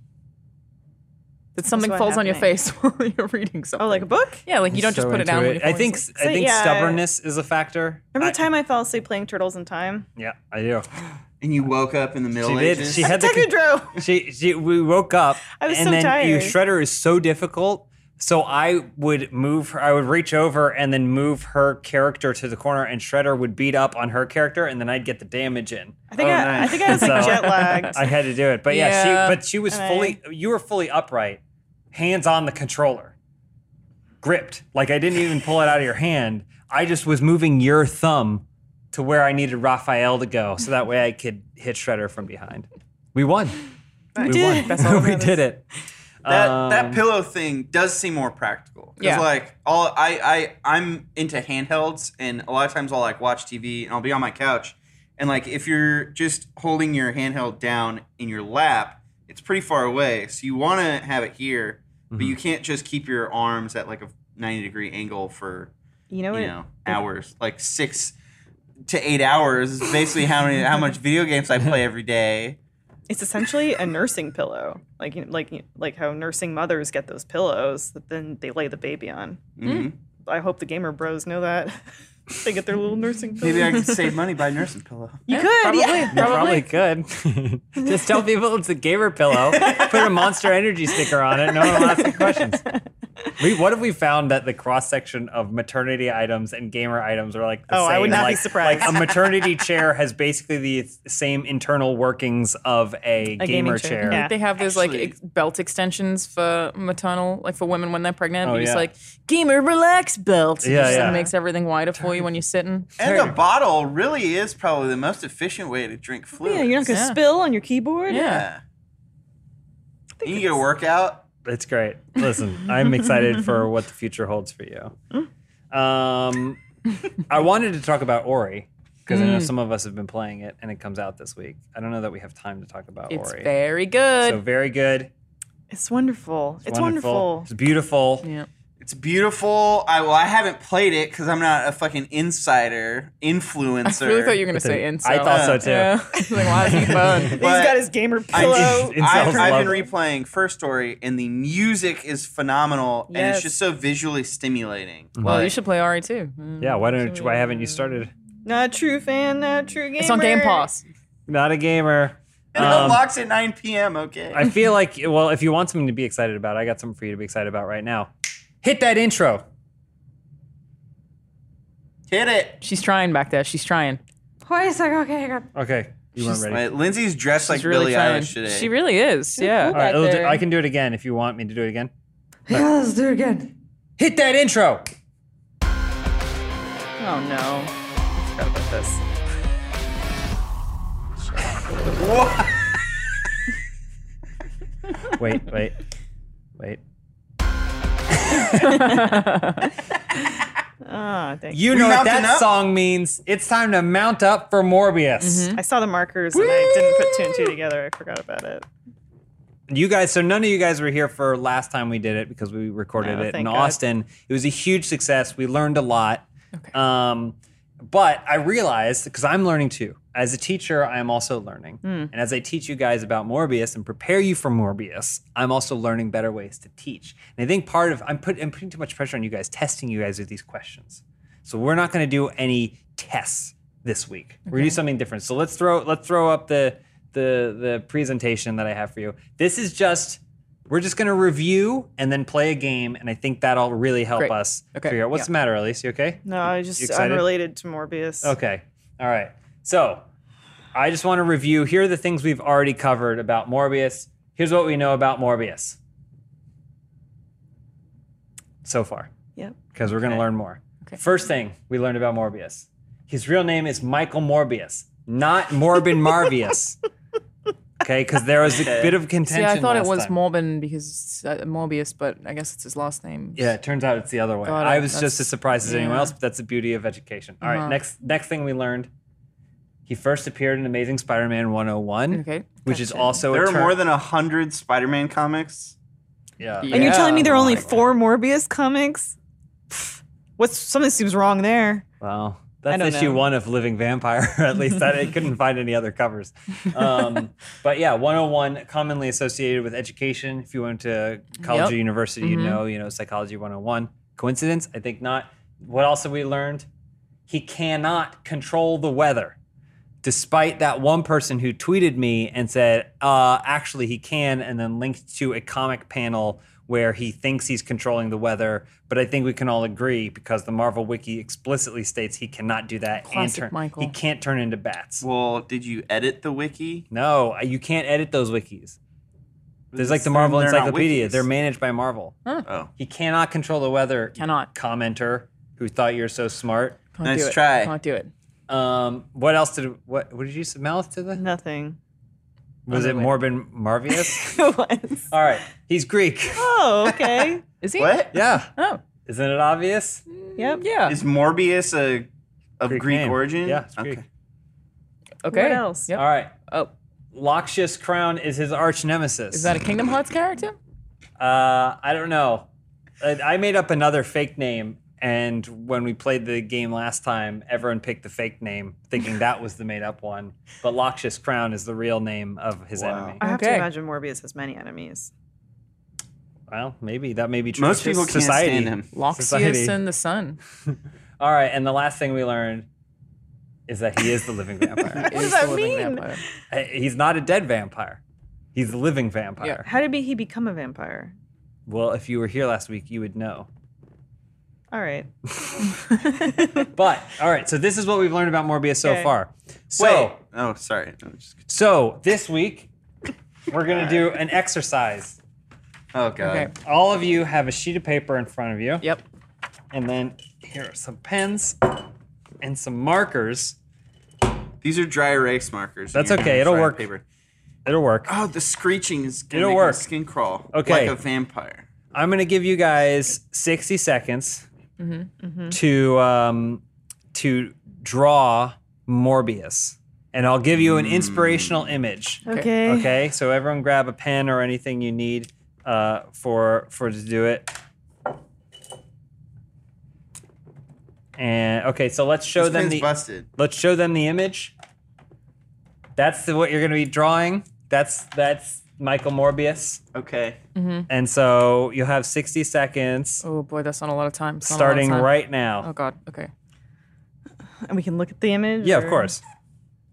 [SPEAKER 2] That something
[SPEAKER 4] what
[SPEAKER 2] falls on your
[SPEAKER 4] happening?
[SPEAKER 2] face while you're reading something.
[SPEAKER 4] Oh, like a book?
[SPEAKER 2] Yeah, like you don't just
[SPEAKER 1] So
[SPEAKER 2] put it
[SPEAKER 1] into
[SPEAKER 2] down. When you're
[SPEAKER 1] I
[SPEAKER 2] falling
[SPEAKER 1] think
[SPEAKER 2] asleep.
[SPEAKER 1] I
[SPEAKER 4] So,
[SPEAKER 1] think
[SPEAKER 4] yeah.
[SPEAKER 1] stubbornness is a factor.
[SPEAKER 4] Remember
[SPEAKER 1] I-
[SPEAKER 4] the time I fell asleep playing Turtles in Time?
[SPEAKER 1] Yeah, I do.
[SPEAKER 3] And you woke up in the middle
[SPEAKER 1] She did.
[SPEAKER 3] ages.
[SPEAKER 1] She had the con-
[SPEAKER 4] Technodrome.
[SPEAKER 1] she, she we woke up
[SPEAKER 4] I was
[SPEAKER 1] and
[SPEAKER 4] so
[SPEAKER 1] then your
[SPEAKER 4] tired.
[SPEAKER 1] shredder is so difficult so i would move her i would reach over and then move her character to the corner and shredder would beat up on her character and then i'd get the damage in
[SPEAKER 4] I think
[SPEAKER 3] Oh,
[SPEAKER 4] I,
[SPEAKER 3] nice.
[SPEAKER 4] I think I was like
[SPEAKER 1] So-
[SPEAKER 4] jet lagged.
[SPEAKER 1] i had to do it but yeah,
[SPEAKER 2] Yeah.
[SPEAKER 1] she but she was
[SPEAKER 4] And I-
[SPEAKER 1] fully you were fully upright hands on the controller gripped like i didn't even pull it out of your hand i just was moving your thumb to where i needed raphael to go so that way i could hit shredder from behind we won we
[SPEAKER 4] did.
[SPEAKER 1] won.
[SPEAKER 4] That's all that
[SPEAKER 1] we
[SPEAKER 4] matters.
[SPEAKER 1] did it.
[SPEAKER 3] that
[SPEAKER 1] Um,
[SPEAKER 3] that pillow thing does seem more practical. 'Cause,
[SPEAKER 2] Yeah.
[SPEAKER 3] like all I I I'm into handhelds and a lot of times I'll like watch TV and I'll be on my couch and like if you're just holding your handheld down in your lap, it's pretty far away. So you want to have it here, but you can't just keep your arms at like a 90 degree angle for
[SPEAKER 4] you know what?
[SPEAKER 3] you know hours like six to eight hours is basically how many how much video games I play every day.
[SPEAKER 4] It's essentially a nursing pillow, like you know, like you- like how nursing mothers get those pillows that then they lay the baby on. Mm.
[SPEAKER 3] Mhm.
[SPEAKER 4] I hope the gamer bros know that they get their little nursing pillow.
[SPEAKER 3] Maybe I could save money by nursing pillow.
[SPEAKER 4] you could,
[SPEAKER 2] probably.
[SPEAKER 4] yeah.
[SPEAKER 1] You probably could. Just tell people it's a gamer pillow. Put a Monster Energy sticker on it. No one will ask you questions. We, what if we found that the cross section of maternity items and gamer items are like the
[SPEAKER 4] Oh,
[SPEAKER 1] same?
[SPEAKER 4] I would not be
[SPEAKER 1] like,
[SPEAKER 4] surprised.
[SPEAKER 1] Like a maternity chair has basically the same internal workings of a,
[SPEAKER 4] gaming
[SPEAKER 1] gamer
[SPEAKER 4] chair.
[SPEAKER 1] chair.
[SPEAKER 4] Yeah.
[SPEAKER 2] they have those
[SPEAKER 3] Actually-
[SPEAKER 2] like ex- belt extensions for maternal, like for women when they're pregnant.
[SPEAKER 1] Oh,
[SPEAKER 2] you just
[SPEAKER 1] yeah.
[SPEAKER 2] like gamer relax belt. It
[SPEAKER 1] Yeah,
[SPEAKER 2] just, like,
[SPEAKER 1] yeah.
[SPEAKER 2] makes everything wider for you when you're sitting.
[SPEAKER 3] And a bottle really is probably the most efficient way to drink fluid.
[SPEAKER 4] Yeah, you're not gonna
[SPEAKER 2] Yeah.
[SPEAKER 4] spill on your keyboard.
[SPEAKER 2] Yeah.
[SPEAKER 3] Yeah. You can get a workout.
[SPEAKER 1] It's great. Listen, I'm excited for what the future holds for you.
[SPEAKER 2] Mm.
[SPEAKER 1] Um, I wanted to talk about Ori because
[SPEAKER 2] Mm.
[SPEAKER 1] I know some of us have been playing it and it comes out this week. I don't know that we have time to talk about
[SPEAKER 2] It's
[SPEAKER 1] Ori.
[SPEAKER 2] very good.
[SPEAKER 1] So very good.
[SPEAKER 4] It's wonderful. It's, wonderful.
[SPEAKER 1] It's beautiful.
[SPEAKER 2] yeah.
[SPEAKER 3] It's beautiful. I well, I haven't played it because I'm not a fucking insider influencer.
[SPEAKER 2] I really thought you were going to
[SPEAKER 1] With
[SPEAKER 2] say
[SPEAKER 1] an-
[SPEAKER 2] incel.
[SPEAKER 1] I thought so too.
[SPEAKER 2] Yeah. like, why is he fun?
[SPEAKER 4] He's
[SPEAKER 3] But
[SPEAKER 4] got his gamer
[SPEAKER 3] I,
[SPEAKER 4] pillow.
[SPEAKER 1] Incels
[SPEAKER 3] I've, I've been
[SPEAKER 1] love it.
[SPEAKER 3] replaying First Story, and the music is phenomenal, and it's
[SPEAKER 4] Yes.
[SPEAKER 3] just so visually stimulating.
[SPEAKER 1] Mm-hmm.
[SPEAKER 2] Well, you
[SPEAKER 3] Like,
[SPEAKER 2] should play Ori too. Mm.
[SPEAKER 1] Yeah. Why don't? Why haven't you started?
[SPEAKER 4] not true fan, not true gamer.
[SPEAKER 2] It's on Game Pass.
[SPEAKER 1] Not a gamer.
[SPEAKER 3] It
[SPEAKER 1] Um,
[SPEAKER 3] unlocks at 9 p.m. Okay.
[SPEAKER 1] I feel like. Well, if you want something to be excited about, I got something for you to be excited about right now. Hit that intro.
[SPEAKER 3] Hit it.
[SPEAKER 2] She's trying back there. She's trying.
[SPEAKER 4] Wait a second. Okay, I got.
[SPEAKER 1] Okay. You weren't ready.
[SPEAKER 3] Wait, Lindsay's dressed like
[SPEAKER 2] She's really
[SPEAKER 3] Billie
[SPEAKER 2] trying.
[SPEAKER 3] Eilish today.
[SPEAKER 2] She really is. Yeah.
[SPEAKER 1] All right. I'll do-
[SPEAKER 4] there.
[SPEAKER 1] I can do it again if you want me to do it again.
[SPEAKER 4] Yeah, let's do it again.
[SPEAKER 1] Hit that intro.
[SPEAKER 4] Oh no. I forgot about this.
[SPEAKER 3] What?
[SPEAKER 1] Wait. Wait. Wait.
[SPEAKER 4] Oh, thank
[SPEAKER 1] You
[SPEAKER 3] We
[SPEAKER 1] know what
[SPEAKER 3] mounting
[SPEAKER 1] that
[SPEAKER 3] up?
[SPEAKER 1] song means. It's time to mount up for Morbius.
[SPEAKER 4] I saw the markers and I didn't put two and two together. I forgot about it. Mm-hmm.
[SPEAKER 1] You guys, so none of you guys were here for last time we did it because we recorded
[SPEAKER 4] No,
[SPEAKER 1] it in
[SPEAKER 4] thank God.
[SPEAKER 1] Austin. It was a huge success. We learned a lot. Um, but I realized because I'm learning too. As a teacher, I'm also learning.
[SPEAKER 2] Hmm.
[SPEAKER 1] And as I teach you guys about Morbius and prepare you for Morbius, I'm also learning better ways to teach. And I think part of I'm, put, I'm putting too much pressure on you guys, testing you guys with these questions. So we're not going to do any tests this week. We're gonna do something different. So let's throw let's throw up the the the presentation that I have for you. This is just we're just gonna review and then play a game, and I think that'll really help
[SPEAKER 2] Great.
[SPEAKER 1] us
[SPEAKER 2] Okay.
[SPEAKER 1] figure out what's the matter, Elise. You okay?
[SPEAKER 4] No, I just
[SPEAKER 1] excited?
[SPEAKER 4] unrelated to Morbius.
[SPEAKER 1] Okay. All right. So I just want to review. Here are the things we've already covered about Morbius. Here's what we know about Morbius so far,
[SPEAKER 4] Yep.
[SPEAKER 1] because we're going to learn more.
[SPEAKER 2] Okay.
[SPEAKER 1] First thing we learned about Morbius his real name is Michael Morbius, not Morbin Marvius. Okay, because there was a
[SPEAKER 3] Okay.
[SPEAKER 1] bit of
[SPEAKER 2] See,
[SPEAKER 1] contention.
[SPEAKER 2] I thought it
[SPEAKER 1] last
[SPEAKER 2] was
[SPEAKER 1] time.
[SPEAKER 2] Morbin because uh, Morbius, but I guess it's his last name.
[SPEAKER 1] Yeah, it turns out it's the other way.
[SPEAKER 2] Got it.
[SPEAKER 1] I was
[SPEAKER 2] That's-
[SPEAKER 1] just as surprised as anyone
[SPEAKER 2] yeah.
[SPEAKER 1] else, but that's the beauty of education. All right,
[SPEAKER 2] Uh-huh.
[SPEAKER 1] next next thing we learned, he first appeared in Amazing Spider-Man 101,
[SPEAKER 2] Okay.
[SPEAKER 1] which is
[SPEAKER 2] Gotcha.
[SPEAKER 1] also
[SPEAKER 3] There
[SPEAKER 1] a
[SPEAKER 3] are
[SPEAKER 1] term-
[SPEAKER 3] more than a hundred Spider-Man comics.
[SPEAKER 1] yeah. Oh
[SPEAKER 2] Yeah.
[SPEAKER 4] And you're telling me there are only
[SPEAKER 2] like-
[SPEAKER 4] four Morbius comics? Pfft, What's something seems wrong there?
[SPEAKER 1] Wow.
[SPEAKER 4] I
[SPEAKER 1] That's
[SPEAKER 4] don't
[SPEAKER 1] issue
[SPEAKER 4] know.
[SPEAKER 1] one of Living Vampire. At least I I couldn't find any other covers. Um, but yeah, 101 commonly associated with education. If you went to college
[SPEAKER 2] Yep.
[SPEAKER 1] or university,
[SPEAKER 4] Mm-hmm.
[SPEAKER 2] Mhm.
[SPEAKER 1] you know, you know, psychology 101. Coincidence? I think not. What else have we learned? He cannot control the weather. Despite that one person who tweeted me and said, uh, actually, he can, and then linked to a comic panel where he thinks he's controlling the weather. But I think we can all agree because the Marvel Wiki explicitly states he cannot do that. and
[SPEAKER 2] Classic
[SPEAKER 1] turn,
[SPEAKER 2] Michael.
[SPEAKER 1] He can't turn into bats.
[SPEAKER 3] Well, did you edit the wiki?
[SPEAKER 1] No, uh, you can't edit those wikis. There's like the
[SPEAKER 3] They're-
[SPEAKER 1] Marvel
[SPEAKER 3] they're not
[SPEAKER 1] Encyclopedia.
[SPEAKER 3] wikis.
[SPEAKER 1] They're managed by Marvel.
[SPEAKER 3] Oh,
[SPEAKER 1] He cannot control the weather.
[SPEAKER 2] Cannot.
[SPEAKER 1] Commenter who thought you're so smart.
[SPEAKER 2] Can't
[SPEAKER 3] Nice
[SPEAKER 2] do it.
[SPEAKER 3] try.
[SPEAKER 2] Can't do it.
[SPEAKER 1] Um, what else did what what did you say? Mouth to the
[SPEAKER 4] Nothing.
[SPEAKER 1] was it
[SPEAKER 2] Other way.
[SPEAKER 1] Morbin Marvius?
[SPEAKER 4] What?
[SPEAKER 1] All right, he's Greek.
[SPEAKER 4] oh, okay.
[SPEAKER 2] Is he?
[SPEAKER 3] what
[SPEAKER 1] Yeah,
[SPEAKER 2] Oh,
[SPEAKER 1] isn't it obvious?
[SPEAKER 4] Yep.
[SPEAKER 2] yeah.
[SPEAKER 3] is Morbius a of Greek,
[SPEAKER 1] name.
[SPEAKER 3] origin?
[SPEAKER 1] Yeah, it's Greek.
[SPEAKER 3] Okay.
[SPEAKER 2] okay.
[SPEAKER 4] What else?
[SPEAKER 2] Yep.
[SPEAKER 1] All right,
[SPEAKER 2] Oh,
[SPEAKER 1] Loxias Crown is his arch nemesis.
[SPEAKER 2] is that a Kingdom Hearts character?
[SPEAKER 1] Uh, I don't know. I I made up another fake name, and when we played the game last time, everyone picked the fake name, thinking that was the made up one. But Loxias Crown is the real name of his
[SPEAKER 3] Wow.
[SPEAKER 1] enemy.
[SPEAKER 4] I have to
[SPEAKER 2] Okay.
[SPEAKER 4] imagine Morbius has many enemies.
[SPEAKER 1] Well, maybe that may be true.
[SPEAKER 3] Most
[SPEAKER 1] It's
[SPEAKER 3] people
[SPEAKER 1] just
[SPEAKER 3] can't
[SPEAKER 1] society.
[SPEAKER 3] stand him.
[SPEAKER 2] Loxias
[SPEAKER 1] Society.
[SPEAKER 2] and the Sun.
[SPEAKER 1] All right, and the last thing we learned is that he is the living vampire.
[SPEAKER 2] What
[SPEAKER 4] does that mean?
[SPEAKER 1] Uh, He's not a dead vampire. He's the living vampire.
[SPEAKER 4] How did be- he become a vampire?
[SPEAKER 1] Well, if you were here last week, you would know.
[SPEAKER 4] All right.
[SPEAKER 1] But all right, so this is what we've learned about Morbius so
[SPEAKER 4] Okay.
[SPEAKER 1] far. So,
[SPEAKER 3] Wait. Oh, sorry. I was just-
[SPEAKER 1] So this week, we're gonna do an exercise.
[SPEAKER 3] Oh god.
[SPEAKER 2] Okay.
[SPEAKER 1] All of you have a sheet of paper in front of you,
[SPEAKER 2] Yep.
[SPEAKER 1] and then here are some pens and some markers.
[SPEAKER 3] These are dry erase markers.
[SPEAKER 1] That's
[SPEAKER 3] You're gonna
[SPEAKER 1] okay, it'll
[SPEAKER 3] fry
[SPEAKER 1] work.
[SPEAKER 3] Paper.
[SPEAKER 1] It'll work.
[SPEAKER 3] Oh, the screeching is gonna
[SPEAKER 1] It'll
[SPEAKER 3] make
[SPEAKER 1] work.
[SPEAKER 3] my skin crawl.
[SPEAKER 1] Okay.
[SPEAKER 3] Like a vampire.
[SPEAKER 1] I'm gonna give you guys 60 seconds to um, to draw Morbius, and I'll give you an inspirational image.
[SPEAKER 4] Okay.
[SPEAKER 1] Okay, so everyone grab a pen or anything you need uh, for for to do it. And okay, so let's show
[SPEAKER 3] this
[SPEAKER 1] them
[SPEAKER 3] pen's
[SPEAKER 1] the
[SPEAKER 3] busted.
[SPEAKER 1] let's show them the image. That's the, what you're going to be drawing. That's that's Michael Morbius,
[SPEAKER 3] Okay.
[SPEAKER 1] and so you'll have 60 seconds
[SPEAKER 2] Oh boy, that's not a lot of time. It's not a lot of
[SPEAKER 1] starting
[SPEAKER 2] time.
[SPEAKER 1] right now.
[SPEAKER 2] Oh god. Okay.
[SPEAKER 4] And we can look at the image.
[SPEAKER 1] Yeah, of
[SPEAKER 4] or-
[SPEAKER 1] course.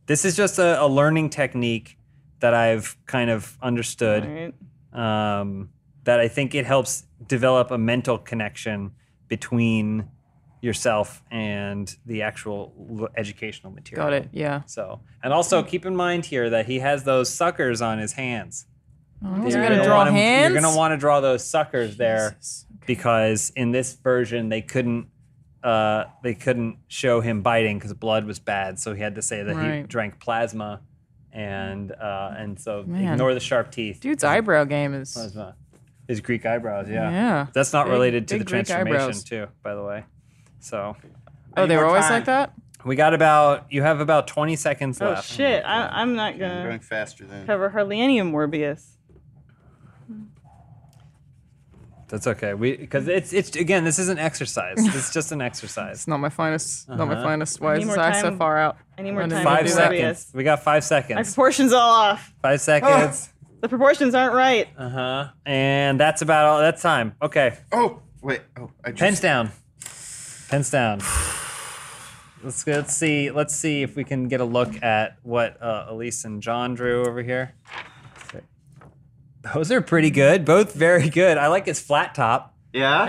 [SPEAKER 1] This is just a, a learning technique that I've kind of
[SPEAKER 4] All
[SPEAKER 1] understood.
[SPEAKER 4] right.
[SPEAKER 1] um, that I think it helps develop a mental connection between yourself and the actual l- educational material.
[SPEAKER 2] Got it. Yeah.
[SPEAKER 1] So, and also keep in mind here that he has those suckers on his hands.
[SPEAKER 2] Oh, I wasn't
[SPEAKER 1] You're
[SPEAKER 2] gonna
[SPEAKER 1] gonna
[SPEAKER 2] draw
[SPEAKER 1] wanna-
[SPEAKER 2] hands.
[SPEAKER 1] You're gonna want to draw those suckers there
[SPEAKER 2] Jesus.
[SPEAKER 1] because in this version they couldn't. Uh, they couldn't show him biting because blood was bad, so he had to say that he
[SPEAKER 2] Right.
[SPEAKER 1] drank plasma, and uh, and so
[SPEAKER 2] Man.
[SPEAKER 1] ignore the sharp teeth.
[SPEAKER 2] Dude's eyebrow game is.
[SPEAKER 1] Plasma. His Greek eyebrows, yeah.
[SPEAKER 2] Yeah.
[SPEAKER 1] That's not
[SPEAKER 2] Big-
[SPEAKER 1] related to
[SPEAKER 2] big
[SPEAKER 1] the
[SPEAKER 2] Greek
[SPEAKER 1] transformation
[SPEAKER 2] eyebrows.
[SPEAKER 1] too, by the way. So
[SPEAKER 2] Oh,
[SPEAKER 3] Need
[SPEAKER 2] they were
[SPEAKER 3] more
[SPEAKER 2] always
[SPEAKER 3] time.
[SPEAKER 2] like that.
[SPEAKER 1] we got about you have about twenty seconds
[SPEAKER 4] Oh
[SPEAKER 1] left.
[SPEAKER 4] shit! I, I'm not
[SPEAKER 3] I'm
[SPEAKER 4] gonna
[SPEAKER 3] going faster than.
[SPEAKER 4] cover hardly any of Morbius.
[SPEAKER 1] That's okay. We because it's it's again, this is an exercise. it's just an exercise.
[SPEAKER 2] It's not my finest. Not my
[SPEAKER 1] Uh-huh.
[SPEAKER 2] finest. Why is
[SPEAKER 4] need
[SPEAKER 2] his
[SPEAKER 4] more
[SPEAKER 2] eye so
[SPEAKER 4] time.
[SPEAKER 2] far out?
[SPEAKER 4] I need more
[SPEAKER 2] When
[SPEAKER 4] time.
[SPEAKER 2] did
[SPEAKER 1] Five
[SPEAKER 4] to do
[SPEAKER 2] do
[SPEAKER 4] Morbius.
[SPEAKER 2] that?
[SPEAKER 1] seconds. We got five
[SPEAKER 4] My
[SPEAKER 1] seconds.
[SPEAKER 4] proportions all off.
[SPEAKER 1] Five
[SPEAKER 2] Oh.
[SPEAKER 1] seconds.
[SPEAKER 4] The proportions aren't right.
[SPEAKER 1] Uh huh. And that's about all. That's time. Okay.
[SPEAKER 3] Oh wait. Oh, I just.
[SPEAKER 1] Pens down. Pens down. Let's let's see let's see if we can get a look at what uh, Elise and John drew over here. Those are pretty good. Both very good. I like his flat top.
[SPEAKER 3] Yeah.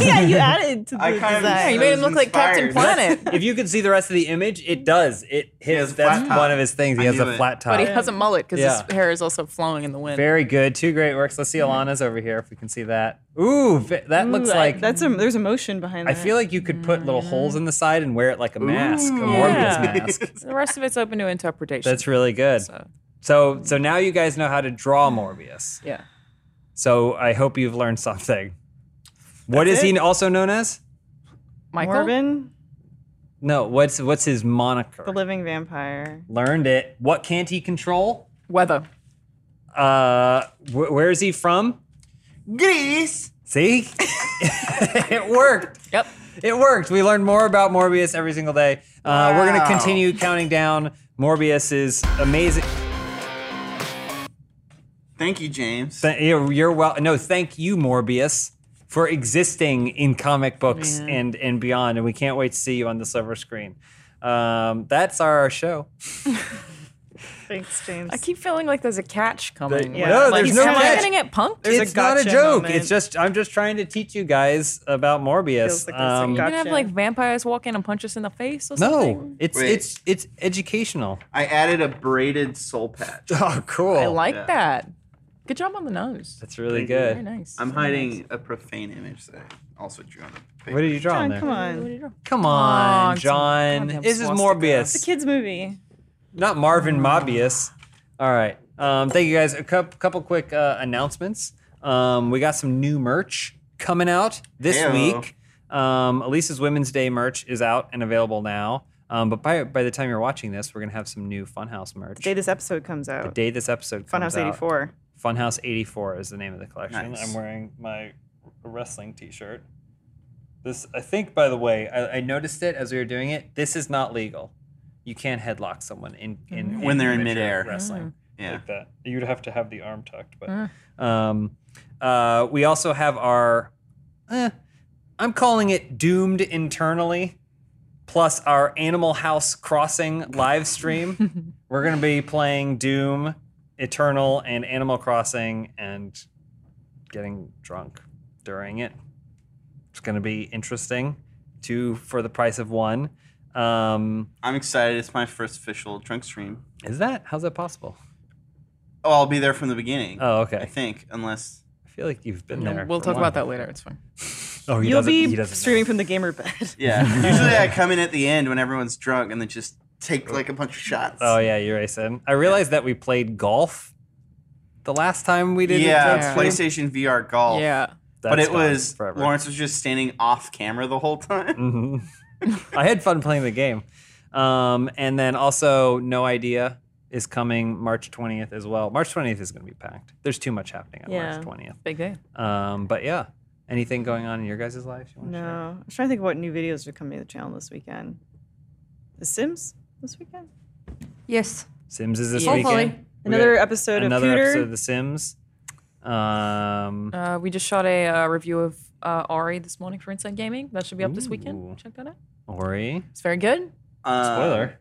[SPEAKER 4] yeah, you added to the
[SPEAKER 3] I kind of-
[SPEAKER 2] Yeah,
[SPEAKER 4] design.
[SPEAKER 2] you made him look like Captain
[SPEAKER 3] Inspired.
[SPEAKER 2] Planet.
[SPEAKER 1] if you could see the rest of the image, it does. It
[SPEAKER 3] has
[SPEAKER 1] his,
[SPEAKER 3] a
[SPEAKER 1] that's
[SPEAKER 3] flat top.
[SPEAKER 1] one of his things. He
[SPEAKER 3] I
[SPEAKER 1] has
[SPEAKER 3] knew
[SPEAKER 1] a
[SPEAKER 3] it.
[SPEAKER 1] flat top.
[SPEAKER 2] But he has a mullet because
[SPEAKER 1] Yeah.
[SPEAKER 2] his hair is also flowing in the wind.
[SPEAKER 1] Very good. Two great works. Let's see Alana's over here if we can see that. Ooh, v- that looks
[SPEAKER 4] Ooh, I-
[SPEAKER 1] like
[SPEAKER 4] that's a, there's emotion behind
[SPEAKER 1] I
[SPEAKER 4] that.
[SPEAKER 1] feel like you could put little holes in the side and wear it like a mask, a Morbius
[SPEAKER 2] Yeah.
[SPEAKER 1] mask.
[SPEAKER 2] the rest of it's open to interpretation.
[SPEAKER 1] That's really good.
[SPEAKER 2] So,
[SPEAKER 1] So, so now you guys know how to draw Morbius.
[SPEAKER 2] yeah.
[SPEAKER 1] So I hope you've learned something. What is
[SPEAKER 4] That's
[SPEAKER 1] he also known as?
[SPEAKER 2] Michael?
[SPEAKER 4] Morbin,
[SPEAKER 1] No, what's what's his moniker?
[SPEAKER 4] the living vampire.
[SPEAKER 1] Learned it. What can't he control?
[SPEAKER 2] Weather.
[SPEAKER 1] Uh, wh- where is he from?
[SPEAKER 3] Grease.
[SPEAKER 1] See, it worked.
[SPEAKER 2] Yep.
[SPEAKER 1] It worked. We learned more about Morbius every single day. Uh, We're going to
[SPEAKER 3] Wow.
[SPEAKER 1] continue counting down Morbius's amazing.
[SPEAKER 3] Thank you, James.
[SPEAKER 1] Th- you're, you're well. No, thank you, Morbius, for existing in comic books and and beyond. And we can't wait to see you on the silver screen. Um, that's our show.
[SPEAKER 4] Thanks, James.
[SPEAKER 2] I keep feeling like there's a catch coming.
[SPEAKER 1] yeah. No, there's
[SPEAKER 2] Like,
[SPEAKER 1] no
[SPEAKER 2] am I
[SPEAKER 1] catch.
[SPEAKER 2] going to get punked?
[SPEAKER 4] There's a
[SPEAKER 1] it's not a
[SPEAKER 4] gotcha
[SPEAKER 1] joke.
[SPEAKER 4] moment.
[SPEAKER 1] It's just I'm just trying to teach you guys about Morbius.
[SPEAKER 4] Feels like there's a
[SPEAKER 1] Um,
[SPEAKER 2] You're going to have
[SPEAKER 4] Gotcha.
[SPEAKER 2] like vampires walk in and punch us in the face or
[SPEAKER 1] no,
[SPEAKER 2] something?
[SPEAKER 1] it's
[SPEAKER 3] Wait.
[SPEAKER 1] it's it's educational.
[SPEAKER 3] I added a braided soul patch.
[SPEAKER 1] Oh, cool.
[SPEAKER 2] I like
[SPEAKER 3] Yeah.
[SPEAKER 2] that. Good job on the nose.
[SPEAKER 1] That's really
[SPEAKER 2] Very
[SPEAKER 1] good.
[SPEAKER 2] nice.
[SPEAKER 3] I'm
[SPEAKER 2] Very
[SPEAKER 3] hiding a profane image that I also drew on the paper.
[SPEAKER 1] What did you draw on
[SPEAKER 4] John,
[SPEAKER 1] there?
[SPEAKER 4] come
[SPEAKER 2] nice. What
[SPEAKER 4] on.
[SPEAKER 2] did you draw?
[SPEAKER 1] Come on,
[SPEAKER 2] it's a
[SPEAKER 1] John.
[SPEAKER 2] goddamn
[SPEAKER 1] This is
[SPEAKER 2] swastika.
[SPEAKER 4] It's a
[SPEAKER 1] Morbius,
[SPEAKER 4] kids movie.
[SPEAKER 1] not Marvin Mobius. All right. Um, thank you guys. A coup- couple quick uh, announcements. Um, we got some new merch coming out this
[SPEAKER 3] Heyo.
[SPEAKER 1] week. Um, Elisa's Women's Day merch is out and available now. Um, but by, by the time you're watching this, we're gonna have some new Funhouse merch.
[SPEAKER 4] The day this episode comes
[SPEAKER 1] The
[SPEAKER 4] out,
[SPEAKER 1] day this episode comes
[SPEAKER 4] Funhouse
[SPEAKER 1] out.
[SPEAKER 4] '84.
[SPEAKER 1] Funhouse 84 is the name of the collection.
[SPEAKER 3] Nice.
[SPEAKER 1] I'm wearing my wrestling t-shirt. This, I think, by the way, I, I noticed it as we were doing it. This is not legal. You can't headlock someone in, in
[SPEAKER 3] When they're in
[SPEAKER 1] amateur
[SPEAKER 3] midair. Mm.
[SPEAKER 1] wrestling
[SPEAKER 3] Yeah.
[SPEAKER 1] like that. You'd have to have the arm tucked. But um, uh, we also have our, eh, I'm calling it doomed internally, plus our Animal House Crossing live stream. We're gonna be playing Doom, Eternal, and Animal Crossing, and getting drunk during it. It's gonna be interesting. Two for the price of one. Um,
[SPEAKER 3] I'm excited. It's my first official drunk stream.
[SPEAKER 1] is that how's that possible?
[SPEAKER 3] Oh, I'll be there from the beginning.
[SPEAKER 1] Oh,
[SPEAKER 3] I
[SPEAKER 1] okay.
[SPEAKER 3] think, unless
[SPEAKER 1] I feel like you've been
[SPEAKER 2] No,
[SPEAKER 1] there.
[SPEAKER 2] we'll
[SPEAKER 1] for
[SPEAKER 2] talk
[SPEAKER 1] one.
[SPEAKER 2] about that later. It's fine.
[SPEAKER 1] Oh, he
[SPEAKER 4] You'll
[SPEAKER 1] doesn't- he
[SPEAKER 4] be
[SPEAKER 1] doesn't know.
[SPEAKER 4] streaming from the gamer bed.
[SPEAKER 3] yeah. Usually I come in at the end when everyone's drunk and then just take like a bunch of shots.
[SPEAKER 1] Oh yeah, you're right, Sin. I realized that we played golf the last time we did.
[SPEAKER 3] yeah,
[SPEAKER 1] it.
[SPEAKER 2] Yeah.
[SPEAKER 3] PlayStation VR golf.
[SPEAKER 2] Yeah.
[SPEAKER 1] That's
[SPEAKER 3] but it
[SPEAKER 1] gone
[SPEAKER 3] was
[SPEAKER 1] forever.
[SPEAKER 3] Lawrence was just standing off camera the whole
[SPEAKER 1] Mhm.
[SPEAKER 3] time.
[SPEAKER 1] I had fun playing the game, um, and then also No Idea is coming March 20th as well. March 20th is going to be packed. There's too much happening on
[SPEAKER 4] Yeah.
[SPEAKER 1] March 20th.
[SPEAKER 2] Big day.
[SPEAKER 1] Um, but yeah, anything going on in your guys' lives? You wanna share?
[SPEAKER 4] No, I'm trying to think of what new videos are coming to the channel this weekend. The Sims this weekend.
[SPEAKER 5] Yes.
[SPEAKER 1] Sims is this
[SPEAKER 2] Yeah.
[SPEAKER 1] weekend.
[SPEAKER 5] Hopefully.
[SPEAKER 1] We got
[SPEAKER 4] Another episode
[SPEAKER 1] another
[SPEAKER 4] of Pewter.
[SPEAKER 1] episode of The Sims. Um,
[SPEAKER 2] Uh, we just shot a uh, review of uh, Ori this morning for Inside Gaming. That should be up this
[SPEAKER 1] Ooh.
[SPEAKER 2] weekend. Check that out.
[SPEAKER 1] Ori,
[SPEAKER 2] It's very good.
[SPEAKER 3] Um,
[SPEAKER 1] spoiler.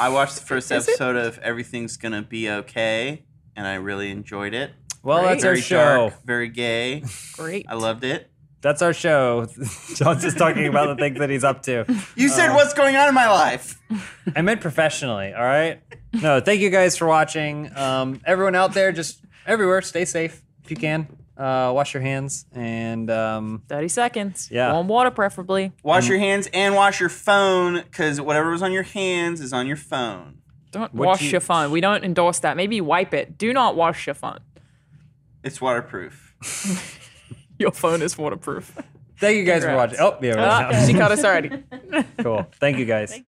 [SPEAKER 3] I watched the first
[SPEAKER 2] Is it?
[SPEAKER 3] episode of Everything's Gonna Be Okay, and I really enjoyed it.
[SPEAKER 1] well, that's our
[SPEAKER 3] very
[SPEAKER 1] show.
[SPEAKER 3] dark, very gay.
[SPEAKER 2] Great.
[SPEAKER 3] I loved it.
[SPEAKER 1] That's our show. John's just talking about the things that he's up to.
[SPEAKER 3] You said what's going on in my life.
[SPEAKER 1] I meant professionally, all right? No, thank you guys for watching. Um, everyone out there, just everywhere, stay safe if you can. Uh, wash your hands and um,
[SPEAKER 2] 30 seconds.
[SPEAKER 1] Yeah.
[SPEAKER 2] Warm water, preferably.
[SPEAKER 3] Wash your hands and wash your phone, because whatever was on your hands is on your phone.
[SPEAKER 2] Don't
[SPEAKER 1] What
[SPEAKER 2] wash
[SPEAKER 1] do you-
[SPEAKER 2] your phone. We don't endorse that. Maybe wipe it. Do not wash your phone.
[SPEAKER 3] It's waterproof.
[SPEAKER 2] Your phone is waterproof.
[SPEAKER 1] thank you guys for
[SPEAKER 2] Congrats.
[SPEAKER 1] watching. Oh, yeah, we're
[SPEAKER 2] Ah,
[SPEAKER 1] out.
[SPEAKER 2] she caught us already.
[SPEAKER 1] cool. Thank you guys.